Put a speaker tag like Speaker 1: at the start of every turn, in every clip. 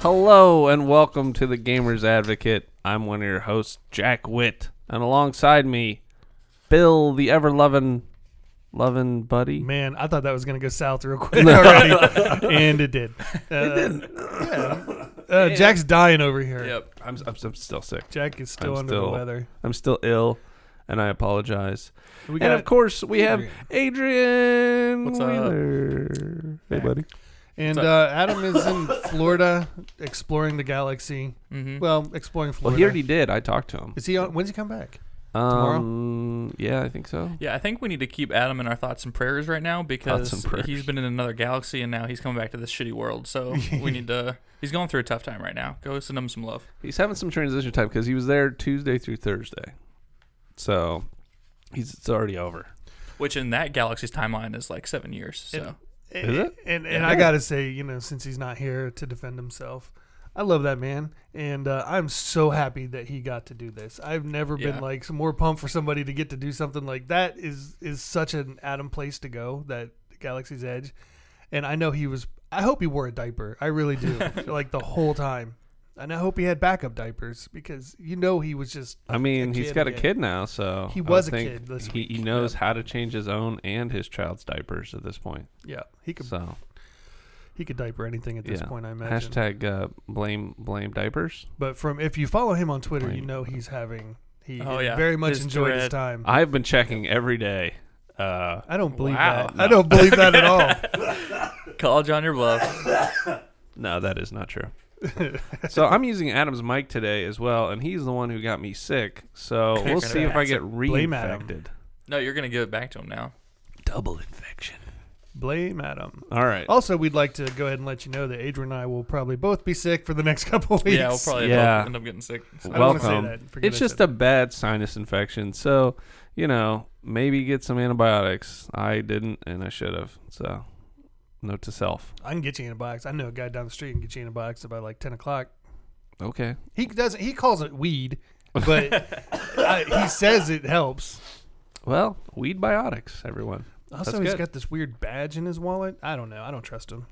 Speaker 1: Hello and welcome to the Gamers Advocate. I'm one of your hosts, Jack Witt, and alongside me, Bill, the ever loving, loving buddy.
Speaker 2: Man, I thought that was gonna go south real quick already, and it did. Uh, it did. Uh, Jack's dying over here.
Speaker 1: Yep, I'm, I'm, I'm still sick.
Speaker 2: Jack is still
Speaker 1: I'm
Speaker 2: under the
Speaker 1: still-
Speaker 2: weather.
Speaker 1: I'm still ill, and I apologize.
Speaker 2: We
Speaker 1: and
Speaker 2: got
Speaker 1: of course, we have Adrian
Speaker 3: What's up?
Speaker 1: Wheeler. Hey, buddy.
Speaker 2: and uh, Adam is in Florida exploring the galaxy.
Speaker 3: Mm-hmm.
Speaker 2: Well, exploring
Speaker 1: Well,
Speaker 2: Florida.
Speaker 1: he already did. I talked to him.
Speaker 2: is he on? When's he come back? tomorrow?
Speaker 1: Um, yeah, I think so.
Speaker 3: yeah, I think we need to keep Adam in our thoughts and prayers right now
Speaker 1: and
Speaker 3: because
Speaker 1: prayers.
Speaker 3: he's been in another galaxy and now he's coming back to this shitty world. So we need to. He's going through a tough time right now. Go send him some love.
Speaker 1: He's having some transition time because he was there Tuesday through Thursday, so he's it's already over.
Speaker 3: Which in that galaxy's timeline is like seven years. So
Speaker 2: And,
Speaker 1: it?
Speaker 2: And, and I gotta say, you know, since he's not here to defend himself, I love that man, and uh, I'm so happy that he got to do this. I've never
Speaker 3: Yeah.
Speaker 2: been like more pumped for somebody to get to do something like that. Is is such an Adam place to go that Galaxy's Edge, and I know he was. I hope he wore a diaper. I really do, like the whole time. And I hope he had backup diapers because you know he was just.
Speaker 1: I mean,
Speaker 2: a
Speaker 1: he's
Speaker 2: kid
Speaker 1: got a
Speaker 2: again.
Speaker 1: kid now, so
Speaker 2: He
Speaker 1: I
Speaker 2: was
Speaker 1: would
Speaker 2: a
Speaker 1: think
Speaker 2: kid this
Speaker 1: he, he
Speaker 2: week,
Speaker 1: knows how to change his own and his child's diapers at this point.
Speaker 2: Yeah, he could
Speaker 1: So
Speaker 2: he could diaper anything at this
Speaker 1: Yeah.
Speaker 2: point. I imagine.
Speaker 1: hashtag uh, blame blame diapers.
Speaker 2: But from if you follow him on Twitter, you
Speaker 1: Right.
Speaker 2: know he's having he
Speaker 3: Oh, yeah.
Speaker 2: very much
Speaker 3: His
Speaker 2: enjoyed his
Speaker 3: dread.
Speaker 2: time. I,
Speaker 1: I've been checking every day. Uh,
Speaker 2: don't believe
Speaker 3: Wow.
Speaker 2: that. I don't believe that at all.
Speaker 3: call John your bluff.
Speaker 1: no, that is not true. so I'm using Adam's mic today as well, and he's the one who got me sick. So we'll see if I get
Speaker 2: Blame Adam.
Speaker 1: reinfected.
Speaker 3: No, you're gonna give it back to him now.
Speaker 1: Double infection.
Speaker 2: Blame Adam.
Speaker 1: All right.
Speaker 2: Also, we'd like to go ahead and let you know that Adrian and I will probably both be sick for the next couple of weeks.
Speaker 3: Yeah, we'll probably
Speaker 1: Yeah.
Speaker 3: both end up getting sick. So-
Speaker 2: I don't wanna say
Speaker 1: Welcome.
Speaker 2: that. Forget
Speaker 1: It's
Speaker 2: I
Speaker 1: just
Speaker 2: said
Speaker 1: a bad sinus infection. So, you know, maybe get some antibiotics. I didn't, and I should have. So, note to self.
Speaker 2: I can get you in a box. I know a guy down the street and get you in a box about like ten o'clock.
Speaker 1: Okay.
Speaker 2: He doesn't. He calls it weed, but I, he says it helps.
Speaker 1: Well, weed biotics, everyone.
Speaker 2: Also,
Speaker 1: That's
Speaker 2: he's
Speaker 1: good.
Speaker 2: got this weird badge in his wallet. I don't know. I don't trust him.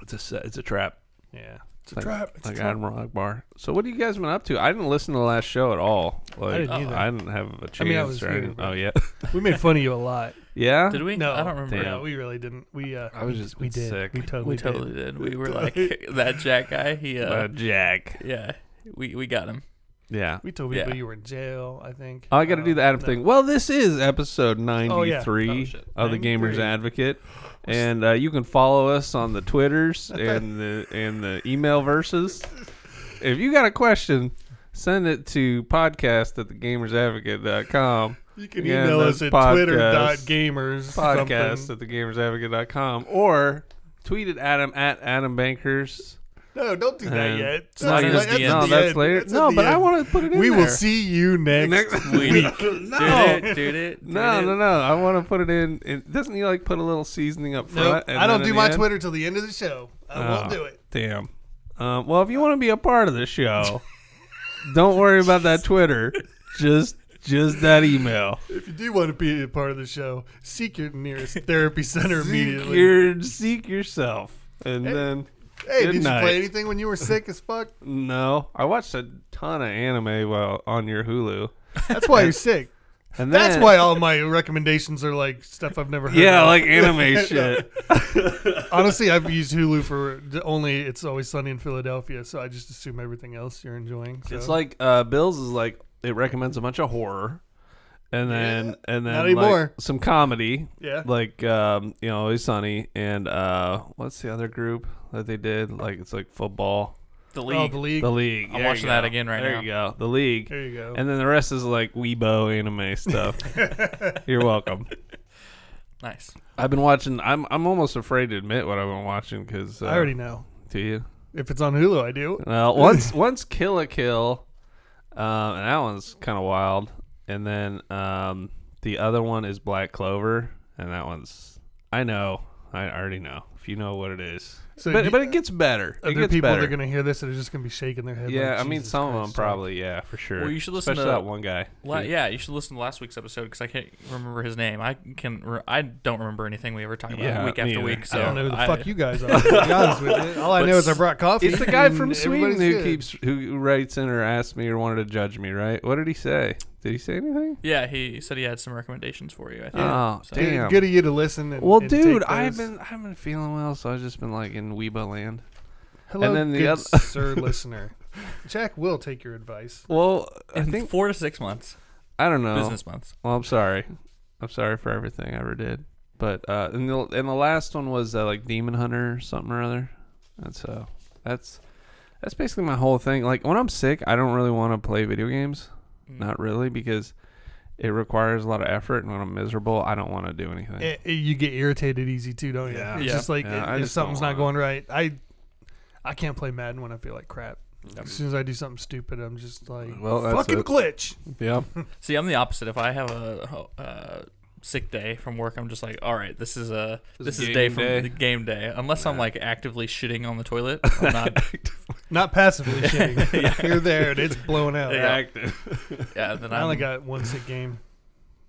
Speaker 1: It's a se- it's a trap.
Speaker 2: Yeah, it's a
Speaker 1: Like-
Speaker 2: trap. It's
Speaker 1: like
Speaker 2: a trap.
Speaker 1: Admiral Akbar. So, what have you guys been up to? I didn't listen to the last show at all. Like,
Speaker 2: didn't either.
Speaker 1: I didn't have a chance.
Speaker 2: I mean, I was
Speaker 1: or
Speaker 2: here,
Speaker 1: didn't-
Speaker 2: but-
Speaker 1: oh yeah,
Speaker 2: We made fun of you a lot.
Speaker 1: yeah.
Speaker 3: Did we?
Speaker 2: No.
Speaker 3: I don't remember.
Speaker 1: Damn.
Speaker 2: No, we really didn't. We uh,
Speaker 1: I was
Speaker 2: we-
Speaker 1: just
Speaker 2: we did.
Speaker 1: sick.
Speaker 2: We totally,
Speaker 3: We
Speaker 2: did.
Speaker 3: totally did. We were like that Jack guy. He uh,
Speaker 1: Uh, Jack.
Speaker 3: yeah. We we got him.
Speaker 1: Yeah.
Speaker 2: We told people
Speaker 3: Yeah.
Speaker 2: you were in jail. I think.
Speaker 1: Oh, I got to
Speaker 2: Um,
Speaker 1: do the Adam
Speaker 2: no.
Speaker 1: thing. Well, this is episode
Speaker 2: Oh, yeah.
Speaker 1: 93
Speaker 3: Oh, shit.
Speaker 1: of the
Speaker 2: 93.
Speaker 1: Gamers Advocate. And uh, you can follow us on the Twitters and the and the email verses. If you got a question, send it to podcast at thegamersadvocate.com.
Speaker 2: You can
Speaker 1: Yeah,
Speaker 2: email
Speaker 1: that's
Speaker 2: us at
Speaker 1: podcast.
Speaker 2: twitter.gamers.
Speaker 1: Podcast
Speaker 2: something.
Speaker 1: at thegamersadvocate.com. Or tweet at Adam at Adam Bankers.
Speaker 2: No, don't do that
Speaker 1: Um,
Speaker 2: yet.
Speaker 1: no,
Speaker 3: not
Speaker 2: That's
Speaker 3: in
Speaker 2: la-
Speaker 3: his
Speaker 2: that's
Speaker 3: DM.
Speaker 2: at
Speaker 1: no,
Speaker 2: the
Speaker 1: that's
Speaker 2: end.
Speaker 1: later.
Speaker 2: That's at
Speaker 1: no,
Speaker 2: the
Speaker 1: but I
Speaker 2: end.
Speaker 1: want to put it in
Speaker 2: We
Speaker 1: there.
Speaker 2: will see you next.
Speaker 1: Next
Speaker 3: week.
Speaker 1: No.
Speaker 3: Did it? Did it?
Speaker 1: Oh. No, no, no. I want to put it in. It, doesn't he like put a little seasoning up
Speaker 2: Nope,
Speaker 1: front? and
Speaker 2: I
Speaker 1: then
Speaker 2: don't
Speaker 1: at
Speaker 2: do
Speaker 1: the
Speaker 2: my
Speaker 1: end?
Speaker 2: Twitter till the end of the show. I won't
Speaker 1: Oh.
Speaker 2: do it.
Speaker 1: Damn. Um, well, if you want to be a part of the show, don't worry about that Twitter. Just just that email.
Speaker 2: If you do want to be a part of the show, seek your nearest therapy center
Speaker 1: Seek,
Speaker 2: immediately.
Speaker 1: your, seek yourself. And
Speaker 2: Hey.
Speaker 1: then
Speaker 2: hey,
Speaker 1: good
Speaker 2: did you
Speaker 1: night.
Speaker 2: play anything when you were sick as fuck?
Speaker 1: no, I watched a ton of anime while on your Hulu.
Speaker 2: That's why you're sick.
Speaker 1: And then,
Speaker 2: That's why all my recommendations are like stuff I've never heard.
Speaker 1: Yeah,
Speaker 2: of.
Speaker 1: like anime shit.
Speaker 2: Honestly, I've used Hulu for the only It's Always Sunny in Philadelphia, so I just assume everything else you're enjoying. So.
Speaker 1: It's like uh, Bill's is like it recommends a bunch of horror, and then and then
Speaker 2: not
Speaker 1: like,
Speaker 2: anymore.
Speaker 1: some comedy.
Speaker 2: Yeah.
Speaker 1: like um, you know, Always Sunny, and uh, what's the other group that they did? Like it's like football,
Speaker 3: The
Speaker 2: oh,
Speaker 3: league.
Speaker 2: the league.
Speaker 1: the league.
Speaker 3: I'm
Speaker 1: There
Speaker 3: watching
Speaker 1: you
Speaker 3: that
Speaker 1: go.
Speaker 3: again right
Speaker 1: there
Speaker 3: now.
Speaker 1: you go, the league.
Speaker 2: There you go.
Speaker 1: And then the rest is like Weibo anime stuff. You're welcome.
Speaker 3: Nice.
Speaker 1: I've been watching. I'm I'm almost afraid to admit what I've been watching because uh,
Speaker 2: I already know
Speaker 1: do you.
Speaker 2: if it's on Hulu, I do.
Speaker 1: Well, once once Kill a Kill, um, and that one's kind of wild. And then um, the other one is Black Clover, and that one's I know I already know. if you know what it is.
Speaker 2: So
Speaker 1: but
Speaker 2: do-
Speaker 1: but it gets better.
Speaker 2: Are
Speaker 1: It
Speaker 2: there
Speaker 1: gets
Speaker 2: people
Speaker 1: better.
Speaker 2: that are gonna hear this that are just gonna be shaking their head?
Speaker 1: yeah,
Speaker 2: like,
Speaker 1: I mean
Speaker 2: "Jesus
Speaker 1: some of
Speaker 2: Christ,
Speaker 1: them
Speaker 2: Tom."
Speaker 1: probably. Yeah, for sure.
Speaker 3: Well, you should listen
Speaker 1: Especially
Speaker 3: to-
Speaker 1: that one guy.
Speaker 3: La-
Speaker 1: who-
Speaker 3: yeah, you should listen to last week's episode because I can't remember his name. I can re- I don't remember anything we ever talked about
Speaker 1: Yeah,
Speaker 3: week
Speaker 1: me
Speaker 3: after
Speaker 1: either.
Speaker 3: week. So
Speaker 1: I
Speaker 2: I don't know who the
Speaker 3: I-
Speaker 2: fuck you guys are. To be honest with you, all I
Speaker 3: But
Speaker 2: know is I
Speaker 3: s-
Speaker 2: brought coffee.
Speaker 1: It's the guy
Speaker 2: and
Speaker 1: from Sweden
Speaker 2: everybody's
Speaker 1: who
Speaker 2: good.
Speaker 1: keeps who writes in or asks me or wanted to judge me, right? What did he say? Did he say anything?
Speaker 3: Yeah, he said he had some recommendations for you. I think.
Speaker 1: Oh,
Speaker 3: So-
Speaker 1: damn.
Speaker 2: Dude, good of you to listen. And,
Speaker 1: Well,
Speaker 2: and take
Speaker 1: dude, I've
Speaker 2: those.
Speaker 1: been I've been feeling well, so I've just been like in Weeba land.
Speaker 2: Hello,
Speaker 1: and then the
Speaker 2: good
Speaker 1: other-
Speaker 2: sir listener. Jack will take your advice.
Speaker 1: Well, I
Speaker 3: In
Speaker 1: think
Speaker 3: four to six months,
Speaker 1: I don't know.
Speaker 3: business months.
Speaker 1: Well, I'm sorry. I'm sorry for everything I ever did. But uh, and the and the last one was uh, like Demon Hunter or something or other. And so that's that's basically my whole thing. Like when I'm sick, I don't really want to play video games.
Speaker 2: Mm.
Speaker 1: Not really because it requires a lot of effort, and when I'm miserable, I don't want to do anything.
Speaker 2: Eh, eh, you get irritated easy too, don't you?
Speaker 1: Yeah.
Speaker 2: It's
Speaker 3: Yeah.
Speaker 2: just like
Speaker 1: Yeah,
Speaker 2: if-
Speaker 1: I
Speaker 2: if
Speaker 1: just don't
Speaker 2: something's
Speaker 1: wanna-
Speaker 2: not going right, I I can't play Madden when I feel like crap. As soon as I do something stupid, I'm just like
Speaker 1: Well, that's
Speaker 2: fucking
Speaker 1: it.
Speaker 2: glitch.
Speaker 1: yeah.
Speaker 3: See, I'm the opposite. If I have a uh, sick day from work, I'm just like, all right, this is a
Speaker 1: This
Speaker 3: this,
Speaker 1: is
Speaker 3: is
Speaker 1: game
Speaker 3: day from
Speaker 1: day."
Speaker 3: the game day. Unless I'm
Speaker 1: Yeah.
Speaker 3: like actively shitting on the toilet, I'm not.
Speaker 2: Not passively shitting. You're there and it's blowing out.
Speaker 3: Yeah.
Speaker 1: Active.
Speaker 3: yeah, then
Speaker 2: I
Speaker 3: I'm,
Speaker 1: Um,
Speaker 2: only got one sick game.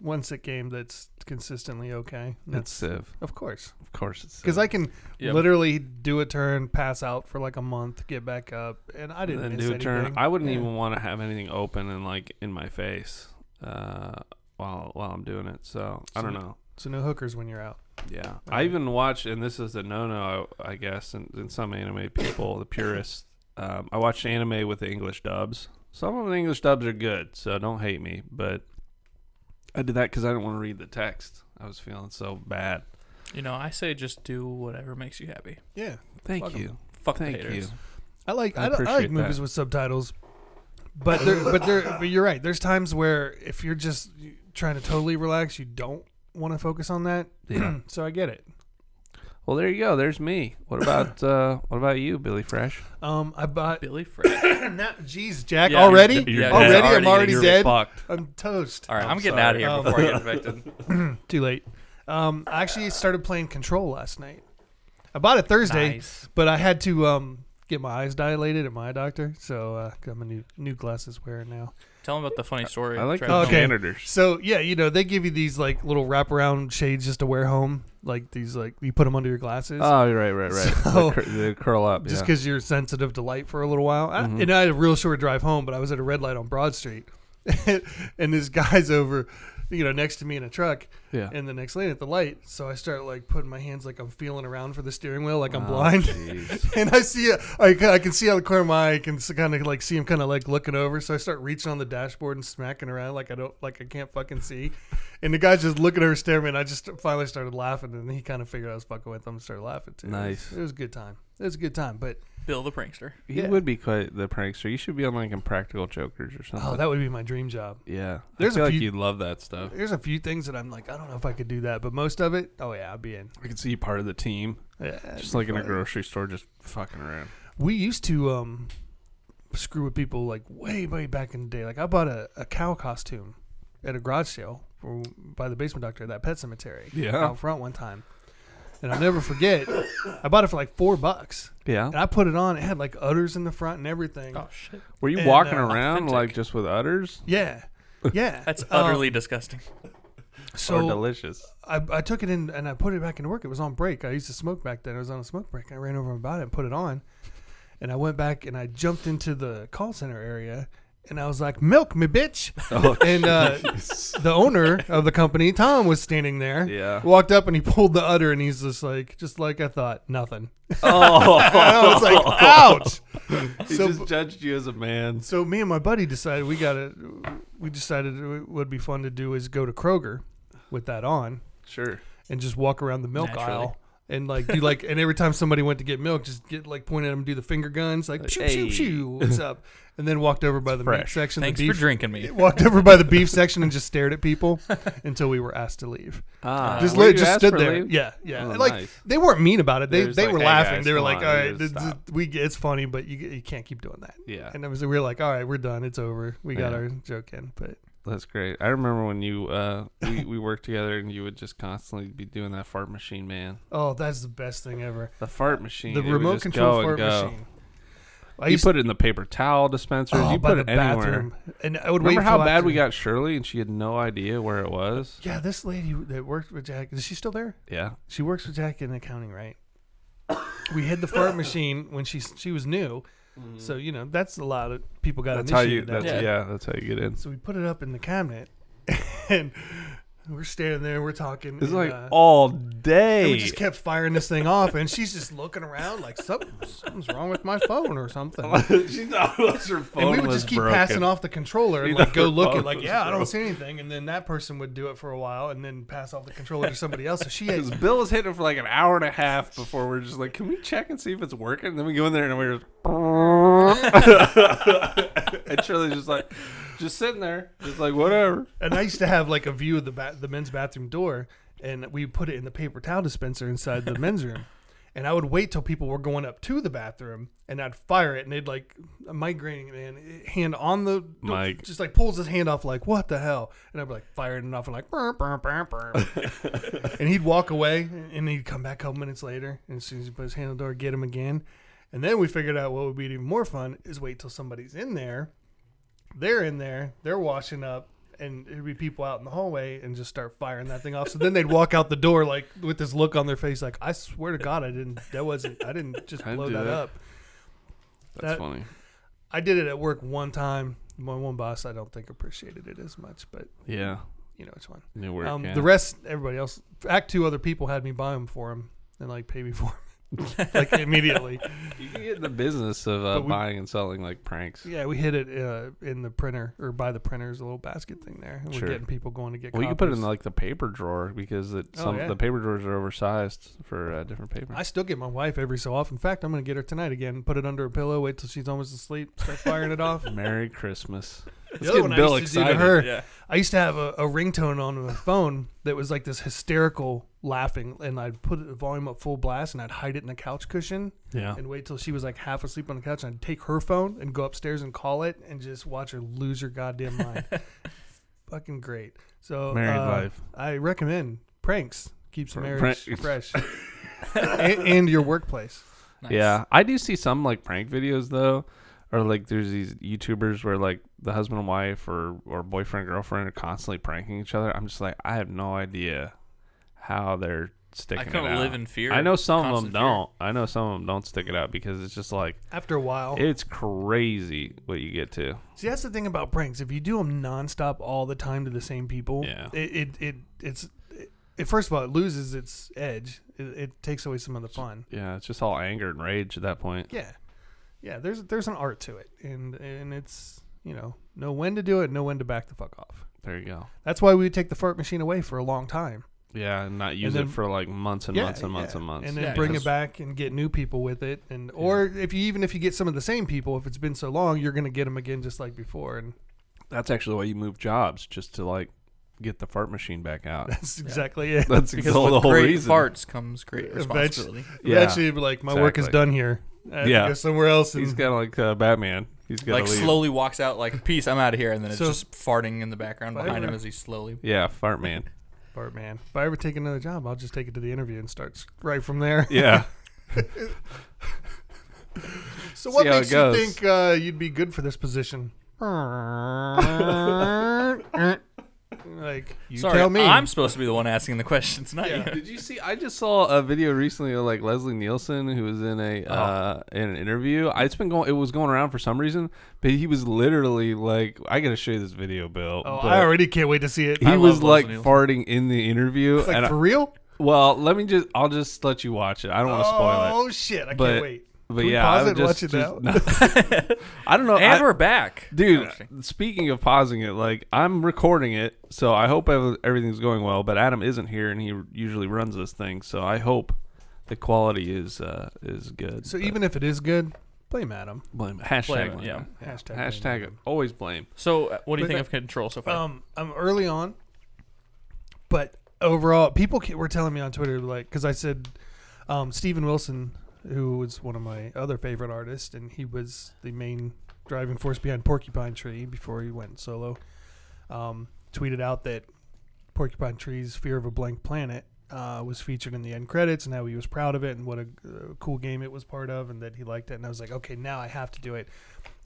Speaker 2: One sick game that's consistently okay. and
Speaker 1: That's
Speaker 2: That's
Speaker 1: Civ.
Speaker 2: of course.
Speaker 1: Of course it's
Speaker 2: Because
Speaker 1: Civ.
Speaker 2: I can
Speaker 3: Yeah.
Speaker 2: literally do a turn, pass out for like a month, get back up, and I didn't
Speaker 1: then
Speaker 2: miss
Speaker 1: do a
Speaker 2: anything.
Speaker 1: turn. I wouldn't
Speaker 2: Yeah.
Speaker 1: even want to have anything open and like in my face uh, while while I'm doing it. So I
Speaker 2: So
Speaker 1: don't
Speaker 2: no-
Speaker 1: know.
Speaker 2: So no hookers when you're out.
Speaker 1: Yeah, I
Speaker 2: Alright.
Speaker 1: even watched, and this is a no-no, I, I guess, in, in some anime people, the purists. Um, I watched anime with the English dubs. Some of the English dubs are good, so don't hate me. But I did that because I didn't want to read the text. I was feeling so bad.
Speaker 3: you know, I say just do whatever makes you happy.
Speaker 2: Yeah.
Speaker 1: Thank
Speaker 3: Fuck 'em.
Speaker 1: you,
Speaker 3: Fuck
Speaker 1: thank
Speaker 3: the
Speaker 1: you.
Speaker 3: haters.
Speaker 2: I like
Speaker 1: I
Speaker 2: I, don't- I
Speaker 1: appreciate
Speaker 2: like movies
Speaker 1: that.
Speaker 2: with subtitles, but there but there but you're right. There's times where if you're just trying to totally relax, you don't want to focus on that.
Speaker 1: Yeah.
Speaker 2: so I get it.
Speaker 1: Well, there you go. There's me. What about uh, what about you, Billy Fresh?
Speaker 2: Um, I bought.
Speaker 3: Billy Fred.
Speaker 2: now- Jeez, Jack,
Speaker 3: Yeah,
Speaker 2: already,
Speaker 3: you're- you're
Speaker 2: already,
Speaker 3: dead.
Speaker 2: I'm already
Speaker 1: you're
Speaker 2: dead.
Speaker 1: Fucked.
Speaker 2: I'm toast.
Speaker 3: All right, I'm,
Speaker 1: I'm
Speaker 3: getting
Speaker 1: sorry.
Speaker 3: out of here
Speaker 2: Um,
Speaker 3: before I get infected.
Speaker 2: Too late. Um, I actually started playing Control last night. I bought it Thursday,
Speaker 3: Nice.
Speaker 2: but I had to um get my eyes dilated at my doctor, so uh, I'm a new new glasses wearer now.
Speaker 3: Tell him about the funny story.
Speaker 1: I like
Speaker 3: Try
Speaker 1: the
Speaker 3: to tell
Speaker 2: Okay.
Speaker 3: him.
Speaker 1: janitors.
Speaker 2: So yeah, you know they give you these like little wraparound shades just to wear home, like these like you put them under your glasses.
Speaker 1: Oh, right, right, right.
Speaker 2: So-
Speaker 1: the, cur- the curl up.
Speaker 2: just
Speaker 1: yeah.
Speaker 2: because you're sensitive to light for a little while. I-
Speaker 1: Mhm.
Speaker 2: and I had a real short drive home, but I was at a red light on Broad Street, and this guy's over, you know, next to me in a truck
Speaker 1: Yeah.
Speaker 2: in the next lane at the light. So I start like putting my hands like I'm feeling around for the steering wheel, like I'm
Speaker 1: Oh,
Speaker 2: blind.
Speaker 1: jeez.
Speaker 2: And I see, it- I, ca- I can see out of the corner of my eye, I can kind of like see him kind of like looking over. So I start reaching on the dashboard and smacking around like I don't, like I can't fucking see. And the guy's just looking over, staring at me. And I just finally started laughing. And he kind of figured I was fucking with him and started laughing too. It was-
Speaker 1: Nice.
Speaker 2: It was, a good time. It was a good time. But
Speaker 3: Bill the prankster.
Speaker 1: He
Speaker 2: Yeah.
Speaker 1: would be quite the prankster. You should be on like Impractical Jokers or something.
Speaker 2: oh, that would be my dream job.
Speaker 1: yeah.
Speaker 2: There's
Speaker 1: I
Speaker 2: a
Speaker 1: feel like
Speaker 2: few-
Speaker 1: you'd love that stuff.
Speaker 2: There's a few things that I'm like, I don't know if I could do that, but most of it, oh yeah, I'd be in.
Speaker 1: I could see you part of the team,
Speaker 2: Yeah, it'd
Speaker 1: just
Speaker 2: be
Speaker 1: like in a
Speaker 2: fun.
Speaker 1: grocery store, just fucking around.
Speaker 2: We used to um, screw with people like way, way back in the day. Like I bought a, a cow costume at a garage sale for, by the basement doctor at that pet cemetery
Speaker 1: Yeah.
Speaker 2: out front one time. And I'll never forget, I bought it for like four bucks.
Speaker 1: Yeah.
Speaker 2: And I put it on. It had like udders in the front and everything.
Speaker 3: Oh shit.
Speaker 1: Were you
Speaker 2: And,
Speaker 1: walking
Speaker 2: uh,
Speaker 1: around
Speaker 3: authentic.
Speaker 1: like just with udders?
Speaker 2: Yeah. Yeah.
Speaker 3: That's
Speaker 2: Um,
Speaker 3: utterly disgusting.
Speaker 1: or
Speaker 2: so
Speaker 1: delicious.
Speaker 2: I, I took it in and I put it back into work. It was on break. I used to smoke back then. I was on a smoke break. I ran over and bought it and put it on. And I went back and I jumped into the call center area and I was like, milk me, bitch.
Speaker 1: Oh,
Speaker 2: And uh, the owner of the company, Tom, was standing there.
Speaker 1: yeah.
Speaker 2: Walked up and he pulled the udder and he's just like, just like I thought, nothing.
Speaker 1: oh,
Speaker 2: And I was like, ouch.
Speaker 1: he
Speaker 2: So-
Speaker 1: just judged you as a man.
Speaker 2: So me and my buddy decided we got to, we decided it would be fun to do is go to Kroger with that on
Speaker 1: Sure.
Speaker 2: and just walk around the milk
Speaker 3: Naturally.
Speaker 2: aisle and like do like and every time somebody went to get milk, just get like point at them, do the finger guns, like shoo shoo
Speaker 1: Hey.
Speaker 2: shoo, what's up? And then walked over by the meat
Speaker 1: fresh.
Speaker 2: section,
Speaker 3: Thanks
Speaker 2: the
Speaker 3: for
Speaker 2: beef.
Speaker 3: drinking me.
Speaker 2: Walked over by the beef section and just stared at people until we were asked to leave.
Speaker 1: Ah,
Speaker 2: Just,
Speaker 1: were
Speaker 2: li-
Speaker 1: you
Speaker 2: just
Speaker 1: asked
Speaker 2: stood
Speaker 1: for
Speaker 2: there.
Speaker 1: leave?
Speaker 2: Yeah, yeah.
Speaker 1: Oh,
Speaker 2: And, like
Speaker 1: nice.
Speaker 2: they weren't mean about it. They
Speaker 1: They was
Speaker 2: they
Speaker 1: like,
Speaker 2: were
Speaker 1: "Hey,
Speaker 2: laughing.
Speaker 1: guys,
Speaker 2: they were
Speaker 1: come
Speaker 2: like,
Speaker 1: on,
Speaker 2: all
Speaker 1: you
Speaker 2: right,
Speaker 1: just
Speaker 2: this- this-
Speaker 1: stop."
Speaker 2: we it's funny, but you you can't keep doing that.
Speaker 1: Yeah.
Speaker 2: And it was, we were like, all right, we're done. It's over. We got
Speaker 1: Yeah.
Speaker 2: our joke in. But
Speaker 1: That's great. I remember when you uh we, we worked together and you would just constantly be doing that fart machine, man.
Speaker 2: Oh, that's the best thing ever.
Speaker 1: The fart machine.
Speaker 2: The
Speaker 1: it would
Speaker 2: remote
Speaker 1: just
Speaker 2: control
Speaker 1: go
Speaker 2: fart
Speaker 1: and go.
Speaker 2: machine. I
Speaker 1: You
Speaker 2: used to
Speaker 1: put it in the paper towel dispensers.
Speaker 2: oh,
Speaker 1: you
Speaker 2: by
Speaker 1: put
Speaker 2: the
Speaker 1: it anywhere.
Speaker 2: bathroom, and I would
Speaker 1: Remember
Speaker 2: wait.
Speaker 1: how
Speaker 2: till
Speaker 1: bad we
Speaker 2: after-
Speaker 1: got Shirley and she had no idea where it was?
Speaker 2: Yeah, this lady that worked with Jack is she still there?
Speaker 1: Yeah.
Speaker 2: She works with Jack in accounting, right? we hid the fart machine when she she was new, so you know that's a lot of people got
Speaker 1: Mm-hmm. That's how you
Speaker 2: initiated. that
Speaker 1: that's
Speaker 2: way.
Speaker 1: yeah.
Speaker 3: Yeah.
Speaker 1: that's how you get in.
Speaker 2: So we put it up in the cabinet, and we're standing there, we're talking.
Speaker 1: It's
Speaker 2: and,
Speaker 1: like
Speaker 2: uh,
Speaker 1: all
Speaker 2: and we
Speaker 1: day.
Speaker 2: just kept firing this thing off, and she's just looking around like something, something's wrong with my phone or something.
Speaker 1: she thought it was her phone.
Speaker 2: and we would just keep passing off the controller and
Speaker 1: You
Speaker 2: like go
Speaker 1: know,
Speaker 2: look
Speaker 1: phone
Speaker 2: at like
Speaker 1: was
Speaker 2: yeah i
Speaker 1: broken.
Speaker 2: don't see anything and then that person would do it for a while and then pass off the controller to somebody else so she
Speaker 1: Because
Speaker 2: had
Speaker 1: Bill was hitting it for like an hour and a half before we are just like, can we check and see if it's working? And then we go in there and we're just. and Shirley's just like, just sitting there, just like, whatever.
Speaker 2: and i used to have like a view of the ba- the men's bathroom door and we put it in the paper towel dispenser inside the men's room and i would wait till people were going up to the bathroom and i'd fire it and they'd like migrating man eh, hand on the door,
Speaker 1: Mike.
Speaker 2: just like pulls his hand off like what the hell and i'd be like firing it off and like "Burr, burr, burr, burr." And he'd walk away, and he'd come back a couple minutes later, and as soon as he put his hand on the door, get him again. And then we figured out what would be even more fun is wait till somebody's in there. They're in there, they're washing up, and it'd be people out in the hallway and just start firing that thing off. So then they'd walk out the door like with this look on their face, like I swear to God, I didn't. That wasn't. I didn't just
Speaker 1: I didn't
Speaker 2: blow
Speaker 1: do
Speaker 2: that,
Speaker 1: that.
Speaker 2: up.
Speaker 1: That's
Speaker 2: That-
Speaker 1: funny.
Speaker 2: I did it at work one time. My one boss, I don't think appreciated it as much, but
Speaker 1: Yeah.
Speaker 2: you know it's fun.
Speaker 1: It worked.
Speaker 2: Um,
Speaker 1: yeah.
Speaker 2: The rest, everybody else, act two other people had me buy them for him and like pay me for 'em, like immediately.
Speaker 1: you can get in the business of uh,
Speaker 2: But we-
Speaker 1: buying and selling like pranks.
Speaker 2: Yeah, we hid it uh, in the printer or by the printer's little basket thing there. And
Speaker 1: Sure.
Speaker 2: We're getting people going to get.
Speaker 1: Well, you can put it in
Speaker 2: copies.
Speaker 1: like the paper drawer because it,
Speaker 2: Oh,
Speaker 1: some
Speaker 2: yeah.
Speaker 1: the paper drawers are oversized for uh, different paper.
Speaker 2: I still get my wife every so often. In fact, I'm going to get her tonight again. Put it under a pillow. Wait till she's almost asleep. Start firing it off.
Speaker 1: Merry Christmas. It's
Speaker 2: The other one I used to do to her.
Speaker 3: Yeah.
Speaker 2: I used to have a, a ringtone on my phone that was like this hysterical laughing, and I'd put the volume up full blast, and I'd hide it in the couch cushion.
Speaker 1: Yeah.
Speaker 2: and wait till she was like half asleep on the couch. And I'd take her phone and go upstairs and call it and just watch her lose her goddamn mind. Fucking great. So
Speaker 1: Married
Speaker 2: uh,
Speaker 1: life.
Speaker 2: I recommend pranks. Keeps
Speaker 1: Pr-
Speaker 2: marriage
Speaker 1: prank-
Speaker 2: fresh. and, and your workplace.
Speaker 3: Nice.
Speaker 1: Yeah, I do see some like prank videos though, or like there's these YouTubers where like the husband and wife or or boyfriend and girlfriend are constantly pranking each other. I'm just like, I have no idea how they're sticking.
Speaker 3: I
Speaker 1: it
Speaker 3: couldn't
Speaker 1: out.
Speaker 3: live in fear.
Speaker 1: I know some of them
Speaker 3: constant fear.
Speaker 1: don't. I know some of them don't stick it out because it's just like
Speaker 2: After a while,
Speaker 1: it's crazy what you get to.
Speaker 2: see that's the thing about pranks. If you do them nonstop all the time to the same people,
Speaker 1: Yeah.
Speaker 2: it, it it it's it, it- first of all it loses its edge. It, it takes away some of the fun.
Speaker 1: Yeah, it's just all anger and rage at that point.
Speaker 2: Yeah, yeah. There's there's an art to it, and and it's you know know when to do it, know when to back the fuck off.
Speaker 1: There you go.
Speaker 2: That's why we would take the fart machine away for a long time,
Speaker 1: Yeah, and not use
Speaker 2: then-
Speaker 1: it for like months and
Speaker 2: Yeah,
Speaker 1: months and months
Speaker 2: yeah.
Speaker 1: and months.
Speaker 2: and then
Speaker 3: Yeah,
Speaker 2: bring it
Speaker 1: because-
Speaker 2: back and get new people with it, and or if you even if you get some of the same people, if it's been so long, you're gonna get them again just like before, and
Speaker 1: That's actually why you move jobs just to like get the fart machine back out.
Speaker 2: that's exactly it.
Speaker 1: That's
Speaker 3: Because
Speaker 1: all
Speaker 3: with
Speaker 1: the whole
Speaker 3: great
Speaker 1: reason.
Speaker 3: farts comes great
Speaker 2: Eventu-
Speaker 3: responsibility.
Speaker 1: Yeah,
Speaker 2: Eventually, you'd be like, my work is
Speaker 1: exactly.
Speaker 2: done here. I have to
Speaker 1: Yeah.
Speaker 2: go somewhere else.
Speaker 1: He's
Speaker 2: And
Speaker 1: kind of like uh, Batman. He's got
Speaker 3: like
Speaker 1: to leave.
Speaker 3: slowly walks out, like peace, I'm out of here, and then it's
Speaker 2: So-
Speaker 3: just farting in the background behind him
Speaker 2: Whatever.
Speaker 3: as he slowly.
Speaker 1: Yeah, fart man.
Speaker 2: fart man, if I ever take another job, I'll just take it to the interview and start s- right from there.
Speaker 1: Yeah,
Speaker 2: So
Speaker 1: See
Speaker 2: what
Speaker 1: how it
Speaker 2: makes you
Speaker 1: goes.
Speaker 2: think uh, you'd be good for this position? like you
Speaker 3: Sorry,
Speaker 2: tell me.
Speaker 3: I'm supposed to be the one asking the questions, not
Speaker 2: Yeah.
Speaker 3: you.
Speaker 1: Did you see? I just saw a video recently of like Leslie Nielsen who was in a
Speaker 2: Oh.
Speaker 1: uh, in an interview. I- It's been going. It was going around for some reason, but he was literally like, "I got to show you this video, Bill."
Speaker 2: oh,
Speaker 1: but
Speaker 2: I already can't wait to see it.
Speaker 1: He
Speaker 3: I
Speaker 1: was
Speaker 3: love
Speaker 1: like
Speaker 3: Leslie Nielsen.
Speaker 1: farting in the interview,
Speaker 2: like
Speaker 1: and I-
Speaker 2: for real?
Speaker 1: well, let me just. I'll just let you watch it. I don't want to spoil it,
Speaker 2: Oh shit! I
Speaker 1: but
Speaker 2: can't wait.
Speaker 1: but
Speaker 2: Can we
Speaker 1: yeah, I
Speaker 2: pause
Speaker 1: would
Speaker 2: it and
Speaker 1: just,
Speaker 2: watch it
Speaker 1: just-
Speaker 2: now?
Speaker 1: no. I don't know.
Speaker 3: And
Speaker 1: I-
Speaker 3: we're back,
Speaker 1: Dude,
Speaker 3: Actually.
Speaker 1: speaking of pausing it, like I'm recording it, so I hope ev- everything's going well. But Adam isn't here, and he usually runs this thing, so I hope the quality is uh, is good.
Speaker 2: So
Speaker 1: But
Speaker 2: even if it is good, blame Adam.
Speaker 1: blame hashtag
Speaker 3: Blame it,
Speaker 1: blame
Speaker 3: yeah.
Speaker 1: it.
Speaker 2: Hashtag blame
Speaker 1: hashtag
Speaker 2: Adam.
Speaker 1: always blame.
Speaker 3: So, uh, what do you
Speaker 2: But
Speaker 3: think
Speaker 2: that-
Speaker 3: of control so far?
Speaker 2: Um, I'm early on, but overall, people ke- were telling me on Twitter like because I said um, Stephen Wilson, who was one of my other favorite artists, and he was the main driving force behind Porcupine Tree before he went solo. um, tweeted out that Porcupine Tree's Fear of a Blank Planet uh, was featured in the end credits and how he was proud of it and what a uh, cool game it was part of and that he liked it. And I was like, okay, now I have to do it.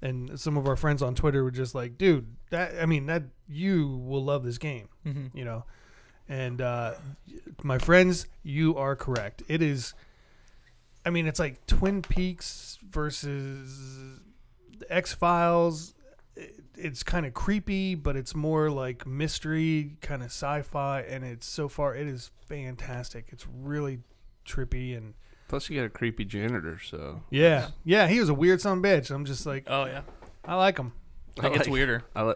Speaker 2: And some of our friends on Twitter were just like, dude, that I mean, that you will love this game,
Speaker 3: Mm-hmm.
Speaker 2: you know. And uh, my friends, you are correct. It is. I mean, it's like Twin Peaks versus X Files. It's kind of creepy, but it's more like mystery, kind of sci-fi, and it's so far it is fantastic. It's really trippy and
Speaker 1: Plus, you got a creepy janitor, so
Speaker 2: yeah, yeah. He was a weird son of a bitch. I'm just like
Speaker 3: Oh yeah,
Speaker 2: I like him.
Speaker 3: it gets weirder.
Speaker 1: I li-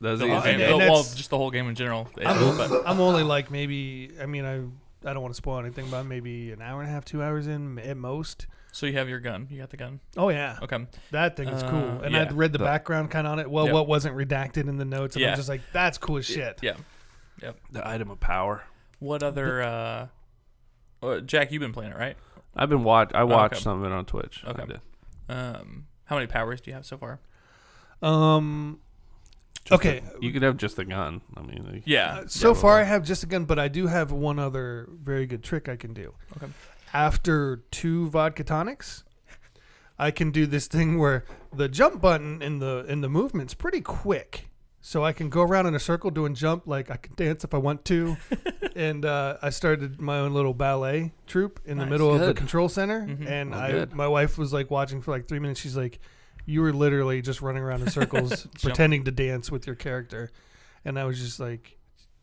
Speaker 1: does
Speaker 3: The
Speaker 1: he?
Speaker 3: whole
Speaker 2: and-
Speaker 3: game,
Speaker 2: and
Speaker 3: the- well,
Speaker 2: that's-
Speaker 3: just the whole game in general. It-
Speaker 2: I'm,
Speaker 3: but
Speaker 2: I'm only like maybe. I mean, I I don't want to spoil anything, but I'm maybe an hour and a half, two hours in at most.
Speaker 3: so you have your gun. You got the gun.
Speaker 2: Oh yeah,
Speaker 3: Okay.
Speaker 2: that thing is cool.
Speaker 3: Uh,
Speaker 2: And
Speaker 3: yeah.
Speaker 2: I'd read the
Speaker 1: The-
Speaker 2: background kind of on it. Well,
Speaker 3: Yep.
Speaker 2: what wasn't redacted in the notes, and
Speaker 3: Yeah.
Speaker 2: I'm just like, that's cool as shit.
Speaker 3: Yeah.
Speaker 1: the item of power.
Speaker 3: What other? Uh, uh, Jack, you've been playing it, right?
Speaker 1: I've been watch.
Speaker 2: Oh,
Speaker 1: I watched
Speaker 3: okay.
Speaker 1: some of it on Twitch. I
Speaker 3: Okay.
Speaker 1: did.
Speaker 3: Um, how many powers do you have so far?
Speaker 2: Um.
Speaker 1: Just
Speaker 2: okay.
Speaker 1: the- you could have just the gun. I mean, like,
Speaker 3: Yeah.
Speaker 2: uh, so far, I
Speaker 1: well.
Speaker 2: have just a gun, but I do have one other very good trick I can do.
Speaker 3: Okay.
Speaker 2: After two vodka tonics, I can do this thing where the jump button in the in the movement's pretty quick. So I can go around in a circle doing jump, like I can dance if I want to, and uh, I started my own little ballet troupe in the
Speaker 3: Nice.
Speaker 2: middle of the
Speaker 1: Good.
Speaker 2: control center.
Speaker 3: Mhm.
Speaker 2: And
Speaker 1: Well,
Speaker 2: I,
Speaker 1: good.
Speaker 2: my wife was like watching for like three minutes. She's like, "You were literally just running around in circles, pretending to dance with your character," and I was just like,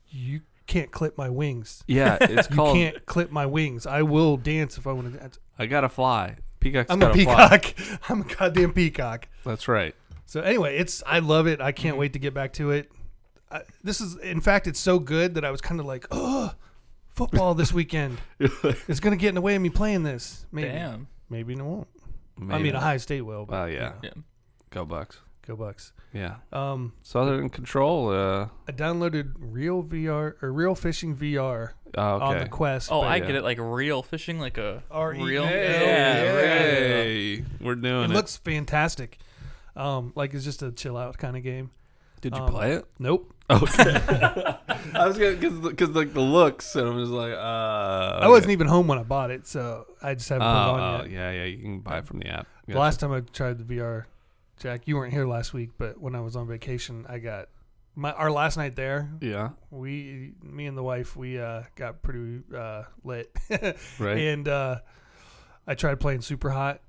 Speaker 2: "You can't clip my wings.
Speaker 1: yeah, it's
Speaker 2: You
Speaker 1: called.
Speaker 2: can't clip my wings. I will dance if I want to. dance.
Speaker 1: I gotta fly. Peacock's
Speaker 2: I'm a
Speaker 1: gotta fly.
Speaker 2: peacock. I'm a goddamn peacock."
Speaker 1: That's right.
Speaker 2: So anyway, it's I love it. I
Speaker 1: Mm-hmm.
Speaker 2: can't wait to get back to it. I, this is in fact it's so good that I was kind of like, "Oh, football this weekend. it's going to get in the way of me playing this." Maybe
Speaker 3: Damn.
Speaker 2: maybe it won't. I
Speaker 1: Maybe.
Speaker 2: mean, Ohio State will. But,
Speaker 1: Well,
Speaker 2: you
Speaker 1: Oh, yeah.
Speaker 2: know,
Speaker 3: Yeah.
Speaker 1: Go Bucks.
Speaker 2: go Bucks.
Speaker 1: Yeah.
Speaker 2: Um,
Speaker 1: So other than control, uh,
Speaker 2: I downloaded Real VR or Real Fishing VR
Speaker 1: oh, okay.
Speaker 2: on the Quest.
Speaker 3: Oh,
Speaker 2: but
Speaker 3: I
Speaker 1: yeah.
Speaker 3: get it. Like real fishing, like a
Speaker 2: R.E.L..
Speaker 3: real.
Speaker 2: Yeah,
Speaker 3: right.
Speaker 1: Hey, we're doing
Speaker 2: it
Speaker 1: it.
Speaker 2: looks fantastic. Um, like it's just a chill out kind of game.
Speaker 1: Did you
Speaker 2: um,
Speaker 1: play it?
Speaker 2: Nope.
Speaker 1: Okay. I was gonna because because like the looks and I was like, uh,
Speaker 2: I wasn't even home when I bought it, so I just haven't put it on
Speaker 1: Oh,
Speaker 2: yet.
Speaker 1: yeah, yeah. You can buy it from the app.
Speaker 2: The last time I tried the VR, Jack, you weren't here last week, but when I was on vacation, I got my our last night there.
Speaker 1: yeah,
Speaker 2: We, me and the wife, we uh, got pretty uh, lit,
Speaker 1: right.
Speaker 2: and uh, I tried playing super hot,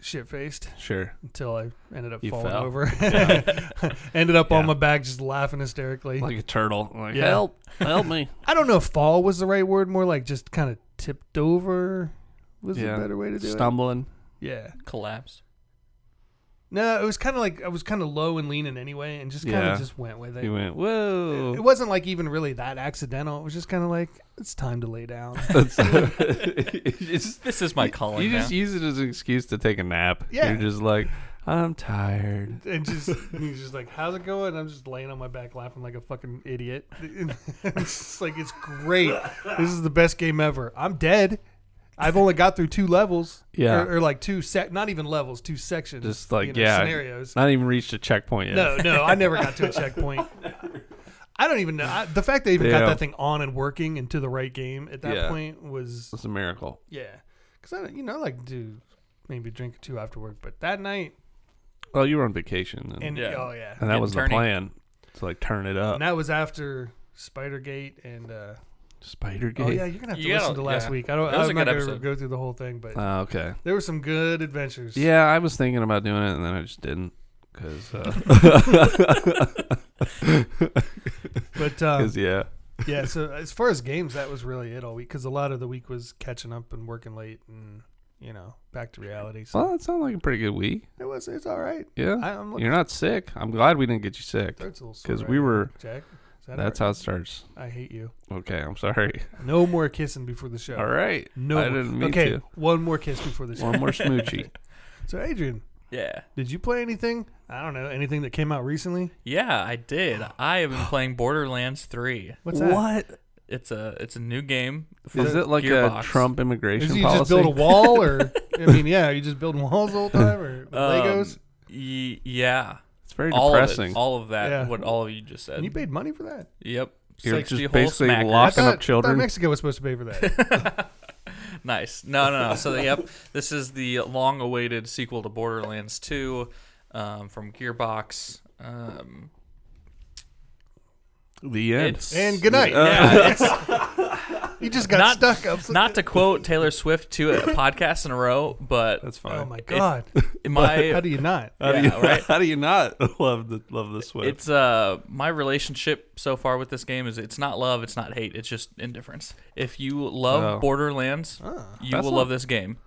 Speaker 2: shit faced
Speaker 1: Sure.
Speaker 2: until I ended up
Speaker 1: You
Speaker 2: falling
Speaker 1: fell.
Speaker 2: over. ended up on
Speaker 1: Yeah.
Speaker 2: my back just laughing hysterically.
Speaker 1: Like a turtle. Like
Speaker 2: Yeah.
Speaker 1: help, help me.
Speaker 2: I don't know if fall was the right word, more like just kind of tipped over was
Speaker 1: Yeah.
Speaker 2: the better way to do
Speaker 1: Stumbling.
Speaker 2: it. Yeah.
Speaker 3: Collapsed.
Speaker 2: No, it was kind of like I was kind of low and leaning anyway, and just kind of
Speaker 1: Yeah.
Speaker 2: just went with
Speaker 1: He
Speaker 2: it.
Speaker 1: went
Speaker 2: It
Speaker 1: whoa.
Speaker 2: wasn't like even really that accidental. It was just kind of like it's time to lay down.
Speaker 1: That's- it's-
Speaker 3: This is my calling
Speaker 1: you
Speaker 3: now.
Speaker 1: just use it as an excuse to take a nap.
Speaker 2: Yeah.
Speaker 1: You're just like, I'm tired.
Speaker 2: and just and he's just like, "How's it going?" I'm just laying on my back laughing like a fucking idiot. it's just like it's great. This is the best game ever. I'm dead. I've only got through two levels.
Speaker 1: Yeah.
Speaker 2: or, or like two sec, not even levels, two sections.
Speaker 1: Just like
Speaker 2: you know,
Speaker 1: yeah.
Speaker 2: scenarios.
Speaker 1: Not even reached a checkpoint yet.
Speaker 2: No, no, I never got to a checkpoint. I don't even know. I, the fact they even
Speaker 1: Yeah.
Speaker 2: got that thing on and working into the right game at that
Speaker 1: Yeah.
Speaker 2: point was
Speaker 1: It's a miracle.
Speaker 2: yeah. Because I don't- you know like do maybe drink or two after work, but that night
Speaker 1: Well, you were on vacation, and,
Speaker 2: and
Speaker 3: Yeah.
Speaker 2: oh yeah,
Speaker 1: and that
Speaker 3: Getting
Speaker 1: was
Speaker 3: turny.
Speaker 1: the plan to like turn it up.
Speaker 2: and that was after Spidergate and uh,
Speaker 1: Spider Gate.
Speaker 2: oh yeah, you're gonna have to
Speaker 3: You
Speaker 2: listen
Speaker 3: gotta-
Speaker 2: to last
Speaker 3: yeah.
Speaker 2: week. I don't.
Speaker 3: That was
Speaker 2: I'm
Speaker 3: a
Speaker 2: not
Speaker 3: good
Speaker 2: gonna
Speaker 3: episode.
Speaker 2: go through the whole thing, but
Speaker 1: Oh, okay.
Speaker 2: there were some good adventures.
Speaker 1: Yeah, I was thinking about doing it, and then I just didn't because
Speaker 2: but um,
Speaker 1: yeah,
Speaker 2: yeah. So as far as games, that was really it all week because a lot of the week was catching up and working late and you know back to reality. So
Speaker 1: well, that sounded like a pretty good week.
Speaker 2: it was. It's all right.
Speaker 1: Yeah,
Speaker 2: I, I'm looking.
Speaker 1: you're not sick. I'm glad we didn't get you sick
Speaker 2: Starts a little sore
Speaker 1: because
Speaker 2: right
Speaker 1: we
Speaker 2: now.
Speaker 1: were.
Speaker 2: Jack. Is that
Speaker 1: That's
Speaker 2: all
Speaker 1: how it starts.
Speaker 2: right? I hate you.
Speaker 1: Okay, I'm sorry.
Speaker 2: No more kissing before the show.
Speaker 1: All right,
Speaker 2: No.
Speaker 1: I
Speaker 2: more-
Speaker 1: didn't mean
Speaker 2: okay,
Speaker 1: to.
Speaker 2: one more kiss before the show.
Speaker 1: One more smoochie.
Speaker 2: So Adrian,
Speaker 3: yeah.
Speaker 2: did you play anything? I don't know anything that came out recently.
Speaker 3: Yeah, I did. I have been playing Borderlands 3.
Speaker 2: What's that?
Speaker 3: It's a it's a new game.
Speaker 1: is
Speaker 3: from
Speaker 1: it like a
Speaker 3: Gearbox.
Speaker 1: Trump immigration
Speaker 2: Is you
Speaker 1: policy?
Speaker 2: just build a wall, or I mean, yeah, are you just building walls the whole time, or with
Speaker 3: Um,
Speaker 2: Legos?
Speaker 3: y- yeah.
Speaker 1: It's It's very
Speaker 3: all
Speaker 1: depressing.
Speaker 3: of it, all of that,
Speaker 2: Yeah.
Speaker 3: what all of you just said.
Speaker 2: And you paid money for that?
Speaker 3: yep,
Speaker 1: You're just
Speaker 3: 60 whole
Speaker 1: basically
Speaker 3: smackers.
Speaker 1: locked Fucking
Speaker 2: I
Speaker 1: up
Speaker 2: thought-
Speaker 1: children.
Speaker 2: thought Mexico was supposed to pay for that.
Speaker 3: Nice. No, no, no. So, yep, this is the long-awaited sequel to Borderlands 2 um, from Gearbox. Um,
Speaker 1: the end.
Speaker 3: it's-
Speaker 2: and good night.
Speaker 1: Uh,
Speaker 3: yeah, it's-
Speaker 2: you just got
Speaker 3: not-
Speaker 2: stuck. Up.
Speaker 3: not to quote Taylor Swift to a podcast in a row, but
Speaker 1: That's fine.
Speaker 2: oh my god!
Speaker 3: my
Speaker 2: How do you not?
Speaker 1: How, do
Speaker 3: yeah,
Speaker 1: you,
Speaker 3: right?
Speaker 1: how do you not love the love the sweat?
Speaker 3: it's uh my relationship so far with this game is it's not love, it's not hate, it's just indifference. If you love
Speaker 1: Oh.
Speaker 3: Borderlands,
Speaker 2: Ah,
Speaker 3: you
Speaker 1: That's
Speaker 3: will
Speaker 1: not-
Speaker 3: love this game.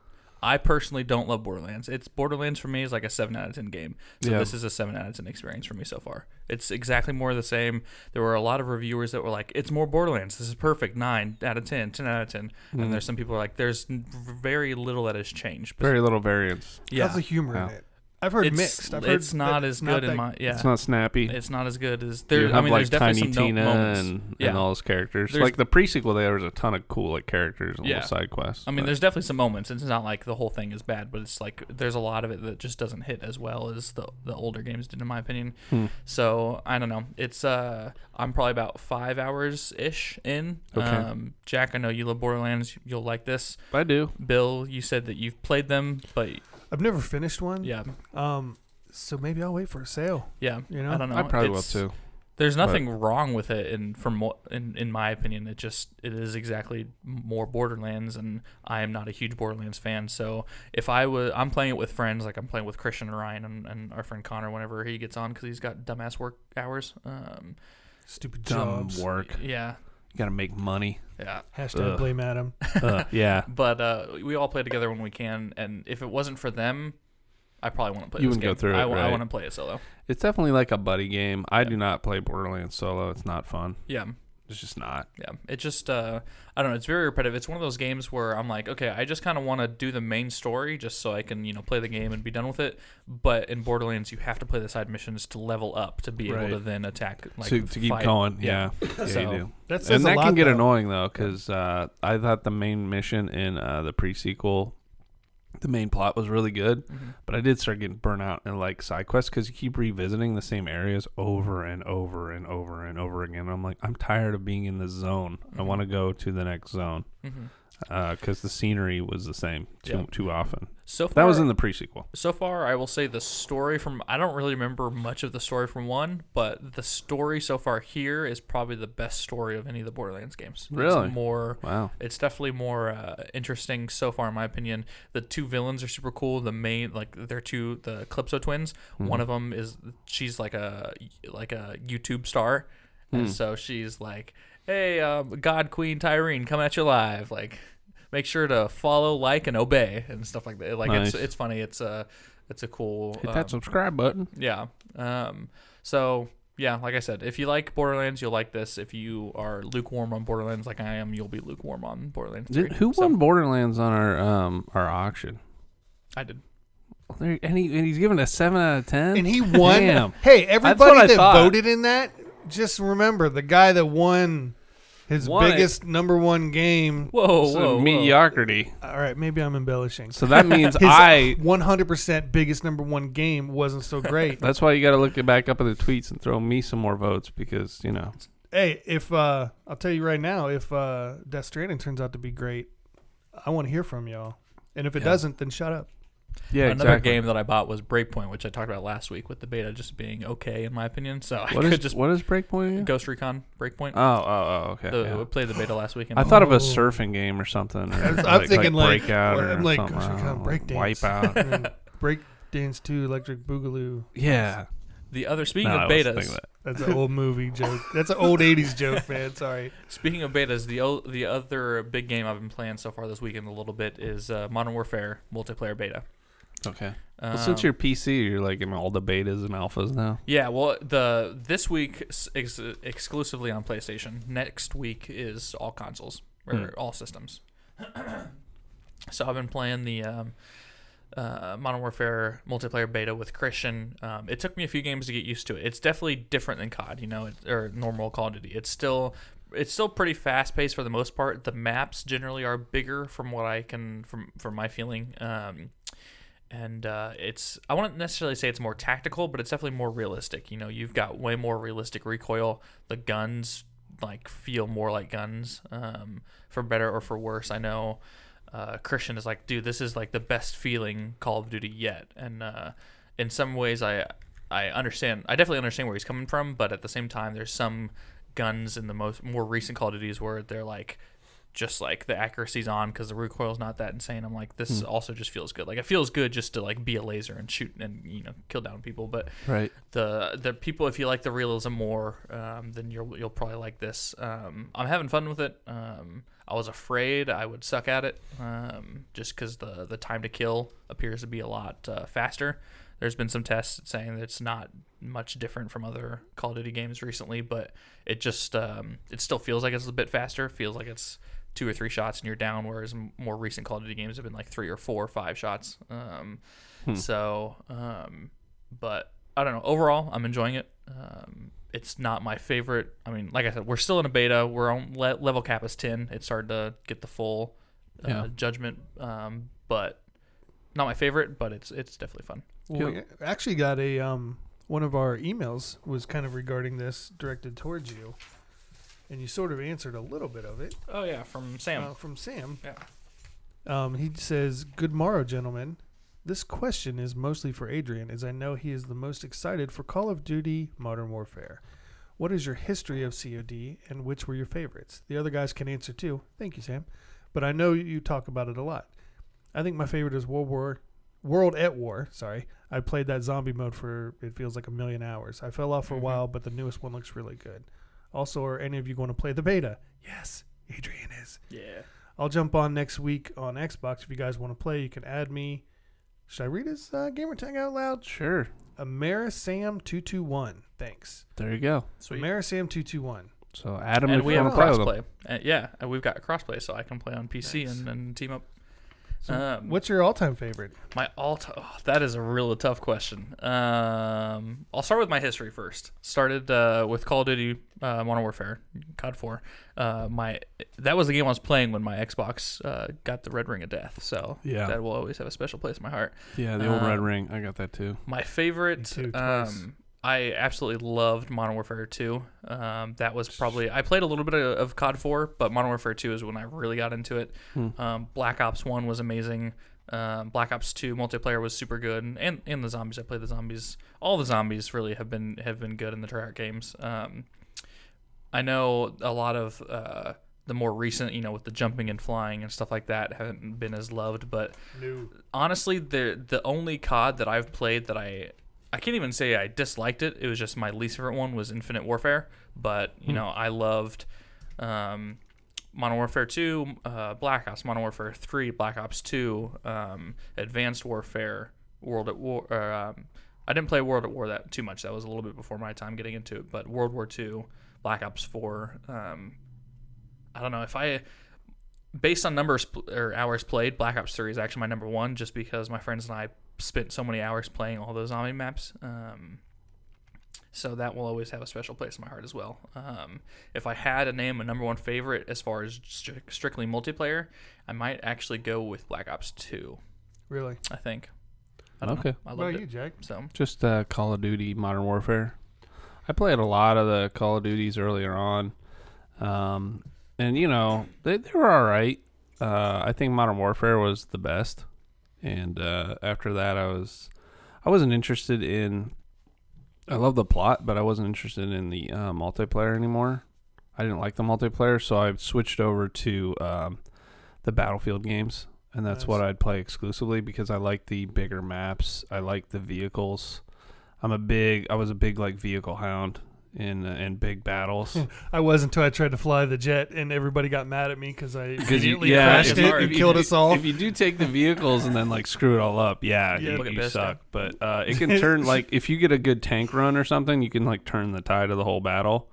Speaker 3: I personally don't love Borderlands. It's Borderlands for me is like a seven out of ten game. So
Speaker 1: Yeah.
Speaker 3: this is a seven out of ten experience for me so far. It's exactly more of the same. There were a lot of reviewers that were like, "It's more Borderlands. This is perfect. Nine out of 10, 10 out of 10.
Speaker 1: Mm.
Speaker 3: And there's some people who are like, "There's n- very little that has changed." But
Speaker 1: very little variance.
Speaker 3: yeah,
Speaker 2: How's the humor
Speaker 1: Wow.
Speaker 2: in it? I've heard
Speaker 3: it's,
Speaker 2: mixed. I've heard
Speaker 3: it's not
Speaker 2: that
Speaker 3: as good in
Speaker 2: that-
Speaker 3: my yeah.
Speaker 1: It's not snappy.
Speaker 3: It's not as good as
Speaker 1: you
Speaker 3: there.
Speaker 1: have
Speaker 3: I mean,
Speaker 1: like
Speaker 3: there's definitely
Speaker 1: Tiny
Speaker 3: some no-
Speaker 1: Tina
Speaker 3: moments.
Speaker 1: and,
Speaker 3: yeah.
Speaker 1: and all those characters.
Speaker 3: There's-
Speaker 1: like the prequel, there was a ton of cool like characters and
Speaker 3: Yeah.
Speaker 1: little side quests.
Speaker 3: I mean,
Speaker 1: but-
Speaker 3: there's definitely some moments. It's not like the whole thing is bad, but it's like there's a lot of it that just doesn't hit as well as the the older games did, in my opinion.
Speaker 1: Hmm.
Speaker 3: So I don't know. It's uh, I'm probably about five hours ish in.
Speaker 1: Okay.
Speaker 3: Um, Jack, I know you love Borderlands. You'll like this.
Speaker 1: I do.
Speaker 3: Bill, you said that you've played them, but
Speaker 2: I've never finished one.
Speaker 3: yeah,
Speaker 2: Um. So maybe I'll wait for a sale.
Speaker 3: yeah.
Speaker 2: You know,
Speaker 3: I don't know.
Speaker 1: I probably will
Speaker 3: It's-
Speaker 1: too.
Speaker 3: There's nothing wrong with it, and from what, in, in my opinion, it just it is exactly more Borderlands, and I am not a huge Borderlands fan. So if I was, I'm playing it with friends, like I'm playing with Christian and Ryan and, and our friend Connor whenever he gets on because he's got dumbass work hours. Um,
Speaker 2: Stupid
Speaker 1: Dumb
Speaker 2: jobs.
Speaker 1: work.
Speaker 3: yeah,
Speaker 1: You gotta make money.
Speaker 3: yeah.
Speaker 2: Hashtag
Speaker 1: Ugh.
Speaker 2: blame Adam.
Speaker 1: Uh, yeah,
Speaker 3: But uh, we all play together when we can, and if it wasn't for them, I probably wouldn't play.
Speaker 1: You
Speaker 3: this
Speaker 1: wouldn't go
Speaker 3: game.
Speaker 1: through
Speaker 3: I,
Speaker 1: it,
Speaker 3: w- I
Speaker 1: right?
Speaker 3: want to play it solo.
Speaker 1: it's definitely like a buddy game. I do not play Borderlands solo. It's not fun.
Speaker 3: Yeah.
Speaker 1: It's just not.
Speaker 3: Yeah, it just uh, I don't know. It's very repetitive. It's one of those games where I'm like, okay, I just kind of want to do the main story just so I can you know play the game and be done with it. But in Borderlands, you have to play the side missions to level up to be
Speaker 1: Right.
Speaker 3: able to then attack like
Speaker 1: to, to keep
Speaker 3: fight.
Speaker 1: going. Yeah, yeah,
Speaker 3: So-
Speaker 1: you do.
Speaker 2: That says
Speaker 1: And
Speaker 2: a
Speaker 1: that
Speaker 2: lot,
Speaker 1: can get
Speaker 2: though.
Speaker 1: annoying though, because uh, I thought the main mission in uh, the pre-sequel, the main plot was really good,
Speaker 3: Mm-hmm.
Speaker 1: but I did start getting burnt out in like side quests because you keep revisiting the same areas over and over and over and over again. I'm like, I'm tired of being in this zone. I
Speaker 3: Mm-hmm.
Speaker 1: want to go to the next zone
Speaker 3: Mhm.
Speaker 1: because the scenery was the same too
Speaker 3: Yeah.
Speaker 1: too often.
Speaker 3: So far,
Speaker 1: That was in the pre-sequel.
Speaker 3: so far. I will say the story from I don't really remember much of the story from one, but the story so far here is probably the best story of any of the Borderlands games.
Speaker 1: Really?
Speaker 3: it's more
Speaker 1: Wow.
Speaker 3: It's definitely more uh, interesting so far, in my opinion. The two villains are super cool. The main, like, they're two the Calypso twins. One of them is she's like a like a YouTube star, and so she's like, "Hey, um, God Queen Tyrene, coming at you live. Like, make sure to follow, like, and obey, and stuff like that. Like,
Speaker 1: Nice.
Speaker 3: it's it's funny. It's a it's a cool.
Speaker 1: Hit
Speaker 3: um,
Speaker 1: that subscribe button.
Speaker 3: yeah. Um, so yeah, like I said, if you like Borderlands, you'll like this. If you are lukewarm on Borderlands, like I am, you'll be lukewarm on Borderlands. 3.
Speaker 1: Did, who
Speaker 3: So,
Speaker 1: won Borderlands on our um our auction?
Speaker 3: I did.
Speaker 1: There- And, he, and he's given a seven out of ten.
Speaker 2: And he won.
Speaker 1: Damn.
Speaker 2: Hey,
Speaker 1: what I
Speaker 2: everybody that
Speaker 1: thought.
Speaker 2: voted in that, just remember the guy that won his
Speaker 1: Won it.
Speaker 2: biggest number one game.
Speaker 3: Whoa,
Speaker 1: So
Speaker 3: whoa, whoa.
Speaker 1: mediocrity.
Speaker 2: All right, maybe I'm embellishing.
Speaker 1: So that means
Speaker 2: His
Speaker 1: I.
Speaker 2: 100% biggest number one game wasn't so great.
Speaker 1: That's why you got to look it back up in the tweets and throw me some more votes because you know
Speaker 2: hey, if uh, I'll tell you right now, if uh, Death Stranding turns out to be great, I want to hear from y'all. And if it
Speaker 3: Yeah.
Speaker 2: doesn't, then shut up.
Speaker 1: yeah
Speaker 3: Another
Speaker 1: exactly.
Speaker 3: game that I bought was Breakpoint, which I talked about last week with the beta just being okay in my opinion. So I
Speaker 1: What
Speaker 3: could
Speaker 1: is
Speaker 3: just
Speaker 1: what is Breakpoint? again?
Speaker 3: Ghost Recon Breakpoint.
Speaker 1: Oh oh oh okay.
Speaker 3: the,
Speaker 1: yeah.
Speaker 3: We played the beta last week. and-
Speaker 1: I thought of a
Speaker 2: Oh.
Speaker 1: surfing game or something. Or
Speaker 2: I'm
Speaker 1: like,
Speaker 2: thinking, like,
Speaker 1: breakout
Speaker 2: what-
Speaker 1: or
Speaker 2: I'm like,
Speaker 1: something.
Speaker 2: Ghost
Speaker 1: I
Speaker 2: Recon
Speaker 1: don't know, like,
Speaker 2: Breakdance.
Speaker 1: Wipe out.
Speaker 2: And then Breakdance 2, Electric Boogaloo.
Speaker 1: yeah.
Speaker 3: the other speaking
Speaker 1: No, I
Speaker 3: of
Speaker 1: wasn't thinking
Speaker 3: betas,
Speaker 1: that.
Speaker 2: That's an old movie joke. That's an old 80s joke, man. Sorry.
Speaker 3: Speaking of betas, the o- the other big game I've been playing so far this weekend a little bit is uh, Modern Warfare multiplayer beta.
Speaker 1: Okay.
Speaker 3: Um,
Speaker 1: Well, since you're PC, you're like in all the betas and alphas now.
Speaker 3: yeah, well, the this week s- ex- exclusively on PlayStation. Next week is all consoles or
Speaker 1: Hmm.
Speaker 3: all systems. so I've been playing the um, uh, Modern Warfare multiplayer beta with Christian. Um, it took me a few games to get used to it. It's definitely different than COD, you know, it, or normal Call of Duty. It's still it's still pretty fast paced for the most part. The maps generally are bigger, from what I can from from my feeling. Um, and uh, it's I wouldn't necessarily say it's more tactical, but it's definitely more realistic. You know, you've got way more realistic recoil. The guns like feel more like guns, um, for better or for worse. I know uh, Christian is like, dude, this is like the best feeling Call of Duty yet, and uh, in some ways, I I understand. I definitely understand where he's coming from, but at the same time, there's some guns in the most more recent Call of Duties where they're like just like the accuracy's on because the recoil's not that insane. I'm like, this also just feels good. Like it feels good just to like be a laser and shoot and you know kill down people. But
Speaker 1: Right.
Speaker 3: the the people, if you like the realism more, um, then you'll you'll probably like this. Um, I'm having fun with it. Um, I was afraid I would suck at it, um, just because the the time to kill appears to be a lot uh, faster. There's been some tests saying that it's not much different from other Call of Duty games recently, but it just um, it still feels like it's a bit faster. Feels like it's two or three shots and you're down, whereas m- more recent Call of Duty games have been like three or four or five shots. Um,
Speaker 1: Hmm.
Speaker 3: So, um, but I don't know. Overall, I'm enjoying it. Um, it's not my favorite. I mean, like I said, we're still in a beta. We're on le- level cap is 10. It's hard to get the full uh,
Speaker 1: Yeah.
Speaker 3: judgment, um, but not my favorite. But it's it's definitely fun.
Speaker 2: Well,
Speaker 1: Yep.
Speaker 2: we actually got a um, one of our emails was kind of regarding this, directed towards you, and you sort of answered a little bit of it
Speaker 3: Oh yeah, from Sam.
Speaker 2: uh, from Sam.
Speaker 3: Yeah.
Speaker 2: Um, he says, "Good morrow, gentlemen. This question is mostly for Adrian, as I know he is the most excited for Call of Duty: Modern Warfare. What is your history of COD, and which were your favorites? The other guys can answer too. Thank you, Sam. But I know you talk about it a lot. I think my favorite is World War." World at War, sorry. I played that zombie mode for it feels like a million hours. I fell off for
Speaker 3: Mhm.
Speaker 2: a while, but the newest one looks really good. Also, are any of you going to play the beta? Yes, Adrian is.
Speaker 3: yeah.
Speaker 2: I'll jump on next week on Xbox. If you guys want to play, you can add me. Should I read his uh, gamer tag out loud?
Speaker 1: Sure.
Speaker 2: Amerisam221. Thanks.
Speaker 1: There you go.
Speaker 3: Sweet.
Speaker 2: Amerisam221.
Speaker 1: So Adam,
Speaker 3: and
Speaker 1: if
Speaker 3: we
Speaker 1: you
Speaker 3: have
Speaker 1: wanna play with
Speaker 3: crossplay. Uh, yeah, and we've got crossplay, so I can play on PC
Speaker 1: Nice.
Speaker 3: and, and team up.
Speaker 2: So
Speaker 3: um,
Speaker 2: What's your all time favorite?
Speaker 3: my all? T- oh, that is a real tough question. Um, I'll start with my history first. Started uh, with Call of Duty uh, Modern Warfare, COD Four. Uh, my that was the game I was playing when my Xbox uh, got the Red Ring of Death. So
Speaker 1: Yeah.
Speaker 3: that will always have a special place in my heart.
Speaker 1: Yeah, the old red
Speaker 3: Um,
Speaker 1: ring. I got that too.
Speaker 3: My favorite.
Speaker 2: Me too, twice.
Speaker 3: um, I absolutely loved Modern Warfare 2. Um, that was probably I played a little bit of, of COD 4, but Modern Warfare 2 is when I really got into it.
Speaker 1: Hmm.
Speaker 3: Um, Black Ops 1 was amazing. Um, Black Ops 2 multiplayer was super good, and, and and the zombies. I played the zombies. All the zombies really have been have been good in the Treyarch games. Um, I know a lot of uh, the more recent, you know, with the jumping and flying and stuff like that, haven't been as loved, but
Speaker 2: New.
Speaker 3: honestly the the only COD that I've played that I I can't even say I disliked it. It was just my least favorite one was Infinite Warfare, but you know I loved um, Modern Warfare Two, uh, Black Ops, Modern Warfare Three, Black Ops Two, um, Advanced Warfare, World at War. Or, um, I didn't play World at War that too much. That was a little bit before my time getting into it, but World War Two, Black Ops Four. Um, I don't know if I based on numbers pl- or hours played, Black Ops 3 is actually my number one just because my friends and I spent so many hours playing all those zombie maps. Um, so that will always have a special place in my heart as well. Um, if I had to name a number one favorite as far as stric- strictly multiplayer, I might actually go with Black Ops 2,
Speaker 2: Really?
Speaker 3: I think. I don't know.
Speaker 1: Okay.
Speaker 3: I
Speaker 2: What
Speaker 3: loved
Speaker 2: about you,
Speaker 3: it.
Speaker 2: Jack?
Speaker 3: So,
Speaker 1: Just uh, Call of Duty Modern Warfare. I played a lot of the Call of Duties earlier on, um, and you know they, they were all right. Uh, I think Modern Warfare was the best, and uh, after that, I was I wasn't interested in. I love the plot, but I wasn't interested in the uh, multiplayer anymore. I didn't like the multiplayer, so I switched over to um, the Battlefield games, and that's
Speaker 2: Nice.
Speaker 1: what I'd play exclusively because I like the bigger maps. I like the vehicles. I'm a big. I was a big like vehicle hound in uh, in big battles.
Speaker 2: I was until I tried to fly the jet and everybody got mad at me because I
Speaker 1: Because you
Speaker 2: immediately
Speaker 1: yeah,
Speaker 2: crashed
Speaker 1: if,
Speaker 2: it
Speaker 1: you-
Speaker 2: and
Speaker 1: if you-
Speaker 2: killed us all.
Speaker 1: If you do take the vehicles and then like screw it all up, yeah,
Speaker 2: Yeah.
Speaker 1: you,
Speaker 3: Look at
Speaker 1: you
Speaker 3: this
Speaker 1: suck. But uh, it can turn like if you get a good tank run or something, you can like turn the tide of the whole battle.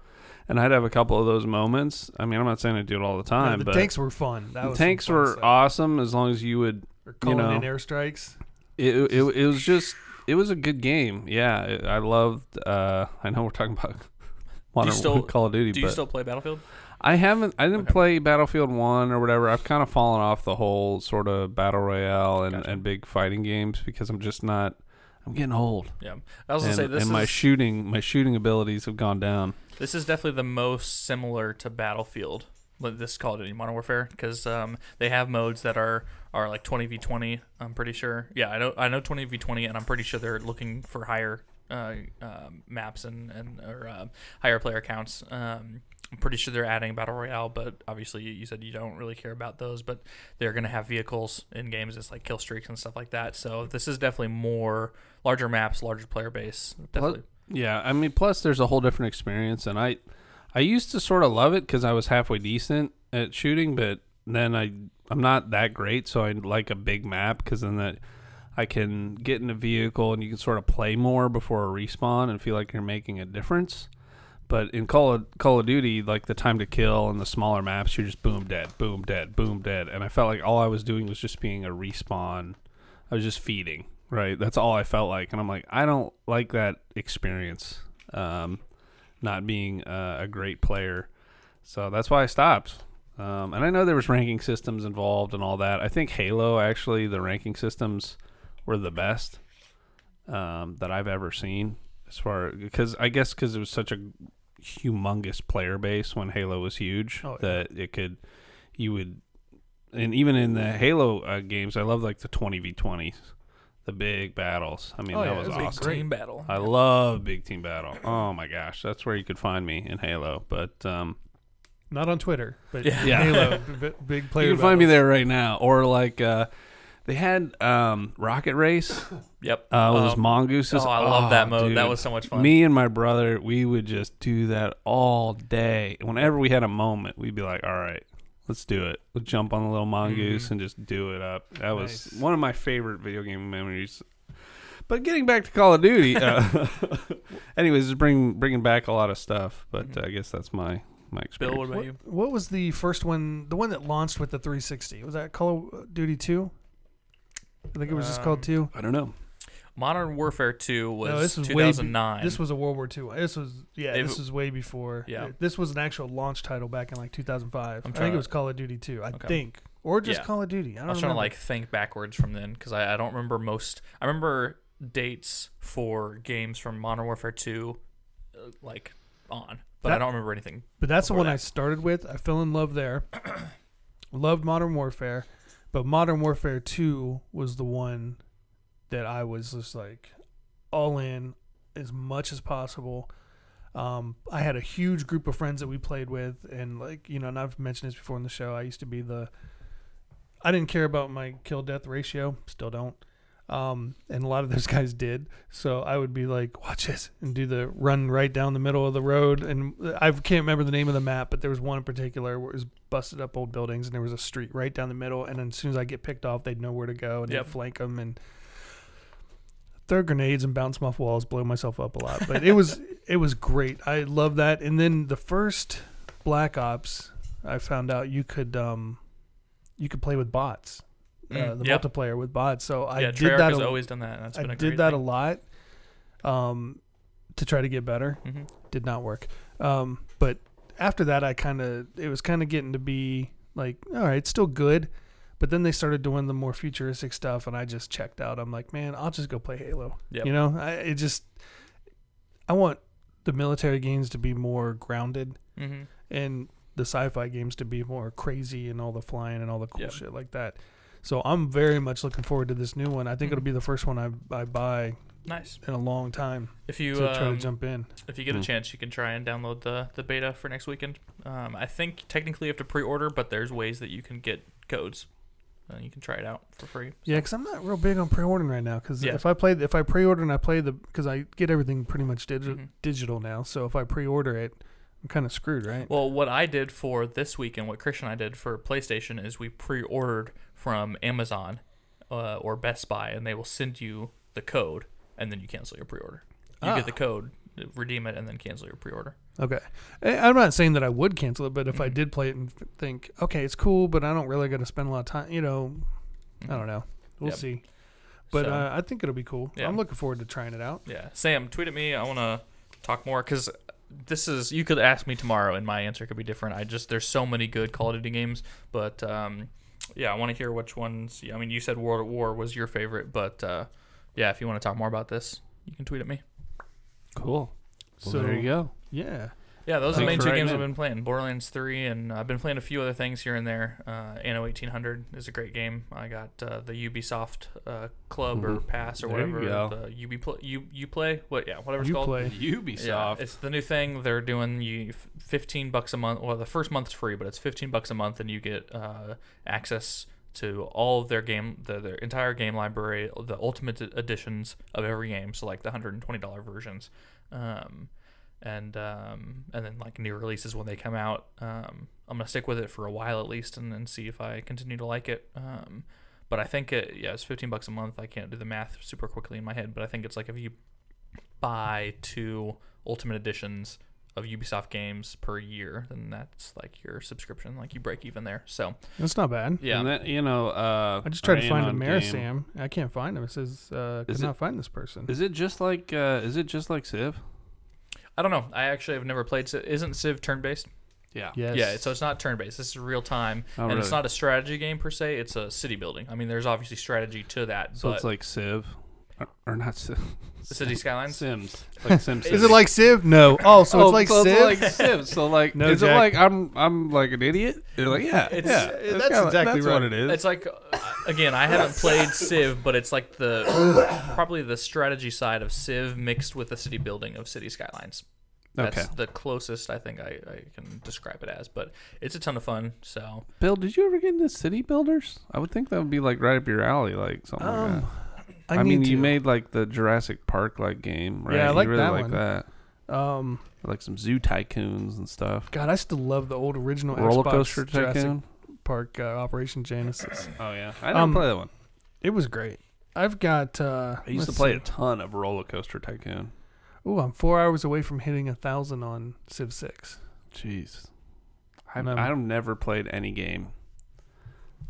Speaker 1: And I'd have a couple of those moments. I mean, I'm not saying I do it all the
Speaker 2: No,
Speaker 1: time,
Speaker 2: the
Speaker 1: but
Speaker 2: tanks were fun. That
Speaker 1: the
Speaker 2: was some
Speaker 1: tanks
Speaker 2: fun
Speaker 1: were
Speaker 2: stuff.
Speaker 1: awesome as long as you would.
Speaker 2: Or calling
Speaker 1: know.
Speaker 2: in airstrikes.
Speaker 1: It it, it was just it was a good game. Yeah, it, I loved. Uh, I know we're talking about. Modern
Speaker 3: still-
Speaker 1: Call of Duty,
Speaker 3: do
Speaker 1: but
Speaker 3: you still play Battlefield?
Speaker 1: I haven't. I didn't play Battlefield One or whatever. I've kind of fallen off the whole sort of battle royale and,
Speaker 3: Gotcha.
Speaker 1: and big fighting games because I'm just not. I'm getting old,
Speaker 3: Yeah, I was
Speaker 1: and,
Speaker 3: gonna say this
Speaker 1: and
Speaker 3: is
Speaker 1: my shooting my shooting abilities have gone down.
Speaker 3: this is definitely the most similar to Battlefield. like This Call of Duty Modern Warfare because um, they have modes that are are like 20 v 20. I'm pretty sure. Yeah, I know I know 20 v 20, and I'm pretty sure they're looking for higher uh, um maps and and or um higher player counts. Um, I'm pretty sure they're adding battle royale, but obviously you- you said you don't really care about those. But they're gonna have vehicles in games. It's like kill streaks and stuff like that. So this is definitely more larger maps, larger player base.
Speaker 1: Plus-
Speaker 3: Definitely.
Speaker 1: yeah, I mean, plus there's a whole different experience, and I, I used to sort of love it because I was halfway decent at shooting, but then I, I'm not that great, so I like a big map because then that, I can get in a vehicle and you can sort of play more before a respawn and feel like you're making a difference. But in Call of, Call of Duty, like the time to kill and the smaller maps, you're just boom dead, boom dead, boom dead, and I felt like all I was doing was just being a respawn. I was just feeding, right? That's all I felt like, and I'm like, I don't like that experience. Um, not being uh, a great player, so that's why I stopped. Um, and I know there was ranking systems involved and all that. I think Halo actually the ranking systems were the best um, that I've ever seen, as far because I guess because it was such a humongous player base when Halo was huge
Speaker 2: Oh, yeah.
Speaker 1: that it could you would and even in the Halo uh, games, I love like the twenty v twenties, the big battles. I mean,
Speaker 2: Oh,
Speaker 1: that
Speaker 2: yeah,
Speaker 1: was
Speaker 2: it was a
Speaker 1: awesome.
Speaker 2: great-
Speaker 3: Team battle.
Speaker 1: I love big team battle. Oh my gosh, that's where you could find me in Halo. But um,
Speaker 2: Not on Twitter, but
Speaker 3: Yeah.
Speaker 1: Yeah.
Speaker 2: Halo, b- b- big player.
Speaker 1: you can find me
Speaker 2: battles.
Speaker 1: there right now, or like uh, they had um, Rocket Race.
Speaker 3: Yep.
Speaker 1: Uh, with
Speaker 3: Um,
Speaker 1: hose mongooses.
Speaker 3: Oh, I love that mode. That
Speaker 1: dude.
Speaker 3: was so much fun.
Speaker 1: Me and my brother, we would just do that all day. Whenever we had a moment, we'd be like, "All right, let's do it. Let's jump on the little mongoose and just do it up." That was
Speaker 2: Nice.
Speaker 1: one of my favorite video game memories. But getting back to Call of Duty, uh, anyways, it's bringing bringing back a lot of stuff. But uh, I guess that's my my
Speaker 3: Bill, what
Speaker 1: experience.
Speaker 3: about you?
Speaker 2: What was the first one? The one that launched with the 360 was that Call of Duty 2? I think it was just
Speaker 3: Um,
Speaker 2: called 2.
Speaker 1: I don't know.
Speaker 3: Modern Warfare 2 was,
Speaker 2: No, this was way be-
Speaker 3: 2009.
Speaker 2: This was a World War II. This was yeah.
Speaker 3: They've-
Speaker 2: this was way before.
Speaker 3: Yeah.
Speaker 2: This was an actual launch title back in like 2005.
Speaker 3: I'm
Speaker 2: i
Speaker 3: trying
Speaker 2: think
Speaker 3: to-
Speaker 2: it was Call of Duty 2. I
Speaker 3: Okay.
Speaker 2: think, or just
Speaker 3: Yeah.
Speaker 2: Call of Duty. I
Speaker 3: I,
Speaker 2: don't
Speaker 3: was trying to
Speaker 2: remember.
Speaker 3: like think backwards from then because I, I don't remember most. I remember dates for games from Modern Warfare 2, uh, like on, but I
Speaker 2: That-
Speaker 3: don't remember anything.
Speaker 2: But that's the
Speaker 3: before
Speaker 2: one
Speaker 3: that.
Speaker 2: I started with. I fell in love there. Loved Modern Warfare, but Modern Warfare 2 was the one that I was just like all in as much as possible. Um, I had a huge group of friends that we played with, and like you know, and I've mentioned this before in the show. I used to be the I didn't care about my kill death ratio, still don't. Um, and a lot of those guys did. So I would be like, watch this, and do the run right down the middle of the road. And I can't remember the name of the map, but there was one in particular where it was busted up old buildings, and there was a street right down the middle. And then as soon as I get picked off, they'd know where to go and they'd
Speaker 3: Yep.
Speaker 2: flank them and throw grenades and bounce them off walls, blow myself up a lot. But it was it was great. I love that. And then the first Black Ops, I found out you could um, you could play with bots. Uh,
Speaker 3: Mm,
Speaker 2: the
Speaker 3: yep.
Speaker 2: multiplayer with bots. So I
Speaker 3: yeah,
Speaker 2: did
Speaker 3: Treyarch
Speaker 2: that.
Speaker 3: has
Speaker 2: a-
Speaker 3: always done that. And that's
Speaker 2: I
Speaker 3: been a
Speaker 2: did
Speaker 3: great
Speaker 2: that a
Speaker 3: thing.
Speaker 2: lot um, to try to get better.
Speaker 3: Mhm.
Speaker 2: Did not work. Um, but after that, I kind of it was kind of getting to be like, all right, it's still good. But then they started doing the more futuristic stuff, and I just checked out. I'm like, man, I'll just go play Halo.
Speaker 3: Yep.
Speaker 2: You know, I, it just I want the military games to be more grounded
Speaker 3: Mhm.
Speaker 2: and the sci-fi games to be more crazy and all the flying and all the cool
Speaker 3: Yeah.
Speaker 2: shit like that. So I'm very much looking forward to this new one. I think
Speaker 3: Mm-hmm.
Speaker 2: it'll be the first one I, I buy
Speaker 3: Nice.
Speaker 2: in a long time
Speaker 3: If you
Speaker 2: to try to
Speaker 3: um,
Speaker 2: jump in.
Speaker 3: if you get a
Speaker 1: Mm.
Speaker 3: chance, you can try and download the, the beta for next weekend. Um, I think technically you have to pre-order, but there's ways that you can get codes. Uh, you can try it out for free.
Speaker 2: Yeah, because I'm not real big on pre-ordering right now. Because
Speaker 3: Yeah.
Speaker 2: if I play, if I pre-order and I play the, because I get everything pretty much digi-
Speaker 3: Mhm.
Speaker 2: digital now. So if I pre-order it, I'm kind of screwed, right?
Speaker 3: Well, what I did for this week and what Christian and I did for PlayStation is we pre-ordered from Amazon uh, or Best Buy, and they will send you the code, and then you cancel your pre-order. You
Speaker 2: Ah.
Speaker 3: get the code, redeem it, and then cancel your pre-order.
Speaker 2: Okay, Eh, I'm not saying that I would cancel it, but if I
Speaker 1: Mm-hmm.
Speaker 3: Mhm.
Speaker 2: did play it and f- think, okay, it's cool, but I don't really got to spend a lot of time. You know,
Speaker 1: Mm-hmm.
Speaker 2: I don't know. We'll
Speaker 3: Yep.
Speaker 2: see. But
Speaker 3: So-
Speaker 2: uh, I think it'll be cool.
Speaker 3: Yeah.
Speaker 2: I'm looking forward to trying it out.
Speaker 3: Yeah, Sam, tweet at me. I want to talk more because this is you could ask me tomorrow and my answer could be different. I just there's so many good Call of Duty games, but um, yeah, I want to hear which ones. I mean, you said World at War was your favorite, but uh, yeah, if you want to talk more about this, you can tweet at me.
Speaker 1: Cool. Well,
Speaker 2: So-
Speaker 1: there you go.
Speaker 2: Yeah.
Speaker 3: Yeah, those
Speaker 1: Thanks
Speaker 3: are the main
Speaker 1: for
Speaker 3: two
Speaker 1: writing
Speaker 3: games I've
Speaker 1: in.
Speaker 3: been playing. Borderlands 3, and I've been playing a few other things here and there. Uh, Anno 1800 is a great game. I got uh, the Ubisoft uh, Club or
Speaker 1: Mhm.
Speaker 3: Pass or
Speaker 1: There you
Speaker 3: whatever.
Speaker 1: go.
Speaker 3: The Ubi pl- you you play what? Yeah, whatever it's
Speaker 2: You
Speaker 3: called.
Speaker 2: play.
Speaker 1: Ubisoft.
Speaker 3: Yeah, it's the new thing. They're doing you f- fifteen bucks a month. Well, the first month's free, but it's fifteen bucks a month, and you get uh, access to all of their game, the, their entire game library, the ultimate e- editions of every game. So like the hundred and twenty dollar versions, um, and um, and then like new releases when they come out. Um, I'm gonna stick with it for a while at least, and then see if I continue to like it. Um, but I think it, yeah, it's fifteen bucks a month. I can't do the math super quickly in my head, but I think it's like if you buy two ultimate editions of Ubisoft games per year, then that's like your subscription. Like you break even there. So
Speaker 2: That's not bad.
Speaker 3: yeah,
Speaker 1: And that, you know, uh,
Speaker 2: I just tried to
Speaker 1: ran
Speaker 2: find
Speaker 1: on
Speaker 2: Amara
Speaker 1: game.
Speaker 2: Sam. I can't find him. It says uh could
Speaker 1: Is it-
Speaker 2: not find this person.
Speaker 1: Is it just like uh, is it just like Civ?
Speaker 3: I don't know. I actually have never played. Civ. Isn't Civ turn based?
Speaker 1: Yeah.
Speaker 2: yes.
Speaker 3: Yeah, so it's not turn based. This is real time,
Speaker 1: Oh,
Speaker 3: and
Speaker 1: really?
Speaker 3: it's not a strategy game per se. It's a city building. I mean, there's obviously strategy to that,
Speaker 1: So
Speaker 3: but
Speaker 1: it's like Civ, or, or not Civ?
Speaker 3: the City Skylines.
Speaker 1: Sims. Like Sims.
Speaker 2: Is it like Civ? No. Oh, so
Speaker 1: Oh,
Speaker 2: it's like Civ.
Speaker 1: like Civ. So like,
Speaker 2: No,
Speaker 1: is it
Speaker 2: Jack.
Speaker 1: like I'm I'm like an idiot? They're like, yeah,
Speaker 3: It's-
Speaker 1: yeah.
Speaker 2: uh,
Speaker 1: It's
Speaker 2: that's
Speaker 1: kinda-
Speaker 2: exactly
Speaker 1: that's
Speaker 2: right.
Speaker 1: what it is.
Speaker 3: It's like, uh, again, I haven't played Civ, but it's like the probably the strategy side of Civ mixed with the city building of City Skylines. That's
Speaker 1: Okay.
Speaker 3: the closest I think I, I can describe it as, but it's a ton of fun. So
Speaker 1: Bill, did you ever get into City Builders? I would think that would be like right up your alley, like something like
Speaker 2: um
Speaker 1: that.
Speaker 2: I,
Speaker 1: mean,
Speaker 2: need
Speaker 1: you
Speaker 2: to.
Speaker 1: made like the Jurassic Park like game, right?
Speaker 2: Yeah, I like
Speaker 1: you really
Speaker 2: that
Speaker 1: like
Speaker 2: one.
Speaker 1: that.
Speaker 2: um
Speaker 1: Like some zoo tycoons and stuff.
Speaker 2: God, I still love the old original
Speaker 1: Roller
Speaker 2: Xbox
Speaker 1: coaster
Speaker 2: Jurassic
Speaker 1: tycoon.
Speaker 2: Park uh, Operation Genesis.
Speaker 1: Oh yeah, I didn't
Speaker 2: Um,
Speaker 1: play that one.
Speaker 2: It was great. I've got. Uh,
Speaker 1: I used to play a ton of Roller Coaster Tycoon.
Speaker 2: Oh, I'm four hours away from hitting a thousand on Civ Six.
Speaker 1: Jeez, I've,
Speaker 2: No.
Speaker 1: I've never played any game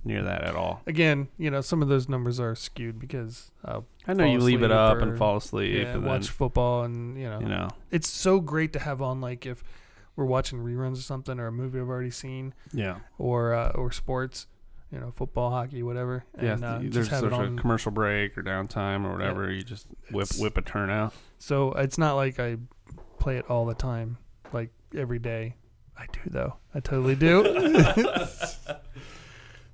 Speaker 1: near that at all.
Speaker 2: Again, you know, some of those numbers are skewed because uh,
Speaker 1: I know
Speaker 2: Fall
Speaker 1: you leave it
Speaker 2: asleep
Speaker 1: up
Speaker 2: or-
Speaker 1: and fall asleep,
Speaker 2: yeah,
Speaker 1: and
Speaker 2: watch football and you know,
Speaker 1: then you know,
Speaker 2: it's so great to have on like if we're watching reruns or something or a movie I've already seen
Speaker 1: yeah,
Speaker 2: or uh, or sports, you know, football, hockey, whatever.
Speaker 1: yeah.
Speaker 2: and, uh,
Speaker 1: th-
Speaker 2: just
Speaker 1: there's
Speaker 2: have
Speaker 1: there's
Speaker 2: it
Speaker 1: a
Speaker 2: on.
Speaker 1: commercial break or downtime or whatever. You just whip
Speaker 2: It's-
Speaker 1: whip a turnout.
Speaker 2: so it's not like I play it all the time, like every day. I do though. I totally do.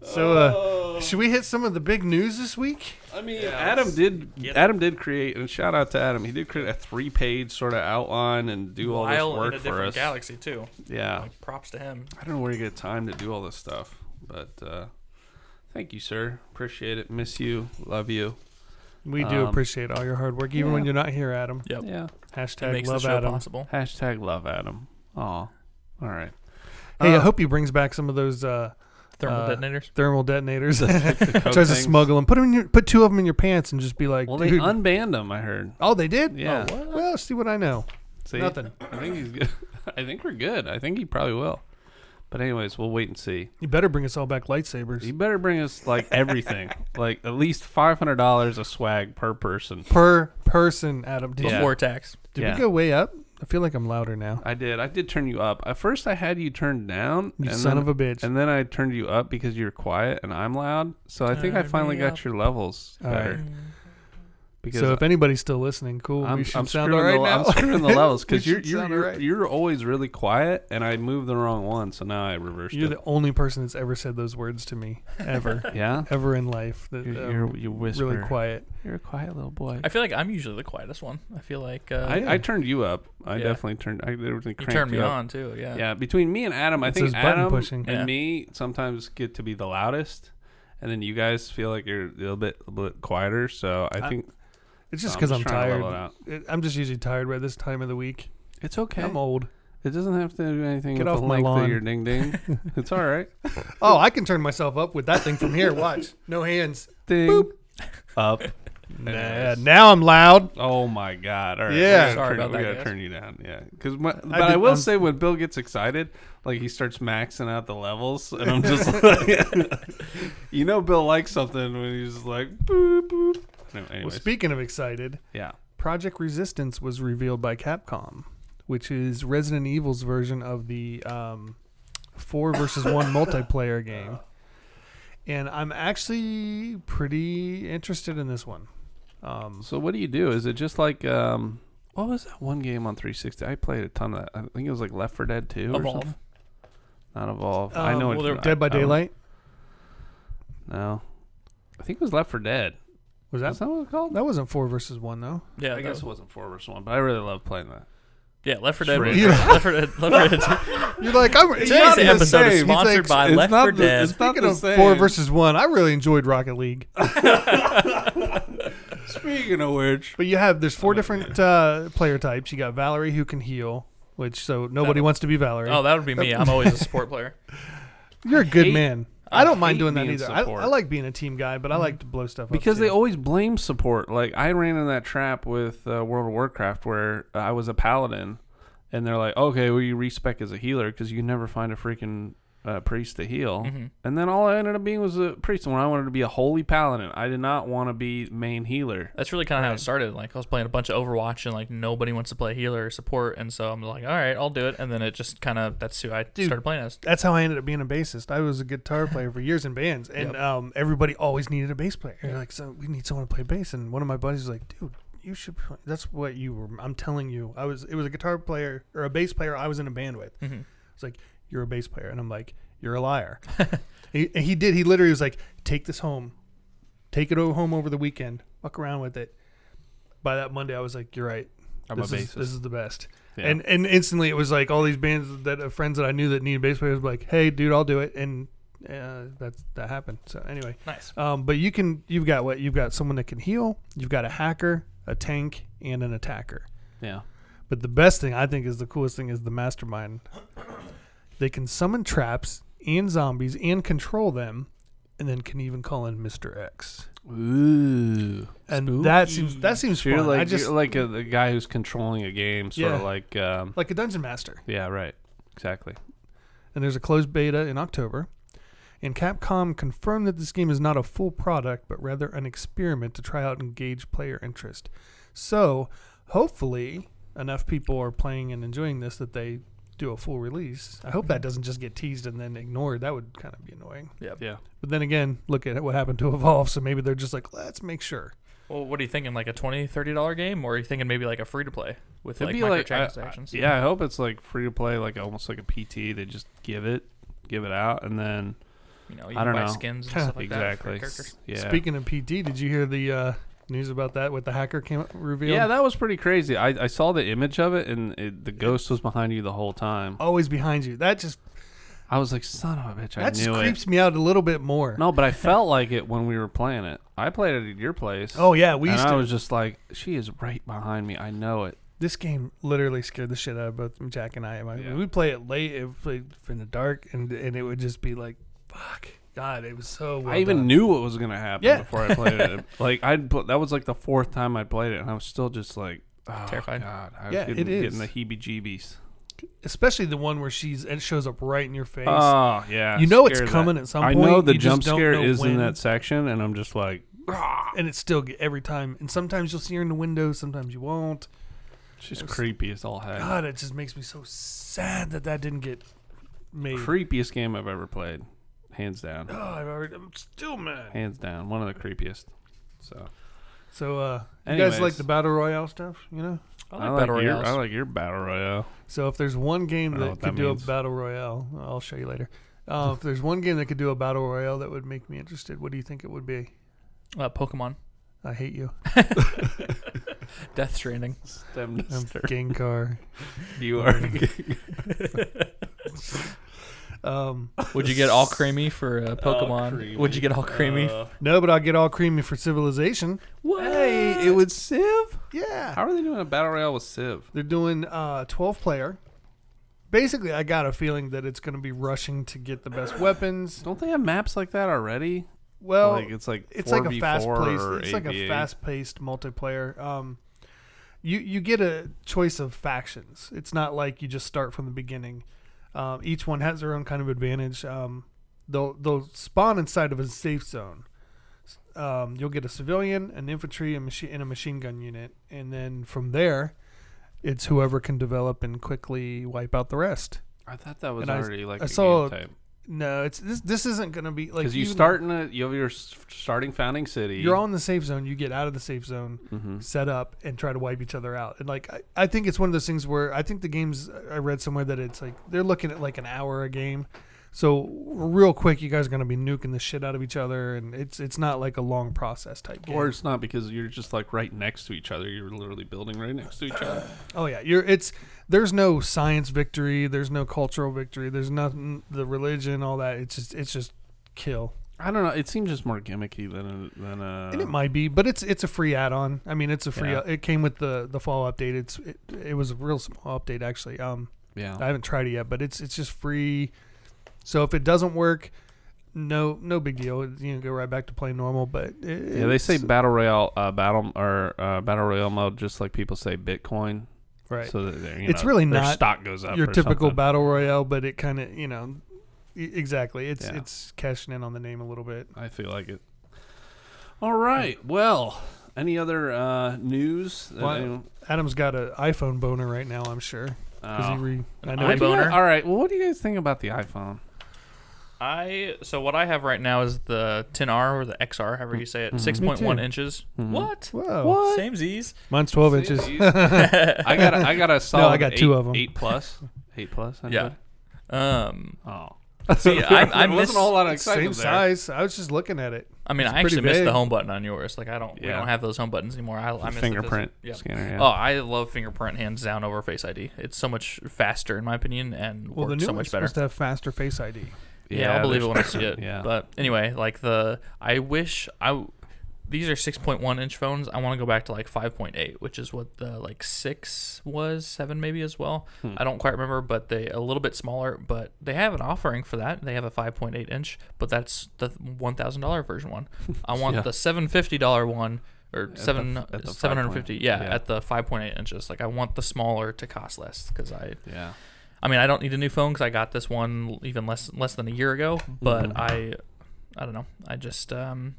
Speaker 2: so uh, should we hit some of the big news this week?
Speaker 1: I mean,
Speaker 3: Yeah,
Speaker 1: Adam
Speaker 3: let's
Speaker 1: did.
Speaker 3: get-
Speaker 1: Adam did create, and shout out to Adam. He did create a three-page sort of outline and do all
Speaker 3: Lyle
Speaker 1: this work
Speaker 3: in a
Speaker 1: for
Speaker 3: different
Speaker 1: us. Oh.
Speaker 3: galaxy too.
Speaker 1: Yeah,
Speaker 3: Like, props to him.
Speaker 1: I don't know where you get time to do all this stuff, but uh, thank you, sir. Appreciate it. Miss you. Love you.
Speaker 2: We do
Speaker 1: Um,
Speaker 2: appreciate all your hard work, even when
Speaker 1: yeah.
Speaker 2: you're not here, Adam.
Speaker 3: Yep.
Speaker 1: Yeah.
Speaker 3: It
Speaker 2: Hashtag
Speaker 3: makes the
Speaker 2: love
Speaker 3: show
Speaker 2: Adam.
Speaker 3: possible.
Speaker 1: Hashtag love Adam. Aw. All right.
Speaker 2: Hey, I
Speaker 1: Uh,
Speaker 2: hope he brings back some of those uh,
Speaker 3: Thermal
Speaker 2: Uh,
Speaker 3: detonators.
Speaker 2: thermal detonators.
Speaker 1: the Coke
Speaker 2: Tries to
Speaker 1: things.
Speaker 2: smuggle them. Put them in your, put two of them in your pants and just be like,
Speaker 1: Well, they
Speaker 2: "Dude."
Speaker 1: unbanned him. I heard.
Speaker 2: oh, they did.
Speaker 1: Yeah.
Speaker 2: Oh, what? Well, see what I know.
Speaker 1: See,
Speaker 2: Nothing.
Speaker 1: I think he's good. I think we're good. I think he probably will. But anyways, we'll wait and see.
Speaker 2: You better bring us all back lightsabers
Speaker 1: He better bring us like everything, like at least five hundred dollars of swag per person.
Speaker 2: per person, Adam. Did,
Speaker 1: Yeah.
Speaker 2: you,
Speaker 3: Before tax.
Speaker 2: did
Speaker 1: Yeah.
Speaker 2: we go way up? I feel like I'm louder now.
Speaker 1: I did. I did turn you up. At first, I had you turned down.
Speaker 2: You
Speaker 1: and
Speaker 2: son
Speaker 1: then,
Speaker 2: of a bitch.
Speaker 1: And then I turned you up because you were quiet and I'm loud. So I think I
Speaker 3: Turn
Speaker 1: finally
Speaker 3: me up.
Speaker 1: got your levels
Speaker 2: All
Speaker 1: better.
Speaker 2: right.
Speaker 1: Because
Speaker 2: So if anybody's still listening, cool.
Speaker 1: I'm,
Speaker 2: we should
Speaker 1: I'm
Speaker 2: sound
Speaker 1: screwing
Speaker 2: all right
Speaker 1: the,
Speaker 2: now.
Speaker 1: I'm screwing the levels
Speaker 2: We
Speaker 1: because you're
Speaker 2: should
Speaker 1: you're,
Speaker 2: sound
Speaker 1: you're,
Speaker 2: alright.
Speaker 1: you're always really quiet, and I moved the wrong one, so now I reversed
Speaker 2: You're
Speaker 1: it.
Speaker 2: the only person that's ever said those words to me ever,
Speaker 1: yeah,
Speaker 2: ever in life. That,
Speaker 1: you're,
Speaker 2: um,
Speaker 1: you're, you whisper.
Speaker 2: really quiet.
Speaker 1: You're a quiet little boy.
Speaker 3: I feel like I'm usually the quietest one. I feel like uh,
Speaker 1: I, I turned you up. I
Speaker 3: Yeah.
Speaker 1: definitely turned. I literally
Speaker 3: you
Speaker 1: cranked
Speaker 3: turned me
Speaker 1: up.
Speaker 3: on too. Yeah.
Speaker 1: Yeah, between me and Adam, I
Speaker 2: It's
Speaker 1: think
Speaker 2: his button
Speaker 1: Adam
Speaker 2: pushing.
Speaker 1: and
Speaker 3: Yeah.
Speaker 1: me sometimes get to be the loudest, and then you guys feel like you're a little bit, a little bit quieter. So I
Speaker 2: I-
Speaker 1: think
Speaker 2: It's just
Speaker 1: I'm
Speaker 2: because
Speaker 1: just
Speaker 2: I'm
Speaker 1: trying to
Speaker 2: tired.
Speaker 1: level it out.
Speaker 2: It- I'm just usually tired by this time of the week.
Speaker 1: it's okay.
Speaker 2: I'm old.
Speaker 1: It doesn't have to do anything
Speaker 2: Get
Speaker 1: with
Speaker 2: off
Speaker 1: the
Speaker 2: my
Speaker 1: length
Speaker 2: lawn.
Speaker 1: of your ding ding. it's all right.
Speaker 2: Oh, I can turn myself up with that thing from here. Watch. No hands.
Speaker 1: Ding
Speaker 2: Boop.
Speaker 1: up.
Speaker 2: Nah,
Speaker 1: Anyways.
Speaker 2: now I'm loud.
Speaker 1: Oh my God! All right,
Speaker 2: Yeah.
Speaker 1: we gotta
Speaker 3: Sorry
Speaker 1: turn,
Speaker 3: about
Speaker 1: we
Speaker 3: that,
Speaker 1: gotta
Speaker 3: guys.
Speaker 1: turn you down. Yeah, because but
Speaker 2: I
Speaker 1: I
Speaker 2: did-
Speaker 1: will
Speaker 2: I'm-
Speaker 1: say when Bill gets excited, like he starts maxing out the levels, and I'm just like, you know, Bill likes something when he's just like, boop boop. No,
Speaker 2: Well,
Speaker 1: anyways,
Speaker 2: speaking of excited,
Speaker 1: yeah,
Speaker 2: Project Resistance was revealed by Capcom, which is Resident Evil's version of the um, four versus one multiplayer game. And I'm actually pretty interested in this one. Um,
Speaker 1: So what do you do? Is it just like um, what was that one game on 360? I played a ton of. that. I think it was like Left 4 Dead 2 or
Speaker 3: Evolve.
Speaker 1: something. Not Evolve. I know.
Speaker 2: um,
Speaker 1: it- I-
Speaker 2: Dead by
Speaker 1: I don't-
Speaker 2: Daylight
Speaker 1: no, I think it was Left 4 Dead.
Speaker 2: was
Speaker 1: Is
Speaker 2: that?
Speaker 1: that what it's called?
Speaker 2: That wasn't four versus one though.
Speaker 3: Yeah,
Speaker 1: I
Speaker 3: that-
Speaker 1: guess it wasn't four versus one, but I really love playing that.
Speaker 3: yeah. Left 4 Dead.
Speaker 1: Sure.
Speaker 3: was-
Speaker 2: Yeah.
Speaker 3: Left 4 Dead. Left 4 Dead.
Speaker 2: You're like I'm.
Speaker 3: Today's
Speaker 2: yeah,
Speaker 1: the
Speaker 3: episode is
Speaker 1: same. He
Speaker 3: sponsored
Speaker 1: thinks
Speaker 3: by
Speaker 1: it's
Speaker 3: Left
Speaker 1: not
Speaker 3: 4
Speaker 1: the-
Speaker 3: Dead.
Speaker 1: it's not
Speaker 2: Speaking
Speaker 1: the
Speaker 2: of
Speaker 1: same.
Speaker 2: four versus one, I really enjoyed Rocket League.
Speaker 1: Speaking of which,
Speaker 2: But you have there's four different uh, player types. You got Valerie who can heal, which so nobody wants to be Valerie.
Speaker 3: Oh, that would be me. I'm always a support player.
Speaker 2: You're a good
Speaker 1: hate-
Speaker 2: man.
Speaker 1: I
Speaker 2: I don't mind
Speaker 1: hate
Speaker 2: doing that
Speaker 1: being
Speaker 2: either. I,
Speaker 1: support.
Speaker 2: I like being a team guy, but I like to blow stuff
Speaker 1: because
Speaker 2: up.
Speaker 1: they
Speaker 2: too.
Speaker 1: always blame support. Like I ran in that trap with uh, World of Warcraft where I was a paladin, and they're like, "Okay, well you respec as a healer because you can never find a freaking uh, priest to heal."
Speaker 2: Mm-hmm.
Speaker 3: Mhm.
Speaker 1: And then all I ended up being was a priest, and when I wanted to be a holy paladin, I did not want to be main healer.
Speaker 3: That's really kind of how it started. Like I was playing a bunch of Overwatch and like nobody wants to play healer or support, and so I'm like, all right, I'll do it. And then it just kind of that's who I
Speaker 2: Dude.
Speaker 3: started playing as.
Speaker 2: That's how I ended up being a bassist. I was a guitar player for years in bands, and um, everybody always needed a bass player. They're Like, so we need someone to play bass, and one of my buddies was like, "Dude, you should." Play. That's what you were. I'm telling you, I was. It was a guitar player or a bass player I was in a band with.
Speaker 3: Mhm.
Speaker 2: It's like you're a bass player, and I'm like, you're a liar. he, and he did. He literally was like, take this home, take it o- home over the weekend, fuck around with it. By that Monday, I was like, you're right.
Speaker 1: I'm
Speaker 2: this
Speaker 1: a
Speaker 2: is,
Speaker 1: bassist.
Speaker 2: this is the best.
Speaker 1: Yeah.
Speaker 2: And and instantly it was like all these bands that uh, friends that I knew that needed bass players were like, hey, dude, I'll do it, and uh, that's that happened. So anyway,
Speaker 3: Nice.
Speaker 2: um, but you can you've got what you've got someone that can heal, you've got a hacker, a tank, and an attacker.
Speaker 1: yeah,
Speaker 2: But the best thing I think is the coolest thing is the mastermind. They can summon traps and zombies and control them, and then can even call in Mr. X.
Speaker 1: ooh,
Speaker 2: And that seems that seems
Speaker 1: So you're
Speaker 2: fun.
Speaker 1: like
Speaker 2: I just
Speaker 1: you're like a, the guy who's controlling a game, sort of
Speaker 2: Yeah.
Speaker 1: like um,
Speaker 2: like a dungeon master.
Speaker 1: yeah, right, exactly.
Speaker 2: and there's a closed beta in October. And Capcom confirmed that this game is not a full product, but rather an experiment to try out and gauge player interest. So, hopefully, enough people are playing and enjoying this that they do a full release. I hope
Speaker 1: Mm-hmm.
Speaker 2: that doesn't just get teased and then ignored. That would kind of be annoying.
Speaker 1: Yeah,
Speaker 2: But then again, look at what happened to Evolve. So maybe they're just like, let's make sure.
Speaker 3: Well, what are you thinking? Like a 20 $30 dollar game, or are you thinking maybe like a free to play with
Speaker 1: It'd
Speaker 3: like
Speaker 1: be like I- I-
Speaker 3: microtransactions?
Speaker 1: yeah, I hope it's like free to play, like almost like a PT. They just give it, give it out, and then
Speaker 3: you know, you
Speaker 1: I
Speaker 3: can
Speaker 1: don't
Speaker 3: buy
Speaker 1: know.
Speaker 3: skins and stuff like
Speaker 1: exactly.
Speaker 3: that. for characters.
Speaker 1: yeah.
Speaker 2: Speaking of PD, did you hear the uh, news about that with the hacker came up revealed?
Speaker 1: yeah, that was pretty crazy. I, I saw the image of it, and it, the ghost was behind you the whole time.
Speaker 2: always behind you. That just
Speaker 1: I was like, son of a bitch, I
Speaker 2: that just
Speaker 1: knew
Speaker 2: creeps
Speaker 1: it.
Speaker 2: me out a little bit more.
Speaker 1: No, but I felt like it when we were playing it. I played it at your place.
Speaker 2: Oh yeah, we
Speaker 1: and
Speaker 2: used
Speaker 1: I
Speaker 2: to.
Speaker 1: was just like, she is right behind me. I know it.
Speaker 2: this game literally scared the shit out of both Jack and I. I mean,
Speaker 1: Yeah.
Speaker 2: We play it late, it would play in the dark, and and it would just be like, fuck, God, it was so. Well
Speaker 1: I even
Speaker 2: done.
Speaker 1: knew what was gonna happen
Speaker 2: Yeah.
Speaker 1: before I played it. like I, that was like the fourth time I played it, and I was still just like oh,
Speaker 3: Terrified.
Speaker 1: God, I was
Speaker 2: Yeah,
Speaker 1: getting,
Speaker 2: it
Speaker 1: getting the
Speaker 2: is.
Speaker 1: heebie-jeebies.
Speaker 2: especially the one where she's and it shows up right in your face.
Speaker 1: Oh yeah,
Speaker 2: you know it's
Speaker 1: scared of
Speaker 2: coming
Speaker 1: that.
Speaker 2: at some
Speaker 1: I
Speaker 2: point.
Speaker 1: know the
Speaker 2: you
Speaker 1: jump
Speaker 2: just don't
Speaker 1: scare
Speaker 2: know
Speaker 1: is in
Speaker 2: when,
Speaker 1: that section, and I'm just like,
Speaker 2: and it's still get- every time. And sometimes you'll see her in the window, sometimes you won't.
Speaker 1: she's
Speaker 2: It was-
Speaker 1: creepy as all heck.
Speaker 2: God, it just makes me so sad that that didn't get made.
Speaker 1: Creepiest game I've ever played, hands
Speaker 2: oh,
Speaker 1: down,
Speaker 2: I've already, I'm still mad.
Speaker 1: hands down, one of the creepiest. So
Speaker 2: So, uh, you
Speaker 1: Anyways.
Speaker 2: guys like the battle royale stuff? You know.
Speaker 3: I like, battle
Speaker 1: your,
Speaker 3: royales.
Speaker 1: I like your battle royale.
Speaker 2: So if there's one game
Speaker 1: I don't know what
Speaker 2: that could
Speaker 1: that
Speaker 2: do
Speaker 1: means.
Speaker 2: a battle royale, I'll show you later. Uh, if there's one game that could do a battle royale that would make me interested, what do you think it would be?
Speaker 3: uh, Pokemon,
Speaker 2: I hate you.
Speaker 3: Death Stranding.
Speaker 1: Stem
Speaker 2: I'm
Speaker 1: Disturbed.
Speaker 2: Gengar.
Speaker 1: you are.
Speaker 2: Um,
Speaker 3: Would you get all creamy for uh, Pokemon? Would you get all
Speaker 1: Uh,
Speaker 3: creamy?
Speaker 2: no, but I'll get all creamy for Civilization.
Speaker 1: Hey, it was Civ.
Speaker 2: Yeah,
Speaker 1: How are they doing a battle royale with Civ?
Speaker 2: they're doing uh, 12 player. Basically, I got a feeling that it's going to be rushing to get the best weapons.
Speaker 1: Don't they have maps like that already?
Speaker 2: Well,
Speaker 1: like it's like
Speaker 2: it's like a
Speaker 1: 4v4
Speaker 2: fast paced
Speaker 1: or
Speaker 2: it's like a
Speaker 1: 8v8.
Speaker 2: fast paced multiplayer um you you get a choice of factions it's not like you just start from the beginning um, each one has their own kind of advantage um they'll they'll spawn inside of a safe zone S- um, you'll get a civilian an infantry a machine and a machine gun unit and then from there it's whoever can develop and quickly wipe out the rest.
Speaker 1: I thought that was
Speaker 2: And I-
Speaker 1: already like
Speaker 2: I
Speaker 1: a
Speaker 2: saw-
Speaker 1: game type
Speaker 2: No, it's this. This isn't gonna be like
Speaker 1: because you
Speaker 2: even-
Speaker 1: start in a you you're s- starting founding city.
Speaker 2: You're all in the safe zone. You get out of the safe zone,
Speaker 1: Mhm.
Speaker 2: set up, and try to wipe each other out. And like, I, I think it's one of those things where I think the games uh, I read somewhere that it's like they're looking at like an hour a game. So real quick, you guys are gonna be nuking the shit out of each other, and it's it's not like a long process type game.
Speaker 1: Or it's not because you're just like right next to each other. You're literally building right next to each other.
Speaker 2: Oh yeah, you're it's there's no science victory, there's no cultural victory, there's nothing the religion, all that. It's just it's just kill.
Speaker 1: I don't know. It seems just more gimmicky than a, than uh, a.
Speaker 2: and it might be, but it's it's a free add-on. I mean, it's a free
Speaker 1: Uh-huh. Yeah.
Speaker 2: it came with the the fall update. It's it, it was a real small update actually. Um I
Speaker 1: Yeah.
Speaker 2: haven't tried it yet, but it's it's just free. So if it doesn't work, no no big deal. You know, go right back to playing normal, but it,
Speaker 1: Yeah, they say
Speaker 2: it's-
Speaker 1: battle royale, uh, battle or uh, battle royale mode, just like people say Bitcoin.
Speaker 2: right.
Speaker 1: So that they're, you
Speaker 2: It's
Speaker 1: know,
Speaker 2: really
Speaker 1: their
Speaker 2: not
Speaker 1: stock goes up.
Speaker 2: your
Speaker 1: or
Speaker 2: typical
Speaker 1: something.
Speaker 2: battle royale, but it kind of, you know, e- exactly. It's
Speaker 1: Yeah.
Speaker 2: it's cashing in on the name a little bit.
Speaker 1: I feel like it. All right. Well, any other uh, news? that
Speaker 2: Well,
Speaker 1: anyone-
Speaker 2: Adam's got an iPhone boner right now, I'm sure. 'cause he
Speaker 1: Oh.
Speaker 2: re- I
Speaker 3: An
Speaker 2: know
Speaker 1: What
Speaker 2: he-
Speaker 1: do you guys-
Speaker 3: iBoner?
Speaker 1: all right. Well, what do you guys think about the iPhone?
Speaker 3: I so what I have right now is the 10R or the XR, however you say it,
Speaker 1: Mhm.
Speaker 3: six
Speaker 2: Mm-hmm. Me
Speaker 3: point one
Speaker 2: too. Mm-hmm.
Speaker 3: inches.
Speaker 1: Mhm.
Speaker 3: What?
Speaker 2: Whoa.
Speaker 1: What?
Speaker 3: Same Z's.
Speaker 2: Mine's 12 inches.
Speaker 1: I got. A, I got a solid.
Speaker 2: got
Speaker 1: eight,
Speaker 2: two of 'em.
Speaker 1: Eight plus. Eight plus.
Speaker 3: Yeah.
Speaker 1: anybody?
Speaker 3: Um.
Speaker 1: Oh.
Speaker 3: See, I, I
Speaker 1: There
Speaker 3: miss.
Speaker 1: wasn't a whole lot of
Speaker 2: Same
Speaker 1: excitement there.
Speaker 2: size. I was just looking at it.
Speaker 3: I mean,
Speaker 2: it's
Speaker 3: I actually
Speaker 2: pretty
Speaker 3: missed the
Speaker 2: big.
Speaker 3: home button on yours. Like, I don't. We
Speaker 1: Yeah.
Speaker 3: don't have those home buttons anymore. I, I miss the
Speaker 1: fingerprint
Speaker 3: physi- Yeah.
Speaker 1: scanner. Yeah.
Speaker 3: Oh, I love fingerprint hands down over Face ID. It's so much faster, in my opinion, and
Speaker 2: Well, the
Speaker 3: works
Speaker 2: new
Speaker 3: so
Speaker 2: one's
Speaker 3: much better.
Speaker 2: supposed to have faster Face ID.
Speaker 3: Yeah, I'll believe it
Speaker 1: there's-
Speaker 3: when I see it.
Speaker 1: Yeah.
Speaker 3: But anyway, like the I wish I w- these are 6.1 inch phones. I want to go back to like 5.8, which is what the like 6 was, 7 maybe as well.
Speaker 1: Hmm.
Speaker 3: I don't quite remember, but they a little bit smaller, but they have an offering for that. They have a 5.8 inch, but that's the $1,000 version one. I want
Speaker 1: Yeah.
Speaker 3: the $750 one or
Speaker 1: the
Speaker 3: seven
Speaker 1: f- at the
Speaker 3: 750
Speaker 1: 5.8,
Speaker 3: yeah,
Speaker 1: yeah.
Speaker 3: at the 5.8 inches like i want the smaller to cost less because i
Speaker 1: Hmm. yeah.
Speaker 3: I mean, I don't need a new phone because I got this one l- even less less than a year ago. But
Speaker 1: Mm-hmm.
Speaker 3: I, I don't know. I just um,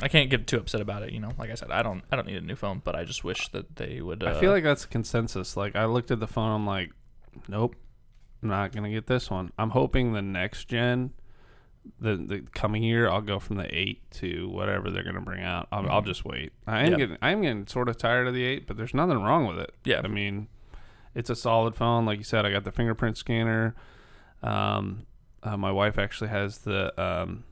Speaker 3: I can't get too upset about it. You know, like I said, I don't I don't need a new phone, but I just wish that they would. Uh,
Speaker 1: I feel like that's a consensus. Like I looked at the phone, I'm like, nope, not gonna get this one. I'm hoping the next gen, the the coming year, I'll go from the eight to whatever they're gonna bring out. I'll, I'll just wait. I am
Speaker 3: Mm-hmm. Yeah.
Speaker 1: getting I'm getting sort of tired of the eight, but there's nothing wrong with it.
Speaker 3: Yeah.
Speaker 1: I mean, it's a solid phone. Like you said, I got the fingerprint scanner. Um, uh, my wife actually has the um.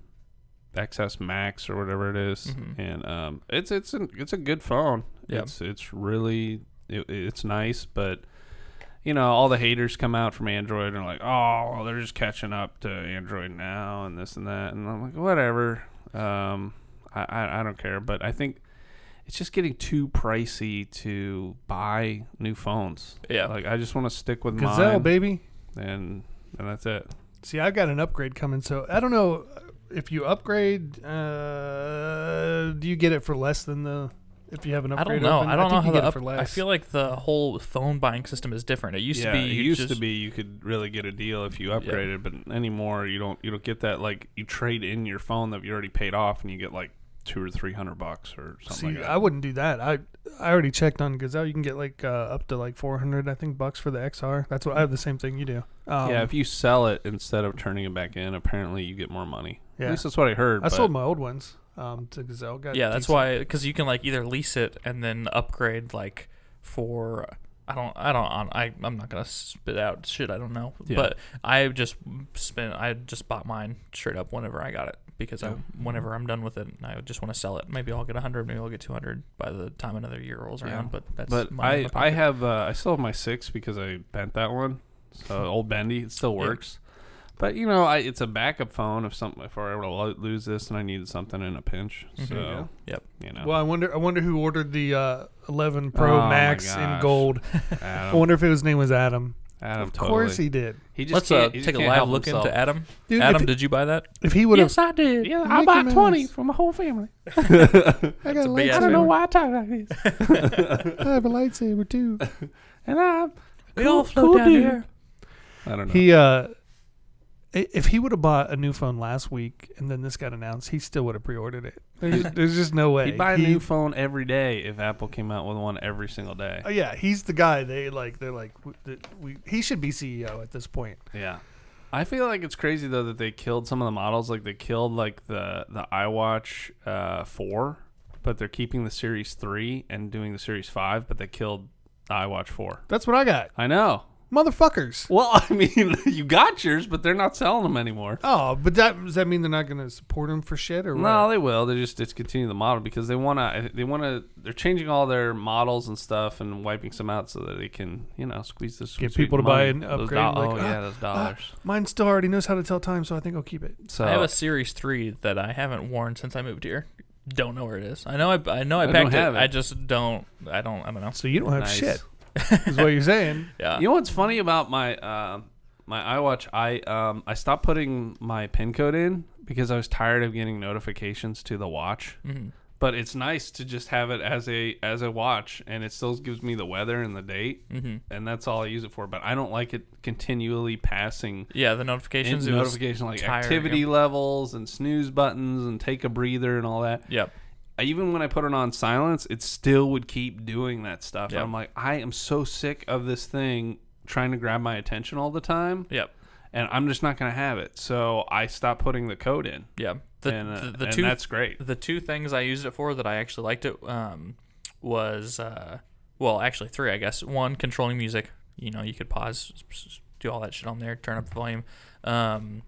Speaker 1: XS Max or whatever it is.
Speaker 3: Mhm.
Speaker 1: and um, it's it's an, it's a good phone.
Speaker 3: Yeah.
Speaker 1: It's it's really it, it's nice, but you know all the haters come out from Android and are like, oh, well, they're just catching up to Android now and this and that, and I'm like, whatever. Um, I, I I don't care, but I think it's just getting too pricey to buy new phones.
Speaker 3: yeah,
Speaker 1: Like I just want to stick with
Speaker 2: Gazelle,
Speaker 1: mine,
Speaker 2: baby.
Speaker 1: and and that's it.
Speaker 2: See, I've got an upgrade coming, so I don't know if you upgrade. Uh, do you get it for less than the? If you have an
Speaker 3: I
Speaker 2: upgrade,
Speaker 3: don't know.
Speaker 2: open?
Speaker 3: I don't
Speaker 2: think
Speaker 3: know how
Speaker 2: you
Speaker 3: the
Speaker 2: get
Speaker 3: up,
Speaker 2: it for
Speaker 3: I
Speaker 2: less.
Speaker 3: feel like the whole phone buying system is different. It used
Speaker 1: yeah,
Speaker 3: to be
Speaker 1: it
Speaker 3: you
Speaker 1: used
Speaker 3: just,
Speaker 1: to be you could really get a deal if you
Speaker 3: Yeah.
Speaker 1: upgraded, but anymore you don't. You don't get that. Like you trade in your phone that you already paid off, and you get like two or three hundred bucks or
Speaker 2: See,
Speaker 1: something. like that.
Speaker 2: I wouldn't do that. I I already checked on Gazelle. You can get like uh, up to like 400, I think, bucks for the XR. That's what I have the same thing you do. Um,
Speaker 1: yeah, if you sell it instead of turning it back in, apparently you get more money.
Speaker 2: Yeah.
Speaker 1: At least that's what I heard.
Speaker 2: I sold my old ones um, to Gazelle. Got
Speaker 3: yeah, that's
Speaker 2: decent-
Speaker 3: why because you can like either lease it and then upgrade like for I don't I don't I I'm not gonna spit out shit I don't know
Speaker 1: Yeah.
Speaker 3: but I just spent I just bought mine straight up whenever I got it because
Speaker 1: Yeah.
Speaker 3: I whenever I'm done with it and I just want to sell it maybe I'll get hundred maybe I'll get two hundred by the time another year rolls
Speaker 1: Yeah.
Speaker 3: around but that's
Speaker 1: but
Speaker 3: money in
Speaker 1: I
Speaker 3: my
Speaker 1: I
Speaker 3: pocket.
Speaker 1: have uh, I still have my six because I bent that one. So old bendy, it still
Speaker 3: Yeah.
Speaker 1: works. But you know, I, it's a backup phone if something if I were to lo- lose this and I needed something in a pinch.
Speaker 3: Mhm.
Speaker 1: So
Speaker 2: Yeah.
Speaker 3: Yep.
Speaker 1: you know,
Speaker 2: Mm-hmm. Well, I wonder. I wonder who ordered the uh, 11 Pro
Speaker 1: Oh my
Speaker 2: Max in
Speaker 1: gosh.
Speaker 2: gold. I
Speaker 1: Adam,
Speaker 2: wonder if his name was Adam.
Speaker 1: Adam,
Speaker 2: of
Speaker 1: Um, totally.
Speaker 2: course he did.
Speaker 1: He just
Speaker 3: let's
Speaker 1: can't-
Speaker 3: uh,
Speaker 1: he just
Speaker 3: take a
Speaker 1: can't
Speaker 3: live
Speaker 1: help
Speaker 3: look
Speaker 1: himself.
Speaker 3: into Adam
Speaker 2: Dude,
Speaker 3: Adam
Speaker 2: if,
Speaker 3: did you buy that
Speaker 2: if he would have,
Speaker 3: I did
Speaker 1: Yeah,
Speaker 2: Mickey Mouse.
Speaker 1: for my whole family.
Speaker 2: I got a
Speaker 3: a
Speaker 2: lightsaber.
Speaker 3: big ass I don't know
Speaker 1: why I talk like this.
Speaker 2: I have a lightsaber too.
Speaker 1: And I,
Speaker 3: we all
Speaker 1: float cool down dude.
Speaker 3: here
Speaker 1: I don't know.
Speaker 2: He uh, I- If he would have bought a new phone last week and then this got announced, he still would have pre-ordered it. There's, there's just no way.
Speaker 1: He'd buy a
Speaker 2: He-
Speaker 1: new phone every day if Apple came out with one every single day.
Speaker 2: Oh, yeah, he's the guy. They like. They're like. w- th- We, he should be CEO at this point.
Speaker 1: Yeah. I feel like it's crazy though that they killed some of the models. Like they killed like the the iWatch uh, four, but they're keeping the Series three and doing the Series five. But they killed the iWatch four.
Speaker 2: That's what I got,
Speaker 1: I know.
Speaker 2: motherfuckers.
Speaker 1: Well, I mean, you got yours, but they're not selling them anymore.
Speaker 2: Oh, but that does that mean they're not going to support him for shit or
Speaker 1: No,
Speaker 2: what?
Speaker 1: they will. They just discontinue the model because they wanna. They wanna. They're changing all their models and stuff and wiping some out so that they can, you know, squeeze this.
Speaker 2: Get
Speaker 1: sweet
Speaker 2: people to buy
Speaker 1: money.
Speaker 2: an
Speaker 1: Those
Speaker 2: upgrade, like,
Speaker 1: oh
Speaker 2: "Ah,
Speaker 1: yeah, those dollars.
Speaker 2: Mine still already knows how to tell time, so I think I'll keep it.
Speaker 1: So
Speaker 3: I have a Series Three that I haven't worn since I moved here. Don't know where it is. I know I, I know I,
Speaker 1: I don't
Speaker 3: packed it.
Speaker 1: have it.
Speaker 3: I just don't. I don't. I don't know.
Speaker 2: So you don't have
Speaker 1: Nice.
Speaker 2: shit, is what you're saying.
Speaker 3: Yeah.
Speaker 1: You know what's funny about my uh, my iWatch? I um, I stopped putting my pin code in because I was tired of getting notifications to the watch.
Speaker 3: Mhm.
Speaker 1: But it's nice to just have it as a as a watch, and it still gives me the weather and the date,
Speaker 3: Mhm.
Speaker 1: and that's all I use it for. But I don't like it continually passing
Speaker 3: Yeah. The notifications. it was
Speaker 1: notification like
Speaker 3: tiring.
Speaker 1: activity levels and snooze buttons and take a breather and all that.
Speaker 3: Yep.
Speaker 1: I- even when I put it on silence, it still would keep doing that stuff.
Speaker 3: Yeah.
Speaker 1: I'm like, I am so sick of this thing trying to grab my attention all the time,
Speaker 3: Yep.
Speaker 1: and I'm just not going to have it. So I stopped putting the code in,
Speaker 3: Yeah. The,
Speaker 1: and, uh,
Speaker 3: the, the
Speaker 1: and
Speaker 3: two
Speaker 1: that's great.
Speaker 3: the two things I used it for that I actually liked it um, was uh, well, actually three, I guess. One, controlling music. You know, you could pause, s- s- do all that shit on there, turn up the volume. Um,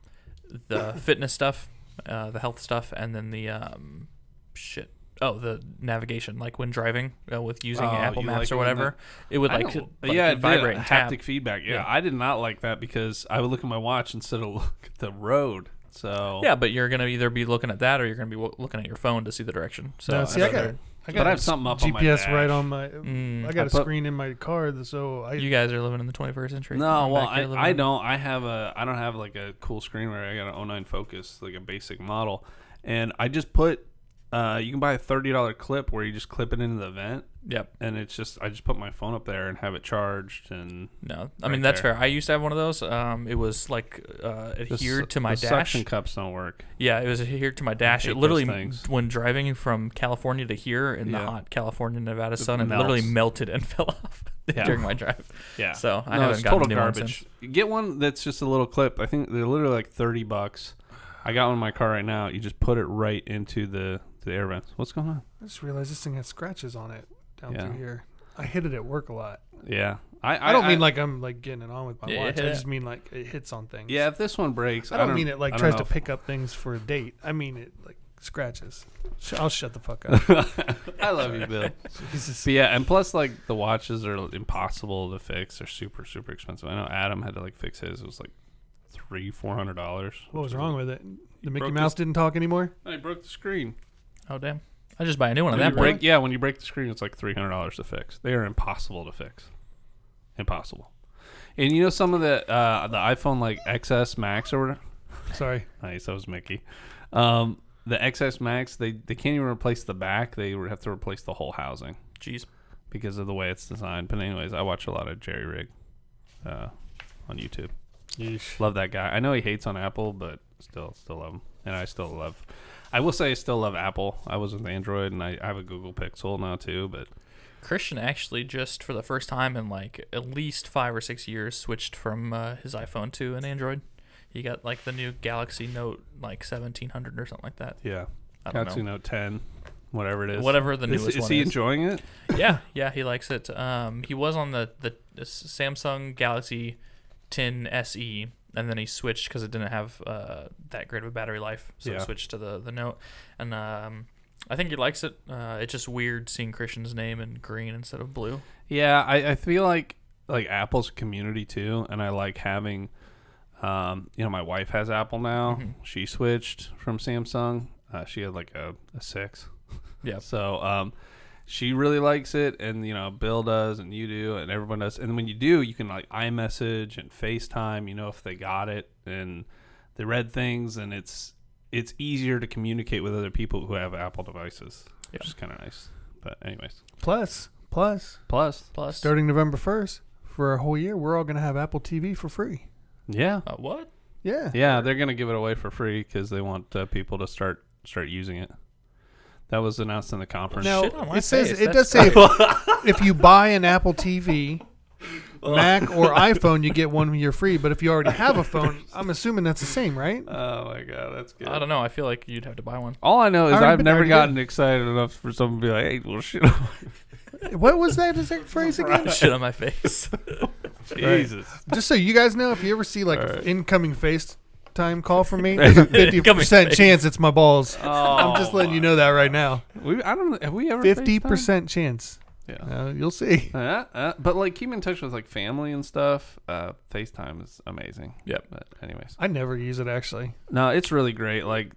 Speaker 3: the fitness stuff, uh, the health stuff, and then the um, shit. Oh, the navigation, like when driving uh, with using
Speaker 1: Oh,
Speaker 3: Apple
Speaker 1: you
Speaker 3: Maps
Speaker 1: like doing that?
Speaker 3: or whatever, it would
Speaker 1: I
Speaker 3: like,
Speaker 1: don't-
Speaker 3: like,
Speaker 1: yeah, it did,
Speaker 3: vibrate and tap.
Speaker 1: haptic feedback. Yeah,
Speaker 3: Yeah.
Speaker 1: I did not like that because I would look at my watch instead of look at the road. So
Speaker 3: Yeah, but you're gonna either be looking at that or you're gonna be wo- looking at your phone to see the direction. So
Speaker 2: No, see, I got,
Speaker 1: another-
Speaker 2: I got
Speaker 1: but I have something up on my
Speaker 2: GPS right
Speaker 1: dash.
Speaker 2: on my.
Speaker 3: Mm.
Speaker 2: I got
Speaker 1: I
Speaker 2: a
Speaker 1: put-
Speaker 2: screen in my car, th- so I.
Speaker 3: you guys are living in the 21st century.
Speaker 1: No,
Speaker 3: I'm
Speaker 1: well,
Speaker 3: back here living
Speaker 1: I, I
Speaker 3: in-
Speaker 1: don't. I have a. I don't have like a cool screen where I got an 09 Focus, like a basic model, and I just put. Uh, you can buy a thirty dollar clip where you just clip it into the vent,
Speaker 3: Yep.
Speaker 1: and it's just I just put my phone up there and have it charged, and
Speaker 3: No, I
Speaker 1: Right
Speaker 3: mean that's
Speaker 1: there.
Speaker 3: fair. I used to have one of those. Um, it was like uh,
Speaker 1: the
Speaker 3: adhered
Speaker 1: su-
Speaker 3: to my
Speaker 1: the
Speaker 3: dash.
Speaker 1: suction cups don't work.
Speaker 3: Yeah, it was adhered to my dash.
Speaker 1: hate
Speaker 3: It literally,
Speaker 1: those
Speaker 3: m-
Speaker 1: things.
Speaker 3: when driving from California to here in the
Speaker 1: Yeah.
Speaker 3: hot California Nevada sun, it
Speaker 1: melts.
Speaker 3: literally melted and fell off
Speaker 1: Yeah.
Speaker 3: during my drive.
Speaker 1: Yeah,
Speaker 3: So I
Speaker 1: no,
Speaker 3: haven't
Speaker 1: it's
Speaker 3: gotten
Speaker 1: total
Speaker 3: new one
Speaker 1: garbage. Get one that's just a little clip. I think they're literally like thirty bucks. I got one in my car right now. You just put it right into the the air vents. What's going on?
Speaker 2: I just realized this thing has scratches on it down
Speaker 1: Yeah.
Speaker 2: through here. I hit it at work a lot.
Speaker 1: Yeah, I
Speaker 2: I, don't mean like I'm like getting it on with my
Speaker 3: Yeah,
Speaker 2: watch.
Speaker 3: yeah.
Speaker 2: I just mean like it hits on things.
Speaker 1: Yeah, if this one breaks,
Speaker 2: I don't, mean it like
Speaker 1: I don't
Speaker 2: tries
Speaker 1: know
Speaker 2: to
Speaker 1: if-
Speaker 2: pick up things for a date. I mean it like scratches. Sh- I'll shut the fuck up.
Speaker 1: I love you, Bill.
Speaker 2: Jesus.
Speaker 1: But yeah, and plus, like the watches are impossible to fix. They're super, super expensive. I know Adam had to like fix his. It was like three, four hundred dollars.
Speaker 2: What was wrong with it? The Mickey
Speaker 1: broke
Speaker 2: Mouse didn't talk anymore.
Speaker 1: I broke the screen.
Speaker 3: Oh damn! I just buy a new one at
Speaker 1: When you
Speaker 3: that
Speaker 1: break,
Speaker 3: point.
Speaker 1: Oh, yeah, when you break the screen, it's like three hundred dollars to fix. They are impossible to fix. Impossible. And you know some of the uh, the iPhone like XS Max or whatever.
Speaker 2: Sorry.
Speaker 1: Nice, that was Mickey. Um, the XS Max, they they can't even replace the back. They would have to replace the whole housing.
Speaker 3: Jeez.
Speaker 1: because of the way it's designed. But anyways, I watch a lot of Jerry Rig uh, on YouTube. Love that guy. I know he hates on Apple, but still, still love him. And I still love. I will say, I still love Apple. I was with Android, and I, I have a Google Pixel now too. But
Speaker 3: Christian actually just for the first time in like at least five or six years switched from uh, his iPhone to an Android. He got like the new Galaxy Note like 1700 or something like that.
Speaker 1: yeah,
Speaker 3: I don't
Speaker 1: Galaxy Note 10, whatever it
Speaker 3: know.
Speaker 1: is.
Speaker 3: Whatever the
Speaker 1: Is,
Speaker 3: newest
Speaker 1: is
Speaker 3: one
Speaker 1: he
Speaker 3: is.
Speaker 1: enjoying it?
Speaker 3: yeah, yeah, he likes it. Um, he was on the, the the Samsung Galaxy 10 SE, and then he switched because it didn't have uh, that great of a battery life, so he
Speaker 1: Yeah.
Speaker 3: switched to the the Note. And um, I think he likes it. Uh, it's just weird seeing Christian's name in green instead of blue.
Speaker 1: Yeah, I, I feel like like Apple's a community too, and I like having, um, you know, my wife has Apple now.
Speaker 3: Mm-hmm.
Speaker 1: She switched from Samsung. Uh, she had like a, a six.
Speaker 3: Yeah.
Speaker 1: So, um, she really likes it, and you know, Bill does, and you do, and everyone does. And when you do, you can like iMessage and FaceTime. You know, if they got it and they read things, and it's it's easier to communicate with other people who have Apple devices, which
Speaker 3: Yeah.
Speaker 1: is kind of nice. But anyways,
Speaker 2: Plus, plus,
Speaker 1: plus,
Speaker 3: Plus,
Speaker 2: starting November first for a whole year, we're all gonna have Apple TV for free.
Speaker 1: yeah.
Speaker 3: uh, what?
Speaker 2: Yeah.
Speaker 1: Yeah, they're gonna give it away for free because they want uh, people to start start using it. That was announced in the conference.
Speaker 2: Now
Speaker 3: Shit on my
Speaker 2: it says
Speaker 3: face,
Speaker 2: it does
Speaker 3: that's
Speaker 2: say if, if you buy an Apple TV, Mac or iPhone, you get one year free. But if you already have a phone, I'm assuming that's the same, right?
Speaker 1: Oh my god, that's good.
Speaker 3: I don't know. I feel like you'd have to buy one.
Speaker 1: All I know is
Speaker 2: I already-
Speaker 1: I've never
Speaker 2: already
Speaker 1: gotten excited enough for someone to be like, "Hey, well, shit,
Speaker 2: What was that exact phrase again?
Speaker 3: Shit on my face.
Speaker 1: Jesus."
Speaker 2: Just so you guys know, if you ever see like
Speaker 1: All
Speaker 2: an
Speaker 1: right.
Speaker 2: incoming FaceTime call from me, there's a fifty percent
Speaker 3: face.
Speaker 2: chance it's my balls.
Speaker 1: Oh,
Speaker 2: I'm just letting you know that right now.
Speaker 1: We, I don't. Have we ever
Speaker 2: Fifty
Speaker 1: FaceTimed?
Speaker 2: percent chance.
Speaker 1: Yeah.
Speaker 2: Uh, you'll see.
Speaker 1: Uh, uh, but like keep in touch with like family and stuff. Uh, FaceTime is amazing.
Speaker 3: Yep.
Speaker 1: But anyways,
Speaker 2: I never use it actually.
Speaker 1: no, it's really great. Like,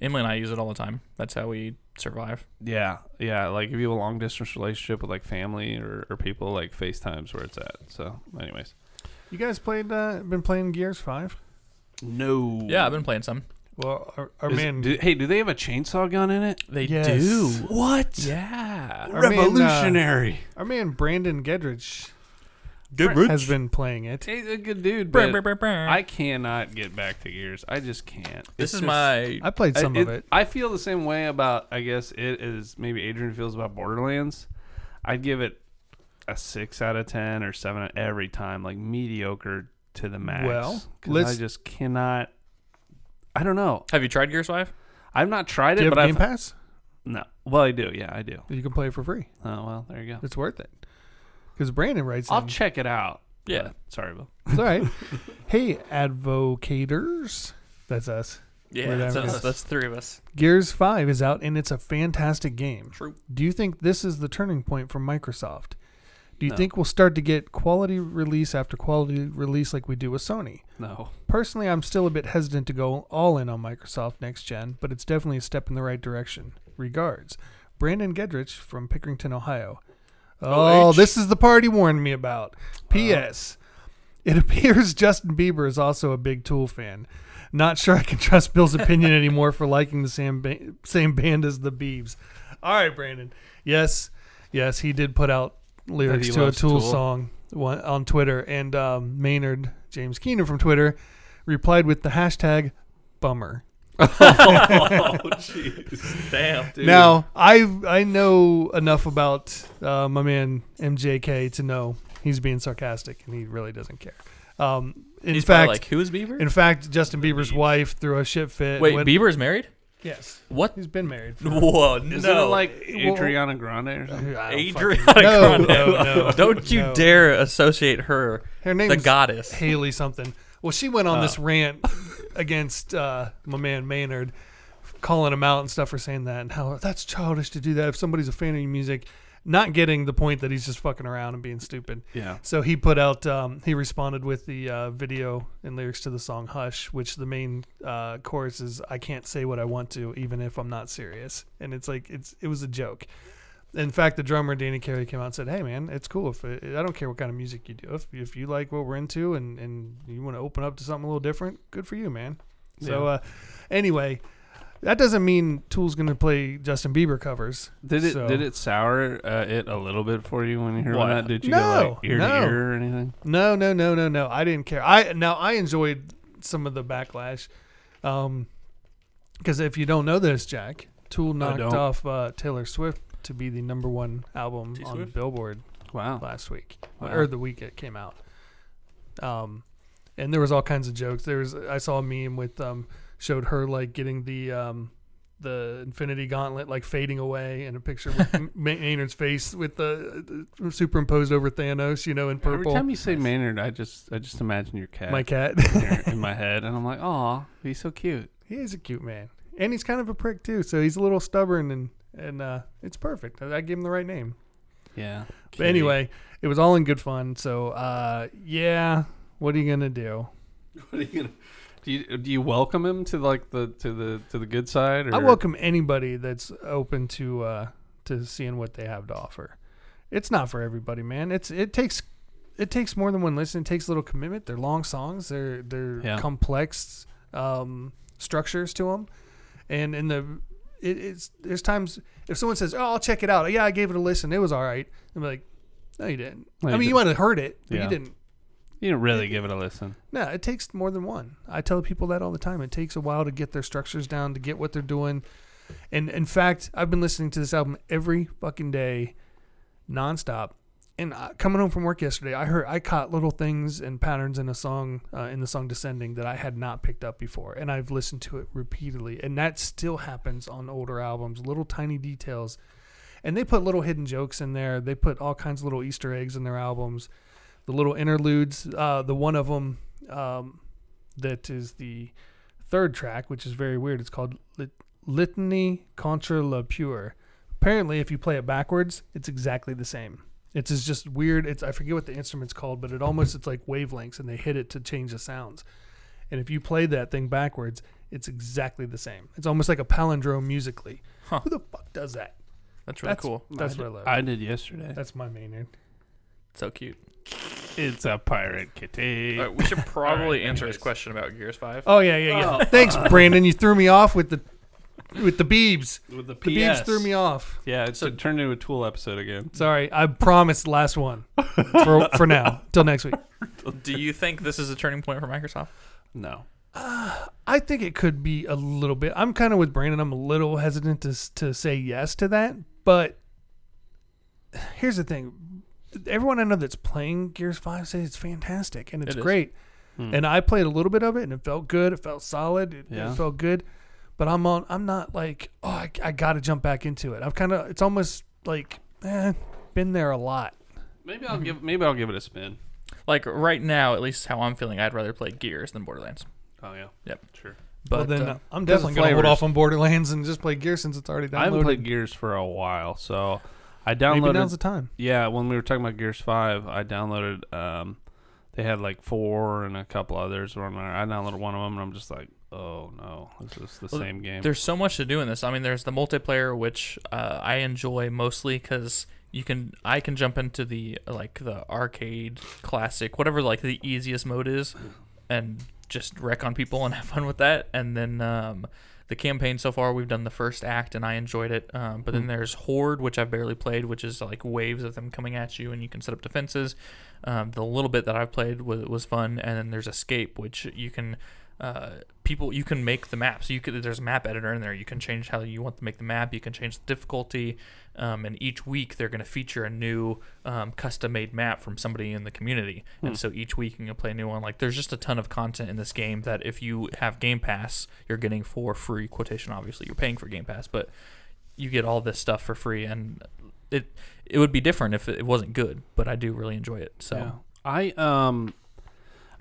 Speaker 3: Emily and I use it all the time. That's how we survive.
Speaker 1: yeah, yeah. Like if you have a long distance relationship with like family or, or people, like FaceTime's where it's at. So, anyways,
Speaker 2: You guys played? Uh, been playing Gears Five?
Speaker 1: no.
Speaker 3: Yeah, I've been playing some.
Speaker 2: Well, our, our
Speaker 1: Is-
Speaker 2: man,
Speaker 1: do- hey, do they have a chainsaw gun in it?
Speaker 3: They
Speaker 2: Yes.
Speaker 3: do.
Speaker 1: What?
Speaker 3: Yeah.
Speaker 2: Our man, uh,
Speaker 1: Revolutionary.
Speaker 2: our man Brandon Gedrich
Speaker 1: Good
Speaker 2: has been playing it.
Speaker 1: He's a good dude,
Speaker 3: Brr,
Speaker 1: but
Speaker 3: brr, brr, brr.
Speaker 1: I cannot get back to Gears. I just can't.
Speaker 3: this
Speaker 1: It's
Speaker 3: is
Speaker 1: just-
Speaker 3: my.
Speaker 2: I played some
Speaker 1: I,
Speaker 2: of it.
Speaker 1: I feel the same way about. I guess it is maybe Adrian feels about Borderlands. I'd give it a six out of ten or seven every time, like mediocre to the max.
Speaker 2: Well,
Speaker 1: 'Cause
Speaker 2: let's-
Speaker 1: I just cannot. I don't know.
Speaker 3: have you tried Gears 5?
Speaker 1: I've not tried
Speaker 2: Do you
Speaker 1: it,
Speaker 2: have
Speaker 1: but
Speaker 2: Game
Speaker 1: I've
Speaker 2: Pass?
Speaker 1: no. Well, I do. Yeah, I do.
Speaker 2: You can play it for free.
Speaker 1: Oh well, there you go.
Speaker 2: It's worth it. Because Brandon writes.
Speaker 1: I'll
Speaker 2: in-
Speaker 1: check it out.
Speaker 3: Yeah.
Speaker 1: but- sorry, Bill.
Speaker 2: It's all right. hey, advocators. That's us.
Speaker 3: Yeah,
Speaker 2: Where
Speaker 3: that's,
Speaker 2: that
Speaker 3: us.
Speaker 2: is.
Speaker 3: that's three of us.
Speaker 2: Gears 5 is out and it's a fantastic game.
Speaker 3: True.
Speaker 2: Do you think this is the turning point for Microsoft? Do you
Speaker 1: No.
Speaker 2: think we'll start to get quality release after quality release like we do with Sony?
Speaker 1: No.
Speaker 2: Personally, I'm still a bit hesitant to go all in on Microsoft next gen, but it's definitely a step in the right direction. Regards, Brandon Gedrich from Pickerington, Ohio. Oh,
Speaker 3: OH.
Speaker 2: this is the part he warned me about. P.S. It appears Justin Bieber is also a big Tool fan. Not sure I can trust Bill's opinion anymore for liking the same ba- same band as the Beebs. All right, Brandon. Yes, yes, he did put out lyrics
Speaker 1: he
Speaker 2: to a
Speaker 1: loves Tool?
Speaker 2: Tool, song one, on Twitter, and um, Maynard James Keener from Twitter replied with the hashtag bummer.
Speaker 3: Oh, Damn.
Speaker 2: Now I I know enough about uh, my man MJK to know he's being sarcastic and he really doesn't care. Um, in
Speaker 3: He's
Speaker 2: fact,
Speaker 3: probably like, who is Bieber?
Speaker 2: in fact, Justin Bieber's wife threw a shit fit.
Speaker 3: Wait,
Speaker 2: when-
Speaker 3: Bieber is married?
Speaker 2: yes,
Speaker 3: What?
Speaker 2: he's been married. For,
Speaker 3: Whoa,
Speaker 1: Isn't
Speaker 3: no.
Speaker 1: it like
Speaker 2: Well-
Speaker 1: Adriana Grande or something?
Speaker 3: Adriana
Speaker 2: No,
Speaker 3: Grande.
Speaker 2: no, no,
Speaker 3: Don't you
Speaker 2: no.
Speaker 3: dare associate her,
Speaker 2: Her
Speaker 3: the
Speaker 2: name's
Speaker 3: goddess.
Speaker 2: Haley something. Well, she went on this rant against uh, my man Maynard, calling him out and stuff for saying that and how that's childish to do that if somebody's a fan of your music, not getting the point that he's just fucking around and being stupid.
Speaker 1: Yeah.
Speaker 2: So he put out, um, he responded with the uh, video and lyrics to the song Hush, which the main uh, chorus is I can't say what I want to, even if I'm not serious. And it's like, it's it was a joke. In fact, the drummer Danny Carey came out and said, "Hey, man, it's cool. If I don't care what kind of music you do, if, if you like what we're into and and you want to open up to something a little different, good for you, man." So,
Speaker 1: Yeah.
Speaker 2: uh, anyway, that doesn't mean Tool's going to play Justin Bieber covers.
Speaker 1: Did it
Speaker 2: So-
Speaker 1: did it sour uh, it a little bit for you when you heard
Speaker 3: What?
Speaker 1: that? Did you go
Speaker 2: No,
Speaker 1: like ear
Speaker 2: no.
Speaker 1: to ear or anything?
Speaker 2: No, no, no, no, no. I didn't care. I now I enjoyed some of the backlash, um, because if you don't know this, Jack, Tool knocked
Speaker 1: don't.
Speaker 2: off uh, Taylor Swift to be the number one album on
Speaker 3: T-Swift?
Speaker 2: Billboard
Speaker 1: Wow.
Speaker 2: last week
Speaker 1: Wow.
Speaker 2: or the week it came out. Um, and there was all kinds of jokes. There was I saw a meme with um showed her like getting the um the Infinity Gauntlet like fading away and a picture with M- Maynard's face with the, the superimposed over Thanos, you know, in
Speaker 1: Every
Speaker 2: purple.
Speaker 1: time you say Maynard, I just I just imagine your cat
Speaker 2: My cat.
Speaker 1: in your- in my head, and I'm like, oh, he's so cute.
Speaker 2: he is a cute man, and he's kind of a prick too. So he's a little stubborn, and and uh, it's perfect. I, I gave him the right name.
Speaker 1: Yeah.
Speaker 2: But anyway, it was all in good fun. So uh, yeah, what are you gonna do?
Speaker 1: what are you gonna, do you do you welcome him to like the to the to the good side? Or?
Speaker 2: I welcome anybody that's open to uh, to seeing what they have to offer. It's not for everybody, man. It's it takes it takes more than one listen. It takes a little commitment. They're long songs. They're they're
Speaker 1: Yeah.
Speaker 2: complex um, structures to them, and in the it, it's there's times if someone says, "Oh, I'll check it out." Yeah, I gave it a listen. It was all right. I'm like, "No, you didn't."
Speaker 1: No,
Speaker 2: I
Speaker 1: you
Speaker 2: mean, you
Speaker 1: didn't."
Speaker 2: might have heard it, but
Speaker 1: Yeah.
Speaker 2: you didn't
Speaker 1: You didn't really give it a listen.
Speaker 2: No, it takes more than one. I tell people that all the time. It takes a while to get their structures down, to get what they're doing. And in fact, I've been listening to this album every fucking day, nonstop. And I, coming home from work yesterday, I heard I caught little things and patterns in a song uh, in the song "Descending" that I had not picked up before, and I've listened to it repeatedly. And that still happens on older albums, little tiny details. And they put little hidden jokes in there. They put all kinds of little Easter eggs in their albums the little interludes. Uh, the one of them um, that is the third track, which is very weird. It's called Lit- Litany Contra la Pure. Apparently, if you play it backwards, it's exactly the same. It's is just weird. It's I forget what the instrument's called, but it almost it's like wavelengths, and they hit it to change the sounds. And if you play that thing backwards, it's exactly the same. It's almost like a palindrome musically.
Speaker 3: Huh.
Speaker 2: Who the fuck does that?
Speaker 3: That's really
Speaker 2: That's-
Speaker 3: cool.
Speaker 2: That's what I love.
Speaker 1: I did yesterday.
Speaker 2: That's my Maynard.
Speaker 3: So cute.
Speaker 1: It's a pirate kitty.
Speaker 3: All right, we should probably
Speaker 1: Alright,
Speaker 3: answer
Speaker 1: anyways.
Speaker 3: his question about Gears Five.
Speaker 2: Oh yeah, yeah, yeah. Thanks, Brandon. You threw me off with the with the beebs.
Speaker 1: With the,
Speaker 2: The beebs threw me off.
Speaker 1: Yeah, it's
Speaker 3: So-
Speaker 1: it turned into a Tool episode again.
Speaker 2: Sorry, I promised last one for for now till next week.
Speaker 3: Do you think this is a turning point for Microsoft?
Speaker 1: No.
Speaker 2: I think it could be a little bit. I'm kind of with Brandon. I'm a little hesitant to s- to say yes to that, but here's the thing. Everyone I know that's playing Gears Five says it's fantastic and it's
Speaker 3: It is. Mm.
Speaker 2: great.
Speaker 1: Hmm.
Speaker 2: And I played a little bit of it, and it felt good. It felt solid. It, it
Speaker 1: Yeah.
Speaker 2: felt good. But I'm on. I'm not like, oh, I, I got to jump back into it. I've kind of. It's almost like, eh, been there a lot.
Speaker 1: Maybe I'll give maybe I'll give it a spin.
Speaker 3: Like right now, at least how I'm feeling, I'd rather play Gears than Borderlands.
Speaker 1: Oh yeah.
Speaker 3: Yep.
Speaker 1: Sure.
Speaker 3: But
Speaker 2: well, then
Speaker 3: uh,
Speaker 2: I'm
Speaker 1: there's
Speaker 2: definitely gonna hold
Speaker 1: flavors.
Speaker 2: off on Borderlands and just play Gears since it's already downloaded.
Speaker 1: I haven't played Gears for a while, so I
Speaker 2: Maybe
Speaker 1: downloaded
Speaker 2: now's the time.
Speaker 1: Yeah, when we were talking about Gears Five, I downloaded. Um, they had like four and a couple others. Or I downloaded one of them, and I'm just like, oh no, this is the
Speaker 3: Well,
Speaker 1: same game.
Speaker 3: there's so much to do in this. I mean, there's the multiplayer, which uh, I enjoy mostly because you can I can jump into the like the arcade classic, whatever like the easiest mode is, and just wreck on people and have fun with that. And then um, the campaign so far, we've done the first act and I enjoyed it. Um, but then there's Horde, which I've barely played, which is like waves of them coming at you and you can set up defenses. Um, the little bit that I've played was, was fun. And then there's Escape, which you can uh, people you can make the map. So you could there's a map editor in there. You can change how you want to make the map. You can change the difficulty. Um, and each week they're going to feature a new um, custom made map from somebody in the community. And so each week you can play a new one. Like there's just a ton of content in this game that if you have Game Pass, you're getting for free. Quotation obviously you're paying for Game Pass, but you get all this stuff for free and it it would be different if it wasn't good, but I do really enjoy it. So
Speaker 1: Yeah. I um,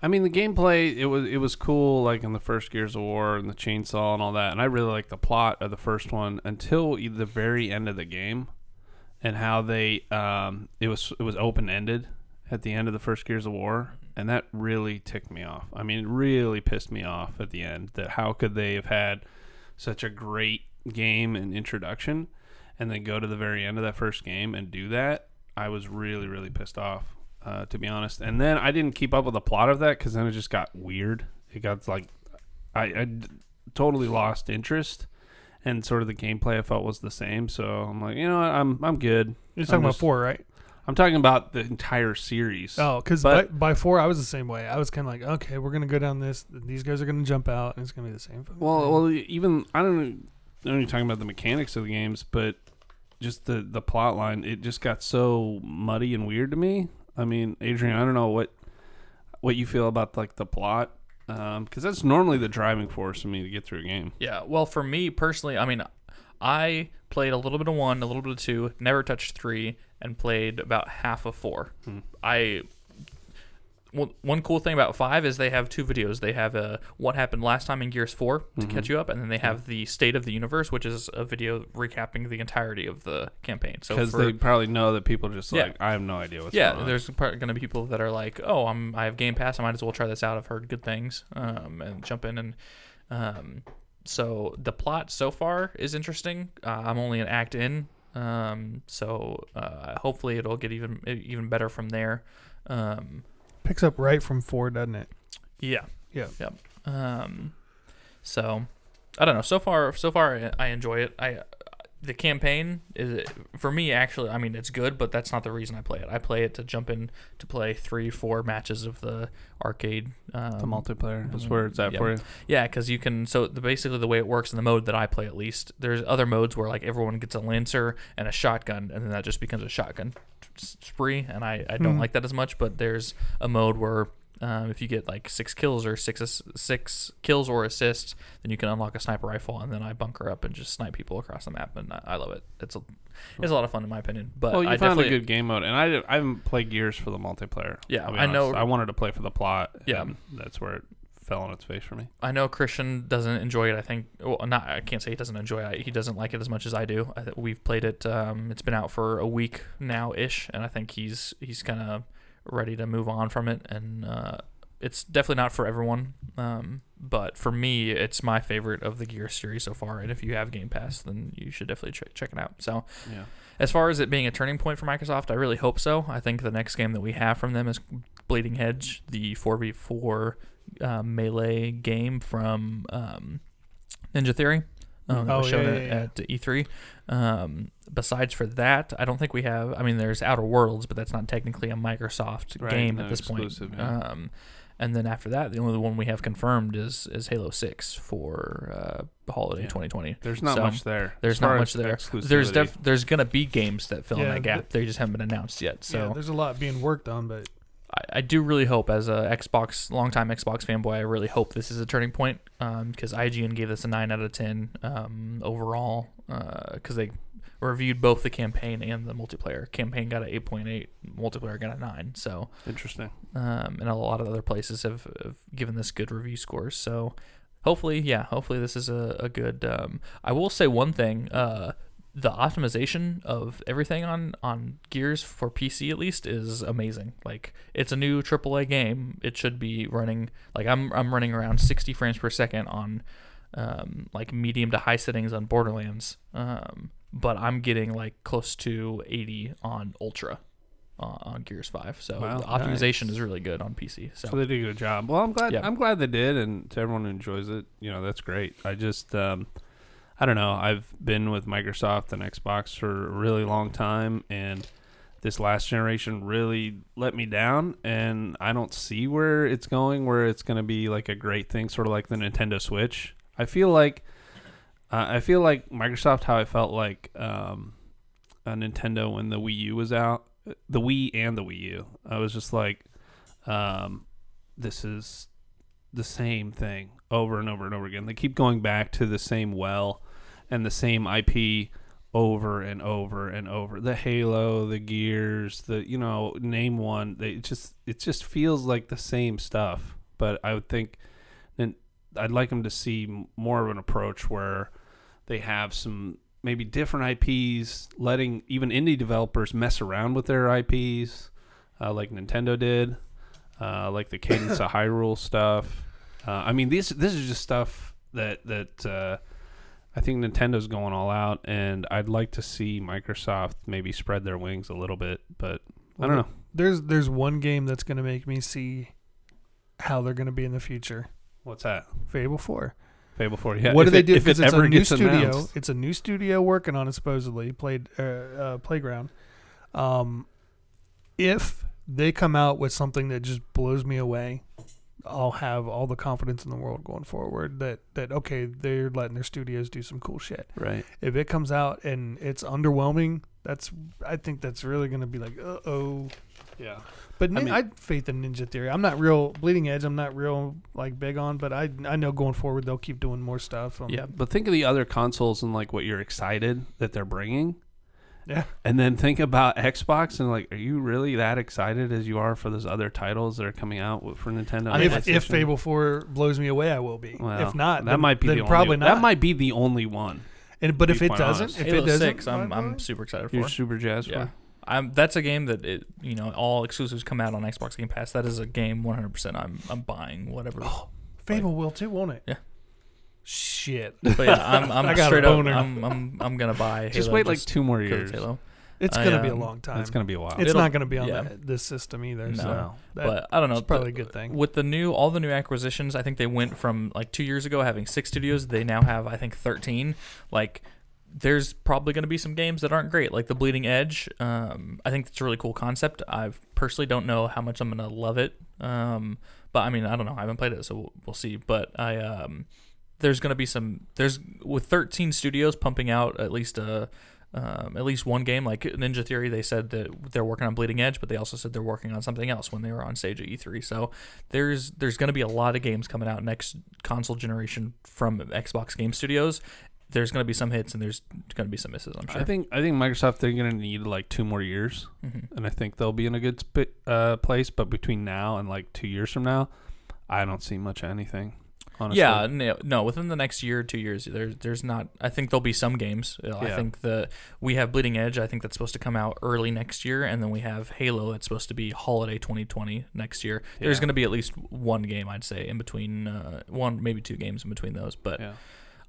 Speaker 1: I mean the gameplay it was it was cool like in the first Gears of War and the chainsaw and all that, and I really liked the plot of the first one until e- the very end of the game, and how they um it was it was open ended at the end of the first Gears of War, and that really ticked me off. I mean, it really pissed me off at the end that how could they have had such a great game and introduction and then go to the very end of that first game and do that, I was really, really pissed off, uh, to be honest. And then I didn't keep up with the plot of that because then it just got weird. It got like, I, I d- totally lost interest, and sort of the gameplay I felt was the same. So I'm like, you know what, I'm I'm good.
Speaker 2: You're talking about
Speaker 1: just-
Speaker 2: four, right?
Speaker 1: I'm talking about the entire series.
Speaker 2: Oh, because by,
Speaker 1: But-
Speaker 2: by four, I was the same way. I was kind of like, okay, we're gonna go down this. These guys are gonna jump out, and it's gonna be the same. fucking
Speaker 1: Well,
Speaker 2: thing.
Speaker 1: well, even I don't know. I don't even talking about the mechanics of the games, but just the the plot line. It just got so muddy and weird to me. I mean, Adrian, I don't know what what you feel about like the plot, because that's normally the driving force for me to get through a game.
Speaker 3: Yeah. Well, for me personally, I mean, I played a little bit of one, a little bit of two, never touched three, and played about half of four.
Speaker 1: Hmm.
Speaker 3: I. Well, one cool thing about five is they have two videos. They have a what happened last time in Gears Four to
Speaker 1: Mm-hmm.
Speaker 3: catch you up, and then they have the State of the Universe, which is a video recapping the entirety of the campaign. So
Speaker 1: Because
Speaker 3: for-
Speaker 1: they probably know that people just
Speaker 3: Yeah.
Speaker 1: like I have no idea what's
Speaker 3: yeah,
Speaker 1: going on.
Speaker 3: there's probably going to be people that are like, "Oh, I'm I have Game Pass. I might as well try this out. I've heard good things." Um, and jump in and um, so the plot so far is interesting. Uh, I'm only an act in, um, so uh, hopefully it'll get even even better from there. Um,
Speaker 2: picks up right from four, doesn't it?
Speaker 3: yeah.
Speaker 2: Yeah.
Speaker 3: Yep. Um, so I don't know. So far, so far I, I enjoy it. I the campaign is for me actually. I mean, it's good, but that's not the reason I play it. I play it to jump in to play three, four matches of the arcade. Um,
Speaker 1: the multiplayer. That's where it's at
Speaker 3: yeah.
Speaker 1: for you.
Speaker 3: yeah, because you can. So the, basically, the way it works in the mode that I play, at least, there's other modes where like everyone gets a lancer and a shotgun, and then that just becomes a shotgun s- spree, and I, I
Speaker 1: Hmm.
Speaker 3: don't
Speaker 2: Mhm.
Speaker 3: like that as much. But there's a mode where um, if you get like six kills or six ass- six kills or assists, then you can unlock a sniper rifle, and then I bunker up and just snipe people across the map, and I, I love it. It's a it's a lot of fun in my opinion. But
Speaker 1: Well, you
Speaker 3: I
Speaker 1: found a
Speaker 3: definitely-
Speaker 1: good game mode, and I, did- I haven't played Gears for the multiplayer.
Speaker 3: Yeah,
Speaker 1: I'll be
Speaker 3: I know-
Speaker 1: honest. I wanted to play for the plot.
Speaker 3: Yeah.
Speaker 1: and that's where it fell on its face for me.
Speaker 3: I know Christian doesn't enjoy it. I think, well, not. I can't say he doesn't enjoy it. He doesn't like it as much as I do. I, th- we've played it. Um, it's been out for a week now ish, and I think he's he's kind of ready to move on from it. And uh, it's definitely not for everyone. Um, but for me, it's my favorite of the Gear series so far. And if you have Game Pass, then you should definitely check check it out. So
Speaker 1: Yeah,
Speaker 3: as far as it being a turning point for Microsoft, I really hope so. I think the next game that we have from them is Bleeding Edge, the 4v4 uh, melee game from um, Ninja Theory. Um, that
Speaker 2: Oh,
Speaker 3: was
Speaker 2: yeah,
Speaker 3: shown
Speaker 2: yeah,
Speaker 3: at,
Speaker 2: yeah.
Speaker 3: at E3. Um, besides for that, I don't think we have. I mean, there's Outer Worlds, but that's not technically a Microsoft
Speaker 1: Right,
Speaker 3: game
Speaker 1: no
Speaker 3: at this point.
Speaker 1: exclusive, yeah.
Speaker 3: Um, and then after that, the only one we have confirmed is is Halo Six for uh, holiday
Speaker 1: Yeah.
Speaker 3: 2020.
Speaker 1: there's not
Speaker 3: So,
Speaker 1: much there.
Speaker 3: There's
Speaker 1: As far
Speaker 3: not much
Speaker 1: as
Speaker 3: there.
Speaker 1: exclusivity,
Speaker 3: There's def- there's gonna be games that fill in
Speaker 2: Yeah,
Speaker 3: that gap. They just haven't been announced yet.
Speaker 2: So
Speaker 3: So
Speaker 2: there's a lot being worked on, but
Speaker 3: I, I do really hope, as a Xbox longtime Xbox fanboy, I really hope this is a turning point. um, Because IGN gave this a nine out of ten um, overall. Because they reviewed both the campaign and the multiplayer. Campaign got an eight point eight. Multiplayer got a nine. So
Speaker 1: interesting.
Speaker 3: um, and a lot of other places have, have given this good review scores. So hopefully, yeah, hopefully this is a, a good. Um, I will say one thing: uh, the optimization of everything on on Gears for PC at least is amazing. Like it's a new AAA game; it should be running like I'm I'm running around 60 frames per second on um, like medium to high settings on Borderlands. Um, but I'm getting like close to 80 on Ultra uh, on Gears 5. So
Speaker 1: Wow,
Speaker 3: the optimization
Speaker 1: nice.
Speaker 3: is really good on PC. So,
Speaker 1: So they did a good job. Well, I'm glad.
Speaker 3: Yeah.
Speaker 1: I'm glad they did, and to everyone who enjoys it, you know that's great. I just, um, I don't know. I've been with Microsoft and Xbox for a really long time, and this last generation really let me down. And I don't see where it's going. Where it's going to be like a great thing, sort of like the Nintendo Switch. I feel like, uh, I feel like Microsoft. How I felt like um, a Nintendo when the Wii U was out, uh, the Wii and the Wii U. I was just like um, this is the same thing over and over and over again. They keep going back to the same well and the same IP over and over and over. The Halo, the Gears, the you know, name one. They just it just feels like the same stuff. But I would think, and I'd like them to see m- more of an approach where they have some maybe different IPs, letting even indie developers mess around with their IPs, uh, like Nintendo did uh, like the Cadence of Hyrule stuff. Uh, I mean, these this is just stuff that that uh, I think Nintendo's going all out, and I'd like to see Microsoft maybe spread their wings a little bit, but I don't know.
Speaker 2: there's there's one game that's gonna make me see how they're gonna be in the future.
Speaker 1: What's that?
Speaker 2: Fable Four.
Speaker 1: Fable Four. Yeah.
Speaker 2: what do
Speaker 1: if
Speaker 2: they
Speaker 1: it-
Speaker 2: do?
Speaker 1: if
Speaker 2: 'Cause
Speaker 1: it
Speaker 2: it's
Speaker 1: ever
Speaker 2: a new
Speaker 1: gets
Speaker 2: studio.
Speaker 1: announced?
Speaker 2: It's a new studio working on it supposedly. Played uh, uh, playground. Um, if they come out with something that just blows me away, I'll have all the confidence in the world going forward that that okay, they're letting their studios do some cool shit.
Speaker 1: Right.
Speaker 2: If it comes out and it's underwhelming, that's I think that's really gonna be like uh oh.
Speaker 1: Yeah.
Speaker 2: But
Speaker 1: I
Speaker 2: nin- I
Speaker 1: mean-
Speaker 2: would faith in Ninja Theory. I'm not real Bleeding Edge. I'm not real like big on, but I I know going forward they'll keep doing more stuff. Um,
Speaker 3: yeah.
Speaker 1: But think of the other consoles and like what you're excited that they're bringing.
Speaker 2: Yeah.
Speaker 1: And then think about Xbox and like, are you really that excited as you are for those other titles that are coming out w- for Nintendo?
Speaker 3: I mean,
Speaker 1: and
Speaker 2: if, if
Speaker 1: PlayStation?
Speaker 2: Fable Four blows me away, I will be.
Speaker 1: Well,
Speaker 2: if not,
Speaker 1: that
Speaker 2: Uh, then-
Speaker 1: might be
Speaker 2: then
Speaker 1: the only
Speaker 2: probably not.
Speaker 1: That might be the only one.
Speaker 2: And, but
Speaker 1: to
Speaker 2: if
Speaker 1: be
Speaker 2: it
Speaker 1: quite
Speaker 2: doesn't,
Speaker 1: honest.
Speaker 2: if
Speaker 3: Halo
Speaker 2: it doesn't,
Speaker 3: Six, I'm
Speaker 2: why
Speaker 3: I'm
Speaker 2: not?
Speaker 3: super excited for.
Speaker 1: You're super jazzed
Speaker 3: yeah.
Speaker 1: for.
Speaker 3: I'm, that's a game that it, you know all exclusives come out on Xbox Game Pass. That is a game 100%. I'm I'm buying whatever.
Speaker 2: Oh. Fable will too, won't it?
Speaker 3: Yeah.
Speaker 2: Shit,
Speaker 3: But yeah, I'm, I'm
Speaker 2: I got a
Speaker 3: straight up.
Speaker 2: boner.
Speaker 3: I'm, I'm I'm gonna buy.
Speaker 1: Just
Speaker 3: Halo
Speaker 1: wait like two more
Speaker 3: 'cause it's
Speaker 1: years.
Speaker 3: Halo.
Speaker 2: it's
Speaker 3: I,
Speaker 2: gonna be a
Speaker 3: um,
Speaker 2: long time.
Speaker 1: It's gonna be a while.
Speaker 2: It's
Speaker 3: It'll-
Speaker 2: not gonna be on
Speaker 3: yeah.
Speaker 2: the, this system either.
Speaker 3: No.
Speaker 2: So that-
Speaker 3: but I don't know.
Speaker 2: it's probably a
Speaker 3: the-
Speaker 2: good thing.
Speaker 3: With the new, all the new acquisitions, I think they went from like two years ago having six studios. They now have, I think, thirteen. Like there's probably going to be some games that aren't great, like The Bleeding Edge. Um, I think it's a really cool concept. I personally don't know how much I'm going to love it, um, but I mean, I don't know. I haven't played it, so we'll, we'll see. But I um, there's going to be some there's with 13 studios pumping out at least a. Um, at least one game, like Ninja Theory, they said that they're working on Bleeding Edge, but they also said they're working on something else when they were on stage at E3. So there's there's going to be a lot of games coming out next console generation from Xbox Game Studios, there's going to be some hits and there's going to be some misses. I'm sure. Mm-hmm.
Speaker 1: I think I think Microsoft they're going to need like two more years, and I think they'll be in a good sp- uh, place. But between now and like two years from now, I don't see much of anything. Honestly.
Speaker 3: yeah, no, no, within the next year or two years, there's there's not. I think there'll be some games. Uh, I
Speaker 1: Yeah.
Speaker 3: think the we have Bleeding Edge. I think that's supposed to come out early next year, and then we have Halo. That's supposed to be holiday 2020 next year. There's
Speaker 1: Yeah.
Speaker 3: going to be at least one game, I'd say, in between uh, one maybe two games in between those. But
Speaker 1: Yeah.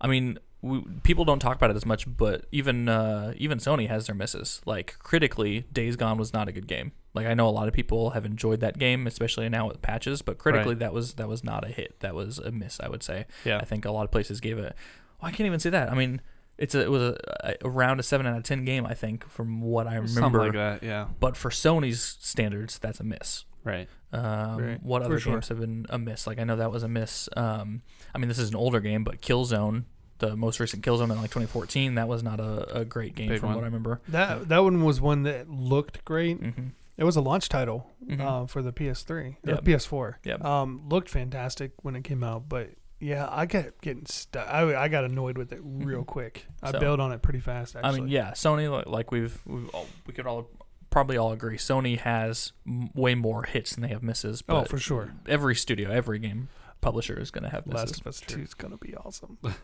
Speaker 3: I mean, we, people don't talk about it as much, but even uh, even Sony has their misses. Like critically, Days Gone was not a good game. Like I know a lot of people have enjoyed that game, especially now with patches, but critically that was that was not a hit. That was a miss, I would say.
Speaker 1: Yeah.
Speaker 3: I think a lot of places gave it. Well, I can't even say that. I mean, it's a, it was a, a around a seven out of ten game, I think, from what I remember.
Speaker 1: Something like that. Yeah.
Speaker 3: But for Sony's standards, that's a miss.
Speaker 1: Right.
Speaker 3: Um,
Speaker 2: Right,
Speaker 3: What
Speaker 2: for
Speaker 3: other
Speaker 2: sure.
Speaker 3: games have been a miss? Like I know that was a miss. Um, I mean, this is an older game, but Killzone, the most recent Killzone in like 2014, that was not a, a great game
Speaker 1: Big
Speaker 3: from
Speaker 1: one.
Speaker 3: what I remember.
Speaker 2: That that one was one that looked great.
Speaker 3: Mm-hmm.
Speaker 2: It was a launch title
Speaker 3: Mhm.
Speaker 2: uh, for the PS3 or
Speaker 3: Yep.
Speaker 2: PS4.
Speaker 3: Yep.
Speaker 2: Um, looked fantastic when it came out, but yeah, I kept getting stuck. I, I got annoyed with it real
Speaker 3: Mhm.
Speaker 2: quick. I
Speaker 3: So-
Speaker 2: bailed on it pretty fast.
Speaker 3: I
Speaker 2: Actually,
Speaker 3: mean, yeah, Sony, li- like we've, we've all, we could all probably all agree, Sony has m- way more hits than they have misses. But
Speaker 2: Oh, for sure.
Speaker 3: Every studio, every game publisher is going to have misses.
Speaker 2: Last of Us Two is gonna be awesome. I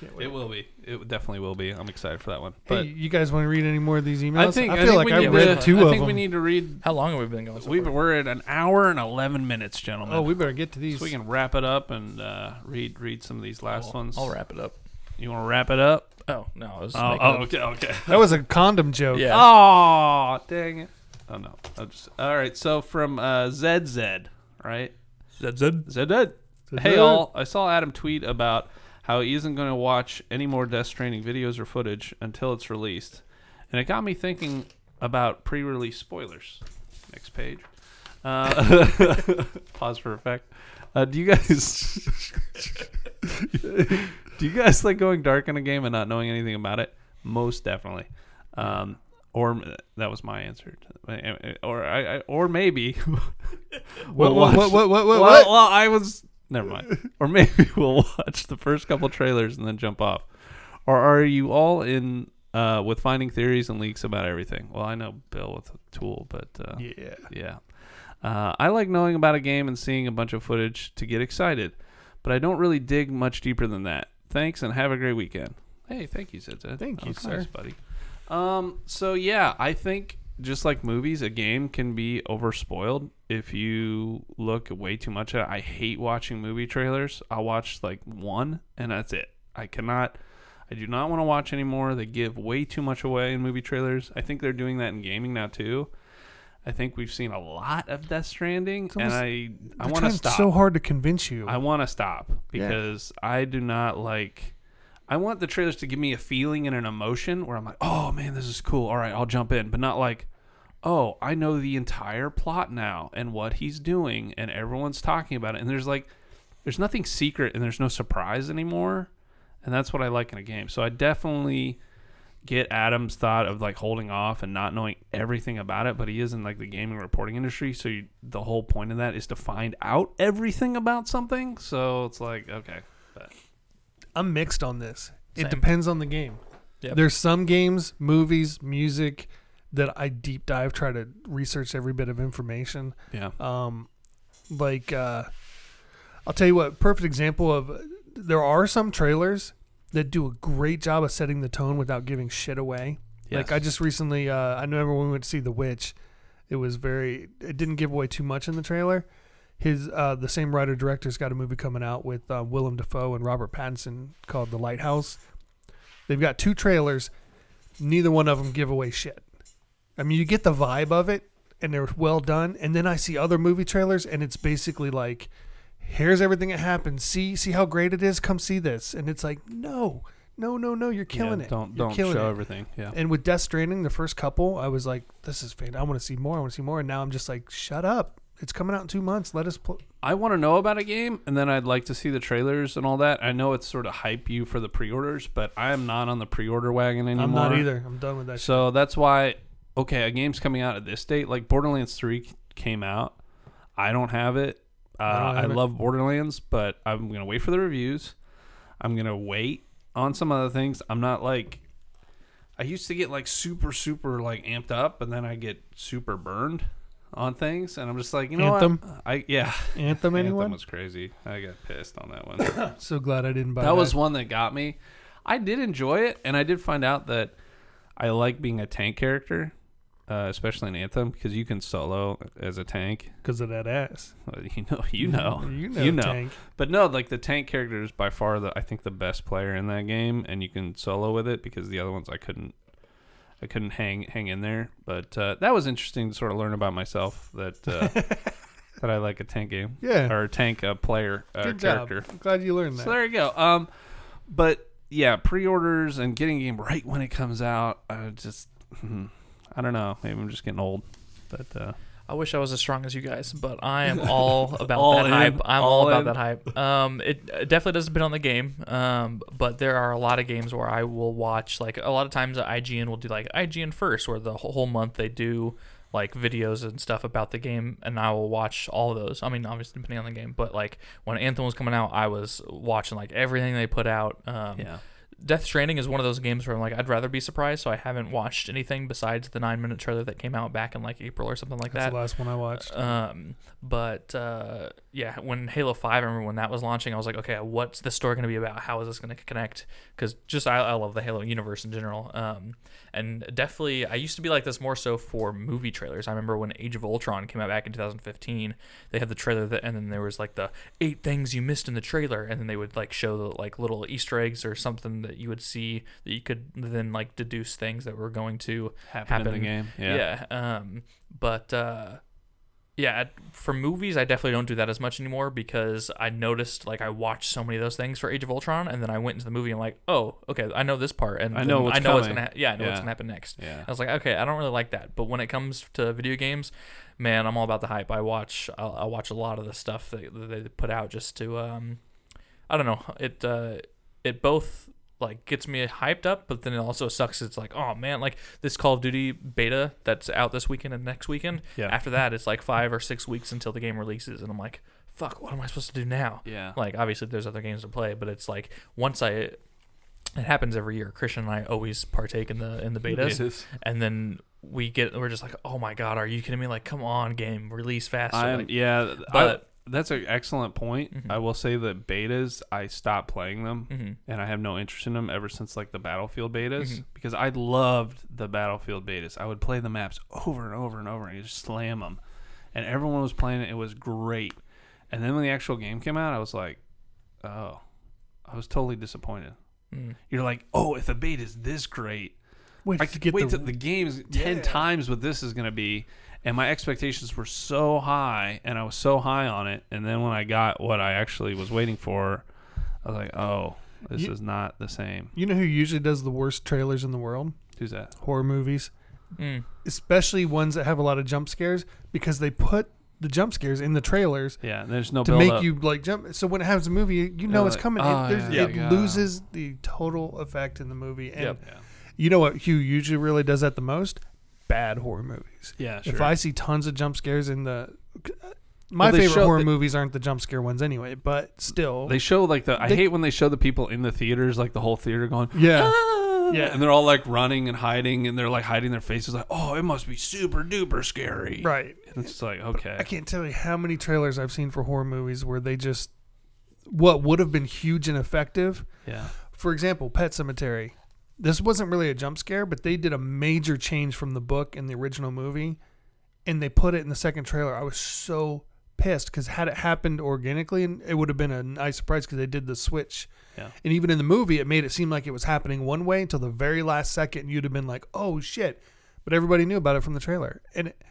Speaker 2: can't wait.
Speaker 1: It will be. It definitely will be. I'm excited for that one.
Speaker 2: Hey,
Speaker 1: But
Speaker 2: you guys want to read any more of these emails?
Speaker 1: I think
Speaker 2: I feel
Speaker 1: think
Speaker 2: like
Speaker 1: we
Speaker 2: I
Speaker 1: need
Speaker 2: read
Speaker 1: to,
Speaker 2: two
Speaker 1: I
Speaker 2: of
Speaker 1: think
Speaker 2: them.
Speaker 1: we need to read.
Speaker 3: How long have we been going? So
Speaker 1: we
Speaker 3: far?
Speaker 1: we're at an hour and eleven minutes, gentlemen.
Speaker 2: oh, we better get to these.
Speaker 1: so we can wrap it up and uh, read read some of these last
Speaker 3: I'll-
Speaker 1: ones.
Speaker 3: I'll wrap it up.
Speaker 1: You want to wrap it up?
Speaker 3: Oh no, I was
Speaker 1: Oh,
Speaker 3: making
Speaker 1: oh,
Speaker 3: a-
Speaker 1: okay, okay.
Speaker 2: that was a condom joke.
Speaker 3: Yeah.
Speaker 1: Oh, dang it. Oh, no. I'll just, all right. So from uh, ZZ, right?
Speaker 3: that's it.
Speaker 1: ZZ. Hey, all. I saw Adam tweet about how he isn't going to watch any more Death Stranding videos or footage until it's released. And it got me thinking about pre release spoilers. Next page. Uh, pause for effect. Uh, do you guys. do you guys like going dark in a game and not knowing anything about it? Most definitely. Um, or that was my answer. Or I, I- or maybe
Speaker 2: What?
Speaker 1: We'll
Speaker 2: What?
Speaker 1: watch-
Speaker 2: What? What? What?
Speaker 1: well,
Speaker 2: what, what?
Speaker 1: well, I was. Never mind. Or maybe we'll watch the first couple trailers and then jump off. Or are you all in uh, with finding theories and leaks about everything? Well, I know Bill with a tool, but uh,
Speaker 2: Yeah.
Speaker 1: yeah. Uh, I like knowing about a game and seeing a bunch of footage to get excited, but I don't really dig much deeper than that. Thanks and have a great weekend. Hey, thank you, Zed. Zed.
Speaker 2: Thank
Speaker 1: That
Speaker 2: you,
Speaker 1: was
Speaker 2: sir.
Speaker 1: nice, buddy. Um, so yeah, I think just like movies, a game can be overspoiled if you look way too much at. it. I hate watching movie trailers. I watch like one, and that's it. I cannot. I do not want to watch anymore. They give way too much away in movie trailers. I think they're doing that in gaming now too. I think we've seen a lot of Death Stranding, and
Speaker 2: almost-
Speaker 1: I I
Speaker 2: They're
Speaker 1: want to
Speaker 2: trying
Speaker 1: stop.
Speaker 2: So hard to convince you.
Speaker 1: I want to stop because I do not like. I want the trailers to give me a feeling and an emotion where I'm like, oh man, this is cool. All right, I'll jump in, but not like, oh, I know the entire plot now and what he's doing, and everyone's talking about it. And there's like, there's nothing secret and there's no surprise anymore. And that's what I like in a game. So I definitely get Adam's thought of like holding off and not knowing everything about it, but he is in like the gaming reporting industry, so you, the whole point of that is to find out everything about something. So it's like okay,
Speaker 2: I'm mixed on this.
Speaker 3: Same.
Speaker 2: It depends on the game.
Speaker 3: Yep.
Speaker 2: There's some games, movies, music that I deep dive, try to research every bit of information.
Speaker 1: yeah,
Speaker 2: Um, like, uh, I'll tell you what, perfect example of there are some trailers that do a great job of setting the tone without giving shit away. Like, I just recently, uh, I remember when we went to see The Witch, it was very, it didn't give away too much in the trailer. His uh, the same writer director's got a movie coming out with uh, Willem Dafoe and Robert Pattinson called The Lighthouse. They've got two trailers. Neither one of them give away shit. I mean, you get the vibe of it, and they're well done. And then I see other movie trailers, and it's basically like, "Here's everything that happens. See, see how great it is. Come see this." And it's like, no, no, no, no, you're killing
Speaker 1: Yeah,
Speaker 2: it.
Speaker 1: Don't
Speaker 2: You're
Speaker 1: don't
Speaker 2: killing
Speaker 1: show
Speaker 2: it.
Speaker 1: everything. Yeah.
Speaker 2: And with Death Stranding, the first couple, I was like, this is fantastic. I want to see more. I want to see more. And now I'm just like, shut up. It's coming out in two months. Let us play.
Speaker 1: I want to know about a game, and then I'd like to see the trailers and all that. I know it's sort of hype you for the pre-orders, but I am not on the pre-order wagon anymore.
Speaker 2: I'm not either. I'm done with that. shit.
Speaker 1: So that's why, okay, a game's coming out at this date. Like Borderlands 3 c- came out. I don't have it. Uh,
Speaker 2: I don't
Speaker 1: I,
Speaker 2: have it.
Speaker 1: love Borderlands, but I'm going to wait for the reviews. I'm going to wait on some other things. I'm not like. I used to get like super, super like amped up, and then I get super burned on things, and I'm just like, you know
Speaker 2: Anthem?
Speaker 1: what? I yeah,
Speaker 2: Anthem, anyone?
Speaker 1: Anthem was crazy. I got pissed on that one.
Speaker 2: so glad I didn't buy
Speaker 1: that was one that got me. I did enjoy it, and I did find out that I like being a tank character, uh, especially in Anthem, because you can solo as a tank.
Speaker 2: because of that ass.
Speaker 1: Uh, You know, you know,
Speaker 2: You know, Tank.
Speaker 1: But no, like the tank character is by far the I think the best player in that game, and you can solo with it because the other ones I couldn't. I couldn't hang hang in there, but uh, that was interesting to sort of learn about myself that uh, that I like a tank game
Speaker 2: Yeah.
Speaker 1: or a tank uh, player uh,
Speaker 2: Good job.
Speaker 1: character.
Speaker 2: I'm glad you learned that.
Speaker 1: So there you go. Um, but yeah, pre-orders and getting a game right when it comes out. I just, hmm, I don't know. Maybe I'm just getting old. But uh,
Speaker 3: I wish I was as strong as you guys, but I am all about
Speaker 1: All
Speaker 3: that
Speaker 1: in,
Speaker 3: hype. I'm all,
Speaker 1: all
Speaker 3: about
Speaker 1: in.
Speaker 3: that hype. Um, it uh, definitely does depend on the game, um, but there are a lot of games where I will watch. Like a lot of times, IGN will do like IGN first, where the wh- whole month they do like videos and stuff about the game, and I will watch all those. I mean, obviously depending on the game, but like when Anthem was coming out, I was watching like everything they put out. Um,
Speaker 1: yeah,
Speaker 3: Death Stranding is one of those games where I'm like, I'd rather be surprised, so I haven't watched anything besides the nine minute trailer that came out back in like April or something like
Speaker 2: That's
Speaker 3: that.
Speaker 2: the last one I watched.
Speaker 1: Uh,
Speaker 3: Um, but uh, yeah, when Halo Five, I remember when that was launching, I was like, okay, what's the story going to be about? How is this going to connect? Because just I, I love the Halo universe in general. Um, and definitely, I used to be like this more so for movie trailers. I remember when Age of Ultron came out back in 2015, they had the trailer that, and then there was like the eight things you missed in the trailer, and then they would like show the, like little Easter eggs or something that you would see that you could then like deduce things that were going to
Speaker 1: happen, in the game. Yeah,
Speaker 3: yeah. um, but uh, yeah, at- for movies, I definitely don't do that as much anymore because I noticed like I watched so many of those things for Age of Ultron, and then I went into the movie and like, oh, okay, I know this part, and
Speaker 1: I
Speaker 3: then
Speaker 1: know what's
Speaker 3: I know what's
Speaker 1: coming.
Speaker 3: gonna, ha- yeah, I know
Speaker 1: Yeah.
Speaker 3: what's gonna happen next.
Speaker 1: yeah.
Speaker 3: I was like, okay, I don't really like that. But when it comes to video games, man, I'm all about the hype. I watch, I, I watch a lot of the stuff that, that they put out just to, um, I don't know. It, uh, it both like gets me hyped up, but then it also sucks. It's like, oh man, like this Call of Duty beta that's out this weekend and next weekend.
Speaker 1: Yeah.
Speaker 3: After that, it's like five or six weeks until the game releases, and I'm like, fuck, what am I supposed to do now?
Speaker 1: Yeah.
Speaker 3: Like obviously there's other games to play, but it's like once I. It happens every year. Christian and I always partake in the in the betas, and then we get we're just like oh my god are you kidding me like come on game release faster
Speaker 1: I'm,
Speaker 3: like,
Speaker 1: yeah, th- I-
Speaker 3: but-
Speaker 1: that's an excellent point.
Speaker 3: Mhm.
Speaker 1: I will say that betas, I stopped playing them,
Speaker 3: Mhm.
Speaker 1: and I have no interest in them ever since like the Battlefield betas
Speaker 3: Mhm.
Speaker 1: because I loved the Battlefield betas. I would play the maps over and over and over and just slam them, and everyone was playing it. It was great, and then when the actual game came out, I was like, oh, I was totally disappointed.
Speaker 3: mm.
Speaker 1: You're like, oh, if the beta is this great,
Speaker 2: wait,
Speaker 1: I
Speaker 2: to
Speaker 1: could
Speaker 2: get
Speaker 1: wait
Speaker 2: the,
Speaker 1: till the game's ten
Speaker 2: Yeah.
Speaker 1: times what this is gonna be, and my expectations were so high, and I was so high on it, and then when I got what I actually was waiting for, I was like, oh, this
Speaker 2: You-
Speaker 1: is not the same.
Speaker 2: You know who usually does the worst trailers in the world?
Speaker 1: Who's that?
Speaker 2: Horror movies,
Speaker 3: Mm.
Speaker 2: especially ones that have a lot of jump scares, because they put the jump scares in the trailers
Speaker 1: Yeah, there's no
Speaker 2: to
Speaker 1: build
Speaker 2: make
Speaker 1: up.
Speaker 2: you like jump. So when it happens in the movie, you know
Speaker 1: Yeah,
Speaker 2: it's
Speaker 1: like,
Speaker 2: coming.
Speaker 1: oh,
Speaker 2: it there's-
Speaker 1: yeah.
Speaker 2: it
Speaker 1: Yeah.
Speaker 2: loses the total effect in the movie. And
Speaker 3: Yep.
Speaker 1: Yeah.
Speaker 2: you know what Hugh usually really does that the most? Bad horror movies.
Speaker 1: Yeah, sure.
Speaker 2: If I see tons of jump scares in the uh, my
Speaker 1: Well, they
Speaker 2: favorite
Speaker 1: show-
Speaker 2: horror
Speaker 1: they-
Speaker 2: movies aren't the jump scare ones anyway, but still.
Speaker 1: they show like the I
Speaker 2: They-
Speaker 1: hate when they show the people in the theaters like the whole theater going
Speaker 2: yeah.
Speaker 1: "Ah,"
Speaker 3: mm-hmm.
Speaker 2: Yeah.
Speaker 1: and they're all like running and hiding and they're like hiding their faces like oh it must be super duper scary
Speaker 2: Right.
Speaker 1: and it's like okay
Speaker 2: I can't tell you how many trailers I've seen for horror movies where they just what would have been huge and effective.
Speaker 1: yeah
Speaker 2: For example, Pet Cemetery. This wasn't really a jump scare, but they did a major change from the book and the original movie, and they put it in the second trailer. I was so pissed because had it happened organically, and it would have been a nice surprise because they did the switch.
Speaker 1: Yeah.
Speaker 2: And even in the movie, it made it seem like it was happening one way until the very last second, and you'd have been like, "Oh shit!" But everybody knew about it from the trailer, and it,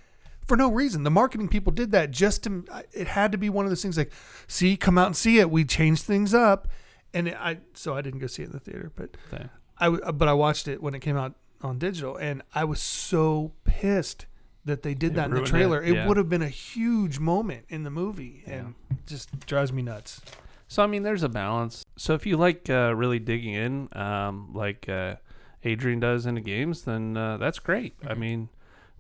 Speaker 2: for no reason, the marketing people did that just to. It had to be one of those things like, "See, come out and see it. We changed things up." and I so I didn't go see it in the theater, but
Speaker 1: Thing.
Speaker 2: I w- but I watched it when it came out on digital, and I was so pissed that they did
Speaker 1: It
Speaker 2: that in the
Speaker 1: ruined it,
Speaker 2: trailer. It,
Speaker 1: yeah.
Speaker 2: would have been a huge moment in the movie, and just drives me nuts.
Speaker 1: So I mean, there's a balance. So if you like uh, really digging in, um, like uh, Adrian does into games, then uh, that's great. I
Speaker 3: Mhm.
Speaker 1: mean,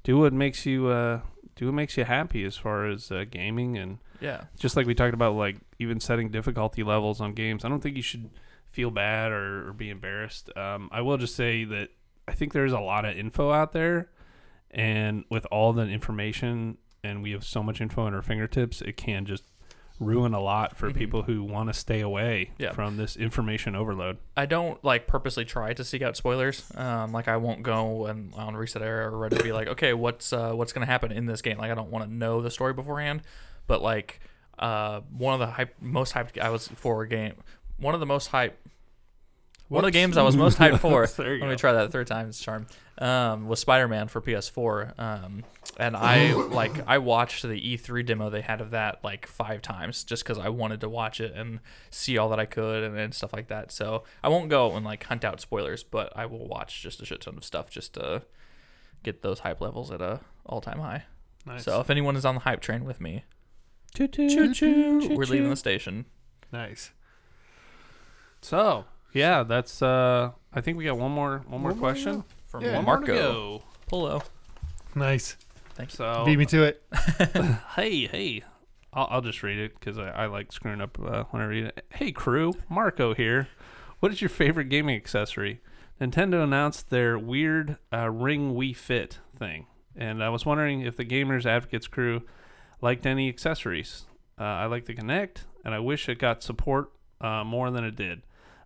Speaker 1: do what makes you uh, do what makes you happy as far as uh, gaming and
Speaker 3: Yeah.
Speaker 1: just like we talked about, like even setting difficulty levels on games. I don't think you should feel bad or, or be embarrassed. Um, I will just say that I think there's a lot of info out there, and with all the information, and we have so much info at our fingertips, it can just ruin a lot for
Speaker 3: Mhm.
Speaker 1: people who want to stay away
Speaker 3: Yeah.
Speaker 1: from this information overload.
Speaker 3: I don't like purposely try to seek out spoilers. Um, like I won't go and on reset era or Reddit be like, okay, what's uh, what's gonna happen in this game? Like I don't want to know the story beforehand. But like uh, one of the hype, most hyped I was for a game, one of the most hype, one of the games I was most hyped for.
Speaker 1: There you
Speaker 3: Let me
Speaker 1: go.
Speaker 3: try that a third time. It's a charm. Um, was Spider Man for PS4. Um, and I like I watched the E3 demo they had of that like five times just because I wanted to watch it and see all that I could and, and stuff like that. So I won't go and like hunt out spoilers, but I will watch just a shit ton of stuff just to get those hype levels at a all time high.
Speaker 2: Nice,
Speaker 3: So if anyone is on the hype train with me,
Speaker 1: Choo choo.
Speaker 3: we're leaving the station.
Speaker 2: nice.
Speaker 1: So yeah, that's. Uh, I think we got one more one more
Speaker 2: One more to
Speaker 1: question from
Speaker 2: Yeah. One more
Speaker 1: Marco
Speaker 3: to Polo.
Speaker 2: Nice.
Speaker 1: So
Speaker 2: Beat me to it.
Speaker 1: Hey, hey. I'll, I'll just read it because I, I like screwing up uh, when I read it. Hey, crew. Marco here. What is your favorite gaming accessory? Nintendo announced their weird uh, Ring Wii Fit thing. And I was wondering if the Gamers Advocates crew liked any accessories. Uh, I like the Kinect, and I wish it got support uh, more than it did.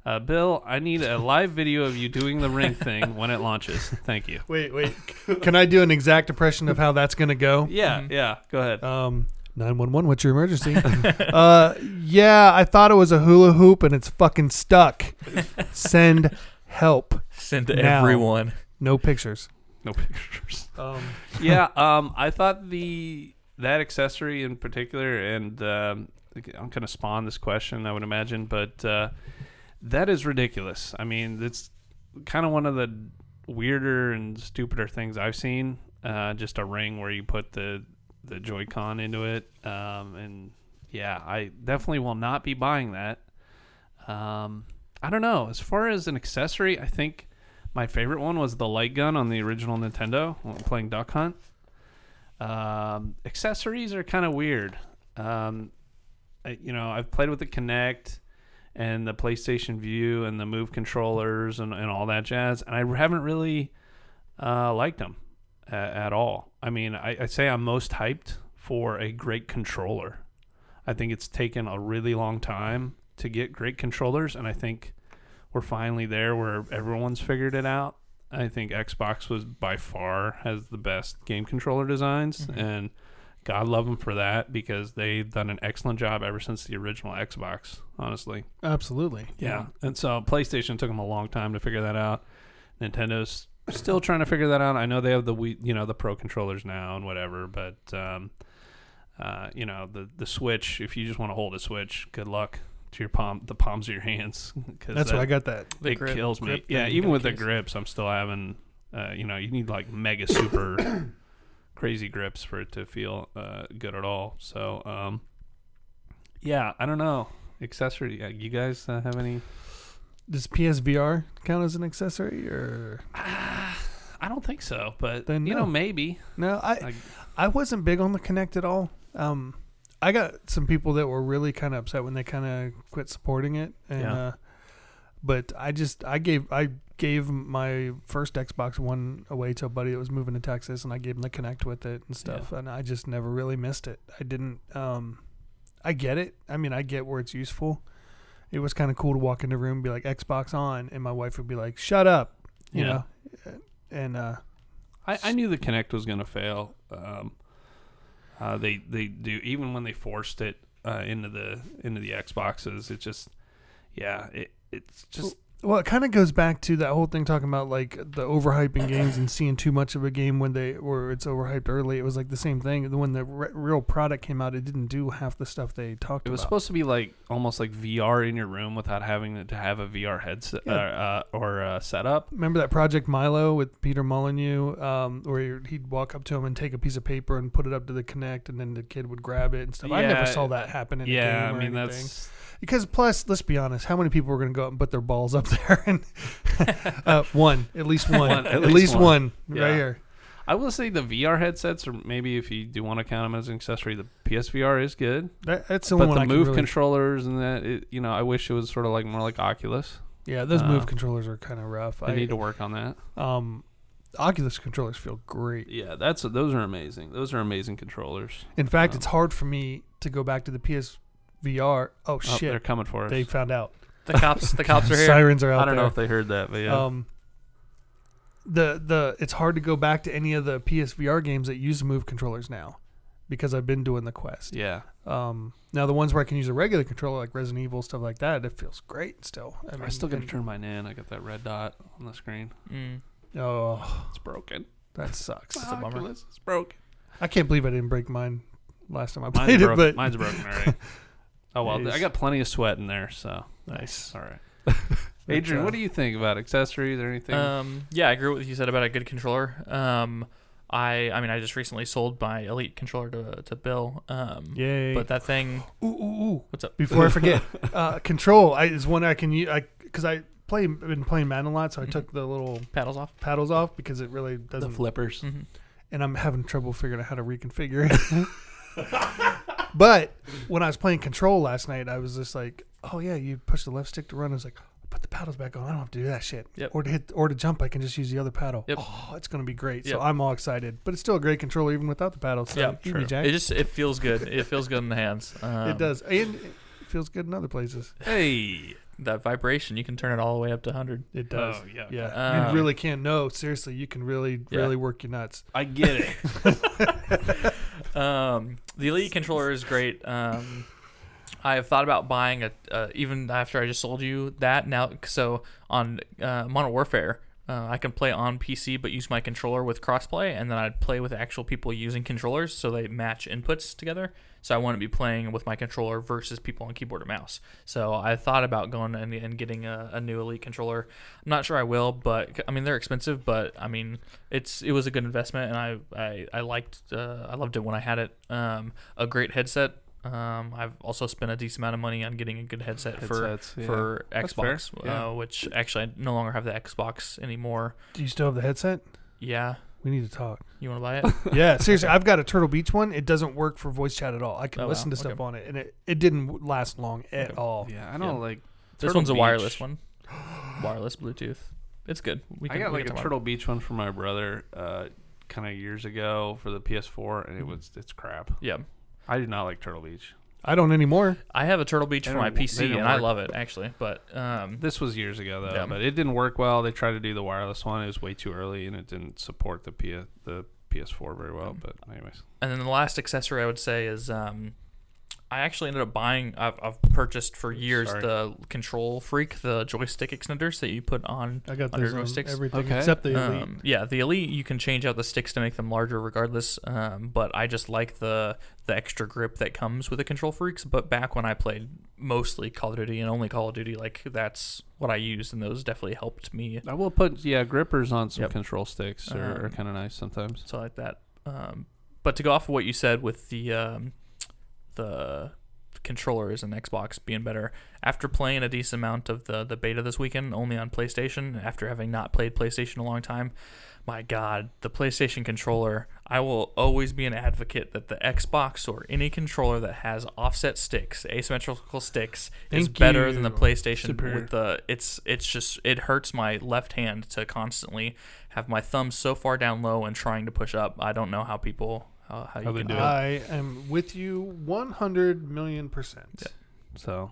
Speaker 1: Uh, Bill, I need a live video of you doing the ring thing when it launches. Thank you.
Speaker 2: Wait, wait. Can I do an exact impression of how that's gonna go?
Speaker 1: Yeah,
Speaker 3: Mhm.
Speaker 1: yeah. Go ahead.
Speaker 2: Um, nine one one. What's your emergency? uh, yeah, I thought it was a hula hoop, and it's fucking stuck. Send help.
Speaker 3: Send to
Speaker 2: Now.
Speaker 3: everyone.
Speaker 2: No pictures.
Speaker 1: No pictures.
Speaker 2: Um,
Speaker 1: yeah, um, I thought the that accessory in particular, and um, I'm going to spawn this question, I would imagine, but uh, that is ridiculous. I mean, it's kind of one of the weirder and stupider things I've seen. Uh, just a ring where you put the the Joy-Con into it, um, and yeah, I definitely will not be buying that. Um, I don't know. As far as an accessory, I think my favorite one was the light gun on the original Nintendo when playing Duck Hunt. Um, accessories are kind of weird. Um, I, you know, I've played with the Kinect and the PlayStation View and the Move controllers and, and all that jazz, and I haven't really uh, liked them a- at all. I mean, I, I say I'm most hyped for a great controller. I think it's taken a really long time to get great controllers, and I think we're finally there where everyone's figured it out. I think Xbox was by far has the best game controller designs,
Speaker 3: Mhm.
Speaker 1: and God love them for that because they've done an excellent job ever since the original Xbox. Honestly,
Speaker 2: absolutely.
Speaker 1: yeah. And so PlayStation took them a long time to figure that out. Nintendo's still trying to figure that out. I know they have the Wii, you know, the Pro controllers now and whatever, but um, uh, you know, the the Switch. If you just want to hold a Switch, good luck to your palm, the palms of your hands. 'cause
Speaker 2: That's
Speaker 1: that-
Speaker 2: where I got that.
Speaker 3: The
Speaker 1: it
Speaker 3: grip-
Speaker 1: kills me.
Speaker 3: grip
Speaker 1: Yeah,
Speaker 3: thing,
Speaker 1: even
Speaker 3: you
Speaker 1: with
Speaker 3: gotta
Speaker 1: the
Speaker 3: case.
Speaker 1: grips, I'm still having. Uh, you know, you need like mega super crazy grips for it to feel uh, good at all. So, um, yeah, I don't know. Accessory, uh, you guys uh, have any?
Speaker 2: Does PSVR count as an accessory or
Speaker 1: Ah, I don't think so, but
Speaker 2: Then
Speaker 1: you
Speaker 2: no.
Speaker 1: know, maybe.
Speaker 2: no? I
Speaker 1: Like-
Speaker 2: I wasn't big on the Kinect at all. Um, I got some people that were really kind of upset when they kind of quit supporting it, and
Speaker 1: Yeah.
Speaker 2: uh, but I just I gave I gave my first Xbox One away to a buddy that was moving to Texas, and I gave him the Kinect with it and stuff, and I just never really missed it. I didn't. Um, I get it. I mean, I get where it's useful. It was kind of cool to walk in the room and be like Xbox on, and my wife would be like, "Shut up," you
Speaker 1: Yeah.
Speaker 2: know, and uh,
Speaker 1: I, I knew the Kinect was going to fail. Um, uh, they they do even when they forced it uh, into the into the Xboxes, it just yeah it it's just
Speaker 2: Well, it kind of goes back to that whole thing talking about like the overhyping games and seeing too much of a game when they or it's overhyped early. It was like the same thing. When the re- real product came out, it didn't do half the stuff they talked
Speaker 1: It was
Speaker 2: about.
Speaker 1: supposed to be like almost like VR in your room without having to have a VR headset
Speaker 2: Yeah.
Speaker 1: uh, uh, or uh, setup.
Speaker 2: Remember that Project Milo with Peter Molyneux, um, where he'd walk up to him and take a piece of paper and put it up to the Kinect, and then the kid would grab it and stuff. I
Speaker 1: Yeah.
Speaker 2: never saw that happen in a
Speaker 1: Yeah,
Speaker 2: game.
Speaker 1: I
Speaker 2: or
Speaker 1: mean
Speaker 2: anything.
Speaker 1: that's
Speaker 2: Because plus, let's be honest, how many people were going to go out and put their balls up there? And uh, one, at least one,
Speaker 1: One,
Speaker 2: at, least, one,
Speaker 1: Yeah.
Speaker 2: right here.
Speaker 1: I will say the VR headsets, or maybe if you do want to count them as an accessory, the PSVR is good.
Speaker 2: That, that's the
Speaker 1: but
Speaker 2: one.
Speaker 1: the
Speaker 2: I can
Speaker 1: Move
Speaker 2: really-
Speaker 1: controllers and that, it, you know, I wish it was sort of like more like Oculus.
Speaker 2: yeah, those
Speaker 1: uh,
Speaker 2: Move controllers are kind of rough.
Speaker 1: I
Speaker 2: I
Speaker 1: need to work on that.
Speaker 2: um, Oculus controllers feel great.
Speaker 1: Yeah, that's those are amazing. Those are amazing controllers.
Speaker 2: In fact,
Speaker 1: Um,
Speaker 2: it's hard for me to go back to the PSVR. Oh
Speaker 1: Oh, they're
Speaker 2: shit,
Speaker 1: coming for us.
Speaker 2: they found out.
Speaker 3: The cops, the cops are here.
Speaker 2: Sirens are out
Speaker 1: I don't
Speaker 2: there.
Speaker 1: know if they heard that, but yeah.
Speaker 2: Um, the the it's hard to go back to any of the PSVR games that use Move controllers now, because I've been doing the Quest.
Speaker 1: yeah.
Speaker 2: Um, now the ones where I can use a regular controller, like Resident Evil stuff like that, it feels great still. I,
Speaker 1: I
Speaker 2: mean,
Speaker 1: still got to
Speaker 2: and-
Speaker 1: turn mine in. I got that red dot on the screen.
Speaker 3: Mm.
Speaker 2: Oh,
Speaker 1: It's broken.
Speaker 2: that sucks.
Speaker 3: That's a bummer.
Speaker 1: Oculus is broken.
Speaker 2: I can't believe I didn't break mine last time I
Speaker 1: Mine's
Speaker 2: played it.
Speaker 1: broken.
Speaker 2: But
Speaker 1: Mine's broken. All right. Oh well,
Speaker 2: Jeez.
Speaker 1: I got plenty of sweat in there, so
Speaker 2: Nice.
Speaker 1: All right.
Speaker 2: But,
Speaker 1: Adrian,
Speaker 2: uh,
Speaker 1: what do you think about accessories or anything?
Speaker 3: Um, yeah, I agree with what you said about a good controller. Um, I, I mean, I just recently sold my Elite controller to to Bill. Um,
Speaker 2: Yay!
Speaker 3: but that thing,
Speaker 2: ooh, ooh, ooh.
Speaker 3: what's up?
Speaker 2: Before I forget, uh, Control I, is one I can use. I because I play been playing Madden a lot, so I
Speaker 3: Mhm.
Speaker 2: took the little
Speaker 3: Paddles off.
Speaker 2: paddles off because it really doesn't.
Speaker 1: flippers.
Speaker 3: Mhm.
Speaker 2: and I'm having trouble figuring out how to reconfigure it. but when I was playing Control last night, I was just like, "Oh yeah, you push the left stick to run." I was like, "Put the paddles back on. I don't have to do that shit."
Speaker 3: Yep.
Speaker 2: Or to hit, or to jump, I can just use the other paddle.
Speaker 3: Yep.
Speaker 2: Oh, it's gonna be great. So
Speaker 3: Yep.
Speaker 2: I'm all excited. But it's still a great controller even without the paddles. So
Speaker 3: yeah,
Speaker 2: eat
Speaker 3: true.
Speaker 2: me, Jack.
Speaker 3: It just it feels good. It feels good in the hands. Um,
Speaker 2: it does, and it feels good in other places.
Speaker 1: Hey.
Speaker 3: That vibration, you can turn it all the way up to hundred.
Speaker 2: It does.
Speaker 1: Oh, yeah.
Speaker 2: Yeah,
Speaker 3: Um,
Speaker 2: you really can. No, seriously, you can really,
Speaker 3: Yeah.
Speaker 2: really work your nuts.
Speaker 1: I get it.
Speaker 3: um, the Elite controller is great. Um, I have thought about buying a uh, even after I just sold you that now. So on uh, Modern Warfare, uh, I can play on PC but use my controller with crossplay, and then I'd play with actual people using controllers so they match inputs together. So I wouldn't be playing with my controller versus people on keyboard and mouse. So I thought about going and, and getting a, a new Elite controller. I'm not sure I will, but I mean they're expensive, but I mean it's it was a good investment, and I I, I liked uh, I loved it when I had it. Um, a great headset. Um, I've also spent a decent amount of money on getting a good headset
Speaker 1: Headsets,
Speaker 3: for
Speaker 1: yeah.
Speaker 3: for
Speaker 1: That's fair,
Speaker 3: Xbox,
Speaker 1: yeah.
Speaker 3: uh, which actually I no longer have the Xbox anymore.
Speaker 2: Do you still have the headset?
Speaker 3: Yeah,
Speaker 2: We need to talk.
Speaker 3: you want to buy it?
Speaker 2: yeah, seriously, I've got a Turtle Beach one. It doesn't work for voice chat at all. I can
Speaker 3: Oh, wow.
Speaker 2: listen to stuff
Speaker 3: Okay.
Speaker 2: on it, and it, it didn't w- last long at
Speaker 3: Okay.
Speaker 2: all.
Speaker 1: yeah, I don't
Speaker 3: Yeah.
Speaker 1: like.
Speaker 3: this
Speaker 1: Turtle
Speaker 3: one's a
Speaker 1: Beach.
Speaker 3: wireless one, wireless Bluetooth. It's good. We
Speaker 1: I got
Speaker 3: we
Speaker 1: like a
Speaker 3: talk about it.
Speaker 1: Turtle Beach one from my brother, uh, kind of years ago for the PS4, and it
Speaker 3: Mm-hmm.
Speaker 1: was it's crap.
Speaker 3: Yeah,
Speaker 1: I do not like Turtle Beach.
Speaker 2: I don't anymore.
Speaker 3: I have a Turtle Beach
Speaker 1: They
Speaker 3: for my
Speaker 1: don't- they
Speaker 3: PC,
Speaker 1: don't
Speaker 3: and I
Speaker 1: work.
Speaker 3: love it actually. But um,
Speaker 1: This was years ago though,
Speaker 3: Yeah.
Speaker 1: but it didn't work well. They tried to do the wireless one; it was way too early, and it didn't support the PS the PS4 very well.
Speaker 3: Mm.
Speaker 1: But anyways,
Speaker 3: and then the last accessory I would say is um, I actually ended up buying. I've, I've purchased for years
Speaker 1: Sorry.
Speaker 3: the Control Freak, the joystick extenders that you put on.
Speaker 2: I got
Speaker 3: Under
Speaker 2: those on
Speaker 3: joysticks?
Speaker 2: everything
Speaker 1: Okay.
Speaker 2: except the Elite.
Speaker 3: Um, yeah, the Elite you can change out the sticks to make them larger, regardless. Um, but I just like the the extra grip that comes with the Control Freaks. But back when I played mostly Call of Duty and only Call of Duty, like that's what I used, and those definitely helped me.
Speaker 1: I will put yeah grippers on some
Speaker 3: Yep.
Speaker 1: control sticks are, are
Speaker 3: Um,
Speaker 1: kind of nice sometimes.
Speaker 3: So I like that. Um, but to go off of what you said with the um, the controllers and Xbox being better, after playing a decent amount of the the beta this weekend, only on PlayStation, after having not played PlayStation in a long time, my God, the PlayStation controller. I will always be an advocate that the Xbox or any controller that has offset sticks, asymmetrical sticks, is
Speaker 2: Thank
Speaker 3: better than the
Speaker 2: you.
Speaker 3: PlayStation
Speaker 1: Superior.
Speaker 3: with the it's it's just it hurts my left hand to constantly have my thumb so far down low and trying to push up. I don't know how people how, how,
Speaker 1: How
Speaker 3: you
Speaker 1: they
Speaker 3: can
Speaker 1: do it.
Speaker 2: I am with you 100 million percent.
Speaker 1: So,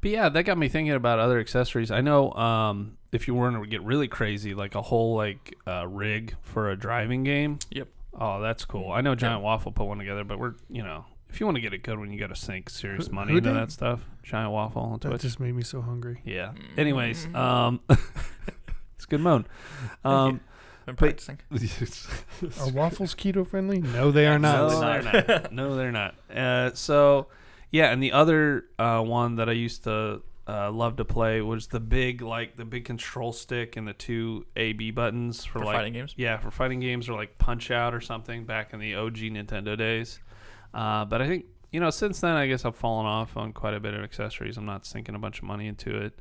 Speaker 1: but yeah, that got me thinking about other accessories. I know um, if you were to get really crazy, like a whole like uh, rig for a driving game.
Speaker 3: Yep.
Speaker 1: Oh, that's cool. I know Giant Waffle put one together, but we're you know If you want to get a good one, you got to sink serious
Speaker 2: Who-
Speaker 1: money
Speaker 2: who
Speaker 1: into
Speaker 2: did-
Speaker 1: that stuff. Giant waffle on
Speaker 2: That
Speaker 1: Twitch.
Speaker 2: just made me so hungry.
Speaker 1: yeah. Anyways,
Speaker 3: Mm.
Speaker 1: um, it's a good moan. Um,
Speaker 3: Been practicing.
Speaker 2: Are waffles keto friendly? No, they are not.
Speaker 1: No, they're not. No, they're not. Uh, so, yeah, and the other uh, one that I used to uh, love to play was the big, like the big control stick and the two A B buttons for,
Speaker 3: For
Speaker 1: like
Speaker 3: fighting games?
Speaker 1: Yeah, for fighting games or like Punch Out or something back in the OG Nintendo days. Uh, but I think you know since then, I guess I've fallen off on quite a bit of accessories. I'm not sinking a bunch of money into it.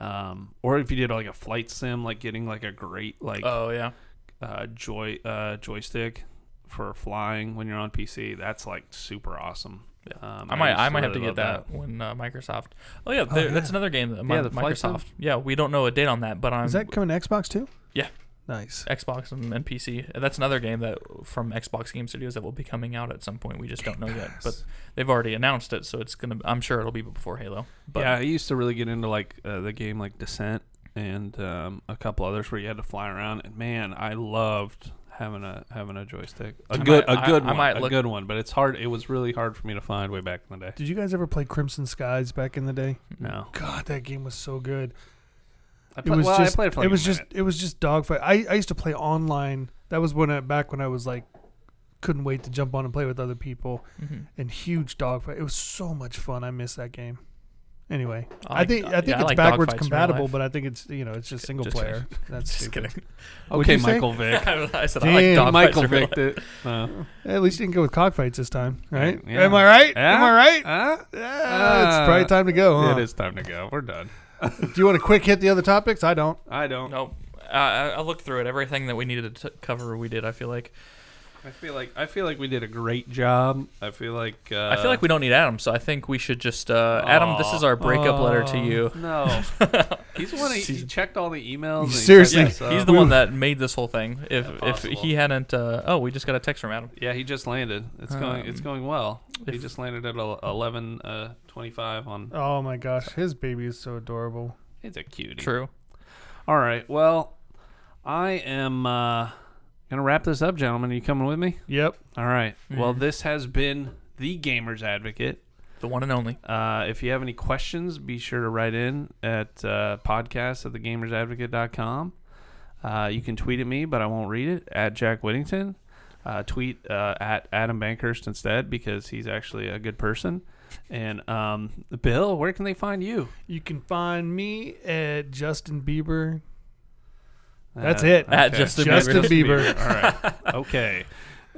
Speaker 1: Um, or if you did like a flight sim, like getting like a great like
Speaker 3: Oh yeah.
Speaker 1: uh, joy uh, joystick for flying when you're on PC. That's like super awesome.
Speaker 3: Yeah.
Speaker 1: Um,
Speaker 3: I might,
Speaker 1: used
Speaker 3: I might have
Speaker 1: really
Speaker 3: to get
Speaker 1: love
Speaker 3: that, when uh, Microsoft. Oh yeah, there, that's
Speaker 2: yeah.
Speaker 3: another game. That Mi-
Speaker 1: Yeah, the flight sim.
Speaker 3: Microsoft. Yeah, we don't know a date on that, but on
Speaker 2: Is that coming to Xbox too?
Speaker 3: Yeah.
Speaker 2: Nice.
Speaker 3: Xbox and, and PC. That's another game that from Xbox Game Studios that will be coming out at some point. We just don't know yet, but they've already announced it, so it's gonna. I'm sure it'll be before Halo. But
Speaker 1: yeah, I used to really get into like uh, the game like Descent and um, a couple others where you had to fly around. And man, I loved having a having a joystick. A
Speaker 3: I
Speaker 1: good
Speaker 3: might-
Speaker 1: a good
Speaker 3: I- I
Speaker 1: one.
Speaker 3: might
Speaker 1: a
Speaker 3: look-
Speaker 1: good one, but it's hard. It was really hard for me to find way back in the day.
Speaker 2: Did you guys ever play Crimson Skies back in the day?
Speaker 3: mm,
Speaker 1: No,
Speaker 2: God, that game was so good.
Speaker 1: I
Speaker 2: it
Speaker 1: play-
Speaker 2: was
Speaker 1: well, I
Speaker 2: just
Speaker 1: played for like
Speaker 2: it
Speaker 1: a
Speaker 2: was just
Speaker 1: minute.
Speaker 2: it was just dogfight. I I used to play online. That was when I, back when I was like couldn't wait to jump on and play with other people
Speaker 3: Mhm.
Speaker 2: and huge dogfight. It was so much fun. I miss that game. Anyway, I,
Speaker 3: like-
Speaker 2: think I think
Speaker 3: yeah,
Speaker 2: it's
Speaker 3: like
Speaker 2: backwards
Speaker 3: dogfights in real
Speaker 2: compatible,
Speaker 3: life.
Speaker 2: but I think it's you know it's just single
Speaker 3: just
Speaker 2: player. That's
Speaker 3: Just
Speaker 2: stupid.
Speaker 3: kidding.
Speaker 2: What'd
Speaker 1: okay.
Speaker 2: you say?
Speaker 1: Michael Vick.
Speaker 3: I said
Speaker 2: Damn,
Speaker 3: I like dogfights.
Speaker 1: Michael
Speaker 3: in real
Speaker 1: Vicked it. Uh,
Speaker 2: At least you didn't go with cockfights this time, right?
Speaker 1: Yeah.
Speaker 2: Am I right?
Speaker 1: Yeah.
Speaker 2: Am I right?
Speaker 1: uh,
Speaker 2: Ah, it's probably time to go. Huh?
Speaker 1: It is time to go. We're done.
Speaker 2: Do you want to quick hit the other topics? I don't.
Speaker 1: I don't.
Speaker 3: No, I, I- I looked through it. Everything that we needed to t- cover, we did. I feel like
Speaker 1: I feel like I feel like we did a great job. I feel like uh,
Speaker 3: I feel like we don't need Adam, so I think we should just uh, Adam. This is our breakup letter to
Speaker 2: Aw.
Speaker 3: you.
Speaker 1: no. He's the one. He, he checked all the emails. and he
Speaker 2: Seriously.
Speaker 1: checked us
Speaker 3: He's
Speaker 1: up.
Speaker 3: the one that made this whole thing. If if
Speaker 1: Impossible.
Speaker 3: he hadn't, uh, oh, we just got a text from Adam.
Speaker 1: Yeah, he just landed. It's going. It's
Speaker 3: Um,
Speaker 1: going well. He
Speaker 3: if-
Speaker 1: just landed at el- eleven uh, twenty-five on.
Speaker 2: Oh my gosh, his baby is so adorable.
Speaker 1: It's a cutie.
Speaker 3: True.
Speaker 1: All right. Well, I am uh, gonna wrap this up, gentlemen. Are you coming with me?
Speaker 2: Yep.
Speaker 1: All right. Well, this has been the Gamers Advocate.
Speaker 3: The one and only.
Speaker 1: Uh, if you have any questions, be sure to write in at uh, podcast at thegamersadvocate.com. Uh, you can tweet at me, but I won't read it, at Jack Whittington. Uh, tweet uh, at Adam Bankhurst instead because he's actually a good person. And um, Bill, where can they find you?
Speaker 2: You can find me at Justin Bieber. That's
Speaker 1: Uh,
Speaker 2: it.
Speaker 3: At Justin
Speaker 2: Justin Bieber.
Speaker 1: All right. Okay.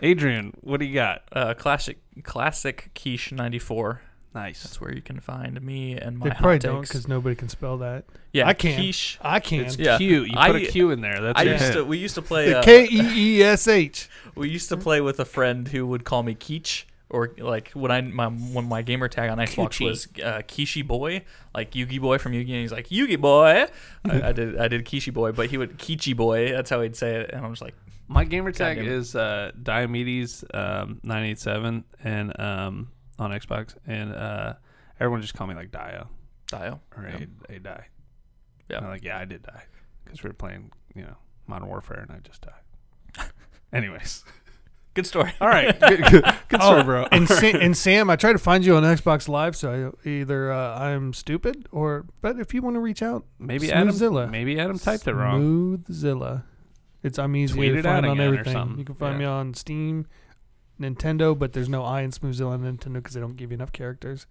Speaker 1: Adrian, what do you got?
Speaker 3: Uh, classic classic quiche ninety four.
Speaker 1: Nice.
Speaker 3: That's where you can find me and my
Speaker 2: They
Speaker 3: hot
Speaker 2: probably
Speaker 3: takes.
Speaker 2: don't because nobody can spell that.
Speaker 3: yeah,
Speaker 2: I can.
Speaker 3: Quiche.
Speaker 2: I can.
Speaker 1: It's
Speaker 3: Yeah.
Speaker 1: Q. You put
Speaker 3: I-
Speaker 1: a Q in there. That's
Speaker 3: I
Speaker 1: your
Speaker 3: used
Speaker 1: hint.
Speaker 3: to. We used to play.
Speaker 2: The
Speaker 3: Uh,
Speaker 2: K E E S H.
Speaker 3: we used
Speaker 1: Hmm?
Speaker 3: to play with a friend who would call me Keech, or like when I my when my gamer tag on Xbox
Speaker 1: Keechy.
Speaker 3: was uh, Kishi Boy, like Yugi Boy from Yugi, and he's like Yugi Boy. I, I did I did Kishi Boy, but he would Keechy Boy. That's how he'd say it, and I'm just like,
Speaker 1: My gamer tag
Speaker 3: Goddamn it.
Speaker 1: is uh, Diomedes um, nine eight seven and um, on Xbox, and uh, everyone just call me like Dio
Speaker 3: Dio.
Speaker 1: or
Speaker 3: Yeah.
Speaker 1: a, a die.
Speaker 3: Yeah.
Speaker 1: And I'm like yeah, I did die because we were playing you know Modern Warfare and I just died. Anyways,
Speaker 3: Good story.
Speaker 1: all right, good, good, good
Speaker 3: Oh.
Speaker 1: story, bro.
Speaker 2: And, Sa- and Sam, I tried to find you on Xbox Live, so I, either uh, I'm stupid or. But if you want to reach out,
Speaker 1: Maybe
Speaker 2: Smoothzilla.
Speaker 1: Adam, maybe Adam typed it wrong.
Speaker 2: Smoothzilla. It's I'm easy
Speaker 1: Tweet
Speaker 2: to
Speaker 1: it out
Speaker 2: find on
Speaker 1: again or
Speaker 2: everything.
Speaker 1: something.
Speaker 2: You can find
Speaker 1: Yeah.
Speaker 2: me on Steam, Nintendo, but there's no I in Smoothzilla on Nintendo because they don't give you enough characters.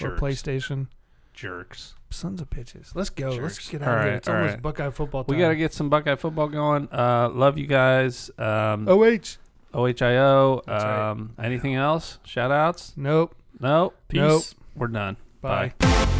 Speaker 2: Or
Speaker 1: Jerks.
Speaker 2: PlayStation.
Speaker 1: Jerks.
Speaker 2: Sons of bitches. Let's go. Let's
Speaker 1: Jerks.
Speaker 2: get out of
Speaker 1: All
Speaker 2: here.
Speaker 1: right,
Speaker 2: It's
Speaker 1: all
Speaker 2: almost
Speaker 1: right.
Speaker 2: Buckeye football time.
Speaker 1: We gotta get some Buckeye football going. Uh, love you guys. Um,
Speaker 2: OH.
Speaker 1: OHIO.
Speaker 3: That's right.
Speaker 1: Um, Anything else? Shout outs?
Speaker 2: Nope.
Speaker 1: No.
Speaker 3: Peace.
Speaker 2: Nope.
Speaker 1: We're done.
Speaker 2: Bye.
Speaker 1: Bye.